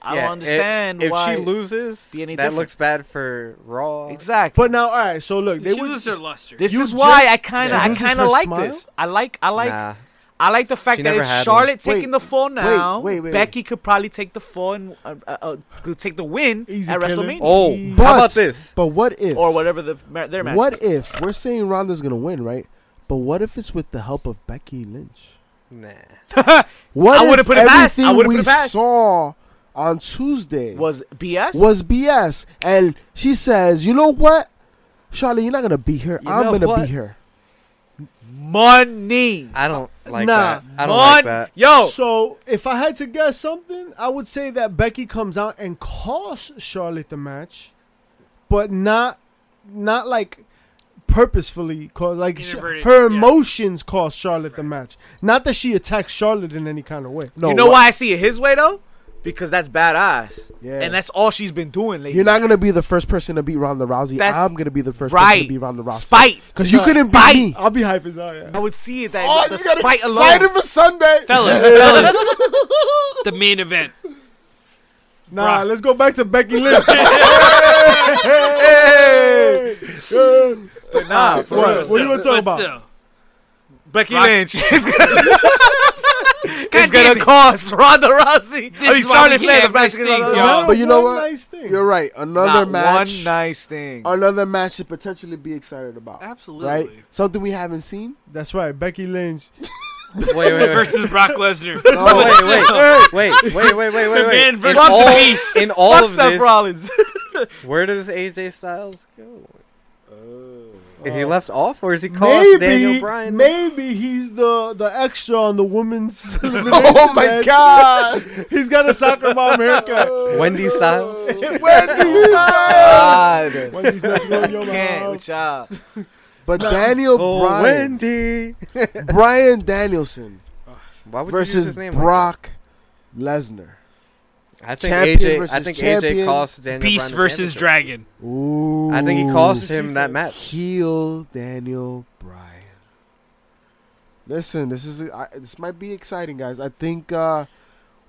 [SPEAKER 1] I
[SPEAKER 3] Yeah,
[SPEAKER 1] don't understand
[SPEAKER 3] If, if
[SPEAKER 1] why.
[SPEAKER 3] she loses,
[SPEAKER 1] be
[SPEAKER 3] that
[SPEAKER 1] any different.
[SPEAKER 3] looks bad for Raw.
[SPEAKER 1] exactly.
[SPEAKER 2] But now, all right. So look, they
[SPEAKER 5] she
[SPEAKER 2] would.
[SPEAKER 5] loses her luster.
[SPEAKER 1] this
[SPEAKER 2] you
[SPEAKER 1] is why
[SPEAKER 2] just-
[SPEAKER 1] I kind of,
[SPEAKER 2] She
[SPEAKER 1] I
[SPEAKER 2] loses
[SPEAKER 1] kind
[SPEAKER 2] her
[SPEAKER 1] of like
[SPEAKER 2] smile?
[SPEAKER 1] this. I like, I like,
[SPEAKER 3] Nah.
[SPEAKER 1] I like the fact
[SPEAKER 3] She
[SPEAKER 1] that
[SPEAKER 3] never
[SPEAKER 1] it's
[SPEAKER 3] had
[SPEAKER 1] Charlotte
[SPEAKER 4] one.
[SPEAKER 1] taking
[SPEAKER 4] Wait,
[SPEAKER 1] the fall now.
[SPEAKER 4] wait, wait,
[SPEAKER 1] Becky could probably take the fall and uh, uh, uh, could take the win
[SPEAKER 2] Easy
[SPEAKER 1] at
[SPEAKER 2] killer.
[SPEAKER 1] WrestMania
[SPEAKER 3] Oh,
[SPEAKER 2] But-
[SPEAKER 3] how about this?
[SPEAKER 4] But what if?
[SPEAKER 1] or whatever the ma- their match.
[SPEAKER 4] What if we're saying Ronda's gonna win, right? But what if it's with the help of Becky Lynch?
[SPEAKER 3] Nah.
[SPEAKER 4] What
[SPEAKER 1] I
[SPEAKER 4] if
[SPEAKER 1] would've put it past- I
[SPEAKER 4] everything
[SPEAKER 1] would've
[SPEAKER 4] we
[SPEAKER 1] put it past.
[SPEAKER 4] saw on Tuesday
[SPEAKER 1] was BS?
[SPEAKER 4] was BS? And she says, "You know what, Charlotte, you're not gonna be here.
[SPEAKER 3] You
[SPEAKER 4] I'm
[SPEAKER 3] know
[SPEAKER 4] gonna
[SPEAKER 3] what?
[SPEAKER 4] be here."
[SPEAKER 1] money.
[SPEAKER 3] I don't like
[SPEAKER 2] Uh, nah.
[SPEAKER 3] that. I don't
[SPEAKER 1] Mon-
[SPEAKER 3] like that.
[SPEAKER 1] Yo,
[SPEAKER 2] Oh, So if I had to guess something, I would say that Becky comes out and costs Charlotte the match, but not, not like purposefully cause like sh-
[SPEAKER 5] Inadvertent,
[SPEAKER 2] her
[SPEAKER 5] yeah.
[SPEAKER 2] emotions cost Charlotte the match. Not that she attacks Charlotte in any kind of way.
[SPEAKER 4] No,
[SPEAKER 1] you know
[SPEAKER 4] what-
[SPEAKER 1] why I see it his way though? Because that's badass,
[SPEAKER 4] Yeah.
[SPEAKER 1] and that's all she's been doing lately.
[SPEAKER 4] You're not gonna be the first person to beat Ronda Rousey.
[SPEAKER 1] That's
[SPEAKER 4] I'm gonna be the first person
[SPEAKER 1] right.
[SPEAKER 4] to beat Ronda Rousey.
[SPEAKER 1] Spite,
[SPEAKER 4] because you couldn't beat me.
[SPEAKER 2] I'll be hype as hell. Yeah.
[SPEAKER 1] I would see it that
[SPEAKER 4] Oh,
[SPEAKER 1] the
[SPEAKER 4] you got
[SPEAKER 1] spite
[SPEAKER 4] excited
[SPEAKER 1] alone.
[SPEAKER 4] for Sunday.
[SPEAKER 5] [laughs] fellas, fellas, the main event.
[SPEAKER 2] Nah,
[SPEAKER 5] Bruh.
[SPEAKER 2] let's go back to Becky Lynch.
[SPEAKER 1] But nah,
[SPEAKER 2] What- what are you gonna
[SPEAKER 5] But still,
[SPEAKER 2] talk
[SPEAKER 5] but
[SPEAKER 2] about?
[SPEAKER 5] still.
[SPEAKER 1] Becky
[SPEAKER 5] Rock-
[SPEAKER 1] Lynch [laughs] is gonna, is
[SPEAKER 5] damn
[SPEAKER 1] gonna
[SPEAKER 5] it.
[SPEAKER 1] cost Ronda [laughs] Rousey. I mean,
[SPEAKER 5] is why we
[SPEAKER 1] Charlotte Flair the match
[SPEAKER 5] can't have nice
[SPEAKER 1] against
[SPEAKER 5] things,
[SPEAKER 1] Ronda
[SPEAKER 5] y'all.
[SPEAKER 1] Rousey.
[SPEAKER 4] But you know
[SPEAKER 2] One
[SPEAKER 4] what?
[SPEAKER 2] nice thing.
[SPEAKER 4] You're right. Another
[SPEAKER 1] Not
[SPEAKER 4] match.
[SPEAKER 1] One nice thing.
[SPEAKER 4] Another match to potentially be excited about.
[SPEAKER 5] Absolutely.
[SPEAKER 4] Right? Something we haven't seen.
[SPEAKER 2] That's right, Becky Lynch.
[SPEAKER 3] Wait,
[SPEAKER 1] [laughs]
[SPEAKER 3] wait, wait.
[SPEAKER 5] [laughs] Versus Brock Lesnar.
[SPEAKER 3] No, wait,
[SPEAKER 5] [laughs]
[SPEAKER 3] wait, wait, wait, wait, wait, wait,
[SPEAKER 5] The
[SPEAKER 3] wait.
[SPEAKER 5] man
[SPEAKER 3] In
[SPEAKER 5] versus
[SPEAKER 3] all-
[SPEAKER 5] the beast.
[SPEAKER 3] In all
[SPEAKER 1] Fuck
[SPEAKER 3] of
[SPEAKER 1] Seth
[SPEAKER 3] this,
[SPEAKER 1] Rollins.
[SPEAKER 3] where does AJ Styles go?
[SPEAKER 4] Oh.
[SPEAKER 3] Is he left off, or is he called Daniel
[SPEAKER 2] Maybe,
[SPEAKER 3] Bryan?
[SPEAKER 2] maybe he's the the extra on the
[SPEAKER 1] [laughs]
[SPEAKER 2] women's.
[SPEAKER 4] Oh my [laughs]
[SPEAKER 2] match.
[SPEAKER 4] god!
[SPEAKER 2] He's got a soccer mom haircut.
[SPEAKER 1] [laughs]
[SPEAKER 2] [laughs]
[SPEAKER 4] Oh.
[SPEAKER 3] Wendy Styles.
[SPEAKER 2] Wendy's nuts.
[SPEAKER 1] God.
[SPEAKER 2] Wendy's
[SPEAKER 1] [laughs]
[SPEAKER 2] nuts go in your
[SPEAKER 1] Can't
[SPEAKER 2] mouth.
[SPEAKER 1] with y'all.
[SPEAKER 4] [laughs] But Daniel
[SPEAKER 3] Oh,
[SPEAKER 4] Bryan,
[SPEAKER 3] Wendy.
[SPEAKER 4] [laughs] Bryan Danielson
[SPEAKER 3] Why would you use
[SPEAKER 4] versus
[SPEAKER 3] his name
[SPEAKER 4] Brock Lesnar.
[SPEAKER 3] Like that? I think
[SPEAKER 4] champion
[SPEAKER 3] AJ. I
[SPEAKER 4] versus
[SPEAKER 3] think AJ
[SPEAKER 4] champion.
[SPEAKER 3] cost Daniel
[SPEAKER 5] Beast
[SPEAKER 3] Bryan the
[SPEAKER 5] versus
[SPEAKER 3] championship.
[SPEAKER 5] Dragon.
[SPEAKER 4] Ooh,
[SPEAKER 3] I think he cost him that match.
[SPEAKER 4] Heel Daniel Bryan. Listen, this is I, this might be exciting, guys. I think uh,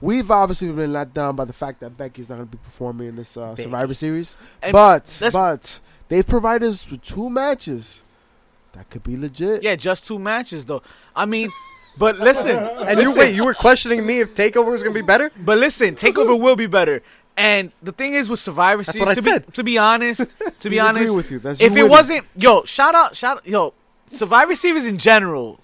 [SPEAKER 4] we've obviously been let down by the fact that Becky's not going to be performing in this uh,
[SPEAKER 3] Becky.
[SPEAKER 4] Survivor Series,
[SPEAKER 1] And
[SPEAKER 4] but
[SPEAKER 1] let's-
[SPEAKER 4] but they've provided us with two matches that could be legit.
[SPEAKER 1] Yeah, just two matches though. I mean, But listen,
[SPEAKER 3] And you wait, you were questioning me if Takeover was gonna be better?
[SPEAKER 1] But listen, Takeover will be better. And the thing is with Survivor Series,
[SPEAKER 3] what I
[SPEAKER 1] to be
[SPEAKER 3] said.
[SPEAKER 1] to be honest, to be
[SPEAKER 4] He's agree
[SPEAKER 1] honest,
[SPEAKER 4] with you. That's you
[SPEAKER 1] if it
[SPEAKER 4] winning.
[SPEAKER 1] wasn't yo, shout out, shout yo, Survivor Series in general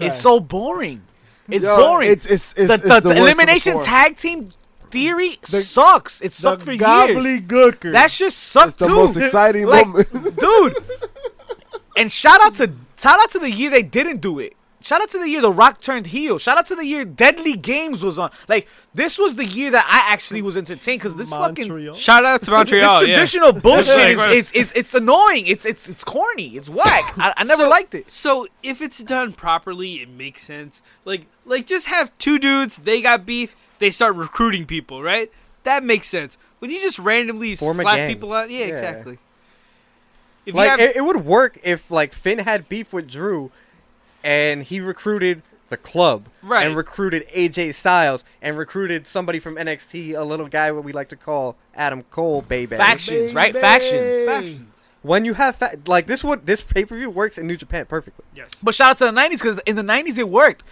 [SPEAKER 1] is so boring. It's
[SPEAKER 4] Yo,
[SPEAKER 1] boring.
[SPEAKER 4] It's it's it's,
[SPEAKER 1] the,
[SPEAKER 4] it's
[SPEAKER 1] the,
[SPEAKER 4] the
[SPEAKER 1] the
[SPEAKER 4] worst of the
[SPEAKER 1] elimination
[SPEAKER 4] four.
[SPEAKER 1] tag team theory sucks. It sucked for years.
[SPEAKER 2] gobbledygooker.
[SPEAKER 1] That shit sucked
[SPEAKER 4] It's the
[SPEAKER 1] too.
[SPEAKER 4] most exciting
[SPEAKER 1] Like,
[SPEAKER 4] moment. [laughs]
[SPEAKER 1] dude. And shout out to shout out to the year they didn't do it. Shout out to the year The Rock turned heel. Shout out to the year Deadly Games was on. Like this was the year that I actually was entertained because this fucking
[SPEAKER 2] Montreal.
[SPEAKER 5] Shout out to
[SPEAKER 1] this
[SPEAKER 5] Montreal. Oh, yeah.
[SPEAKER 1] traditional bullshit is,
[SPEAKER 5] Like,
[SPEAKER 1] is, is it's annoying. It's it's it's corny. It's whack. I,
[SPEAKER 4] [laughs]
[SPEAKER 1] I never
[SPEAKER 5] So-
[SPEAKER 1] liked it.
[SPEAKER 5] So if it's done properly, it makes sense. Like like just have two dudes, they got beef, they start recruiting people, right? That makes sense. When you just randomly
[SPEAKER 3] Form a
[SPEAKER 5] slap
[SPEAKER 3] gang.
[SPEAKER 5] people out, yeah,
[SPEAKER 3] Yeah.
[SPEAKER 5] exactly. If
[SPEAKER 3] Like
[SPEAKER 5] you have,
[SPEAKER 3] it, it would work if like Finn had beef with Drew, and he recruited the club,
[SPEAKER 5] Right.
[SPEAKER 3] And recruited AJ Styles, and recruited somebody from NXT, a little guy what we like to call Adam Cole, baby.
[SPEAKER 1] Factions, right? Factions.
[SPEAKER 5] factions.
[SPEAKER 3] When you have fa- like this, would this pay per view works in New Japan perfectly?
[SPEAKER 5] Yes.
[SPEAKER 1] But shout out to the '90s because in the '90s it worked.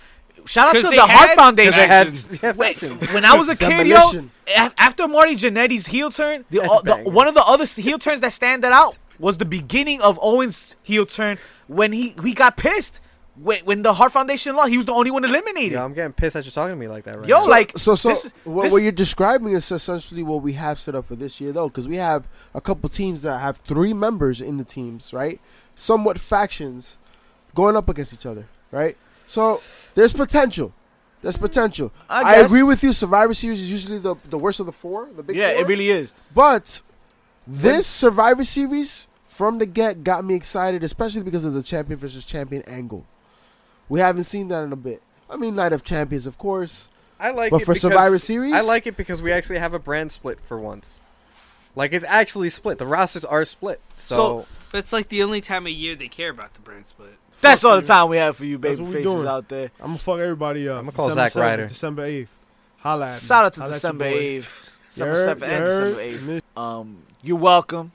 [SPEAKER 1] Shout out
[SPEAKER 5] 'Cause
[SPEAKER 1] to
[SPEAKER 5] they
[SPEAKER 1] the Heart
[SPEAKER 5] had-
[SPEAKER 3] 'Cause
[SPEAKER 1] Foundation.
[SPEAKER 3] they had- [laughs]
[SPEAKER 5] Factions.
[SPEAKER 3] yeah,
[SPEAKER 1] Wait,
[SPEAKER 3] factions.
[SPEAKER 1] when I was a kid, yo,
[SPEAKER 4] Demolition.
[SPEAKER 1] af- after Marty Jannetty's heel turn, the,
[SPEAKER 3] That's
[SPEAKER 1] the,
[SPEAKER 3] banger.
[SPEAKER 1] one of the other s- heel turns that standed out was the beginning of Owen's heel turn when he, he got pissed when, when the Hart Foundation lost. He was the only one eliminated.
[SPEAKER 3] Yo, I'm getting pissed that you're talking to me like that right
[SPEAKER 1] Yo,
[SPEAKER 3] now.
[SPEAKER 1] like
[SPEAKER 4] So, so
[SPEAKER 1] this is-
[SPEAKER 4] what,
[SPEAKER 1] this-
[SPEAKER 4] what you're describing is essentially what we have set up for this year, though, because we have a couple teams that have three members in the teams, right? Somewhat factions going up against each other, right? So there's potential. There's potential.
[SPEAKER 1] I
[SPEAKER 4] I,
[SPEAKER 1] guess.
[SPEAKER 4] agree with you. Survivor Series is usually the, the worst of the four, the big
[SPEAKER 1] yeah,
[SPEAKER 4] four.
[SPEAKER 1] it really is.
[SPEAKER 4] But this Survivor Series from the get got me excited, especially because of the champion versus champion angle. We haven't seen that in a bit. I mean, Night of Champions, of course.
[SPEAKER 3] I like
[SPEAKER 4] But
[SPEAKER 3] it
[SPEAKER 4] for
[SPEAKER 3] because-
[SPEAKER 4] Survivor Series?
[SPEAKER 3] I like it because we actually have a brand split for once. Like it's actually split. The rosters are split. So,
[SPEAKER 1] So-
[SPEAKER 5] But it's like the only time of year they care about the brand split.
[SPEAKER 1] That's all the time we have for you,
[SPEAKER 2] That's
[SPEAKER 1] baby
[SPEAKER 2] what we
[SPEAKER 1] faces
[SPEAKER 2] doing.
[SPEAKER 1] out there.
[SPEAKER 2] I'm gonna fuck everybody up.
[SPEAKER 3] I'ma call
[SPEAKER 2] December
[SPEAKER 3] Zack
[SPEAKER 2] 7th,
[SPEAKER 3] Ryder.
[SPEAKER 2] December 8th. Holla at me.
[SPEAKER 1] Shout out to
[SPEAKER 2] Holla at your
[SPEAKER 1] December
[SPEAKER 2] boy.
[SPEAKER 1] 8th, December
[SPEAKER 2] Yer,
[SPEAKER 1] 7th, and
[SPEAKER 2] yer,
[SPEAKER 1] December 8th.
[SPEAKER 2] miss-
[SPEAKER 1] Um, you're welcome.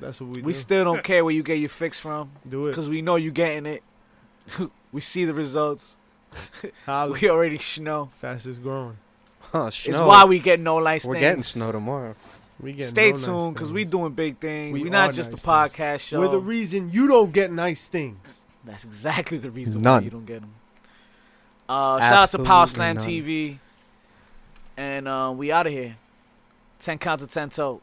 [SPEAKER 2] That's what we,
[SPEAKER 1] We
[SPEAKER 2] do.
[SPEAKER 1] still don't care where you get your fix from
[SPEAKER 2] do it.
[SPEAKER 1] because we know you're getting it. [laughs] we see the results.
[SPEAKER 2] Holla.
[SPEAKER 1] [laughs] We already know.
[SPEAKER 2] Fastest growing.
[SPEAKER 3] huh, snow.
[SPEAKER 1] It's why we get no light
[SPEAKER 3] We're
[SPEAKER 1] stains.
[SPEAKER 3] getting snow tomorrow.
[SPEAKER 2] We getting
[SPEAKER 1] Stay
[SPEAKER 2] no nice
[SPEAKER 1] tuned because we
[SPEAKER 2] things.
[SPEAKER 1] doing big things.
[SPEAKER 2] We
[SPEAKER 1] We are
[SPEAKER 2] are
[SPEAKER 1] not just
[SPEAKER 2] nice
[SPEAKER 1] a podcast show.
[SPEAKER 2] We're the reason you don't get nice things.
[SPEAKER 1] That's exactly the reason
[SPEAKER 3] None.
[SPEAKER 1] why you don't get them. Uh, shout out to Power
[SPEAKER 3] Absolutely
[SPEAKER 1] Slam
[SPEAKER 3] none.
[SPEAKER 1] TV, and uh, we out of here. Ten count to ten toe.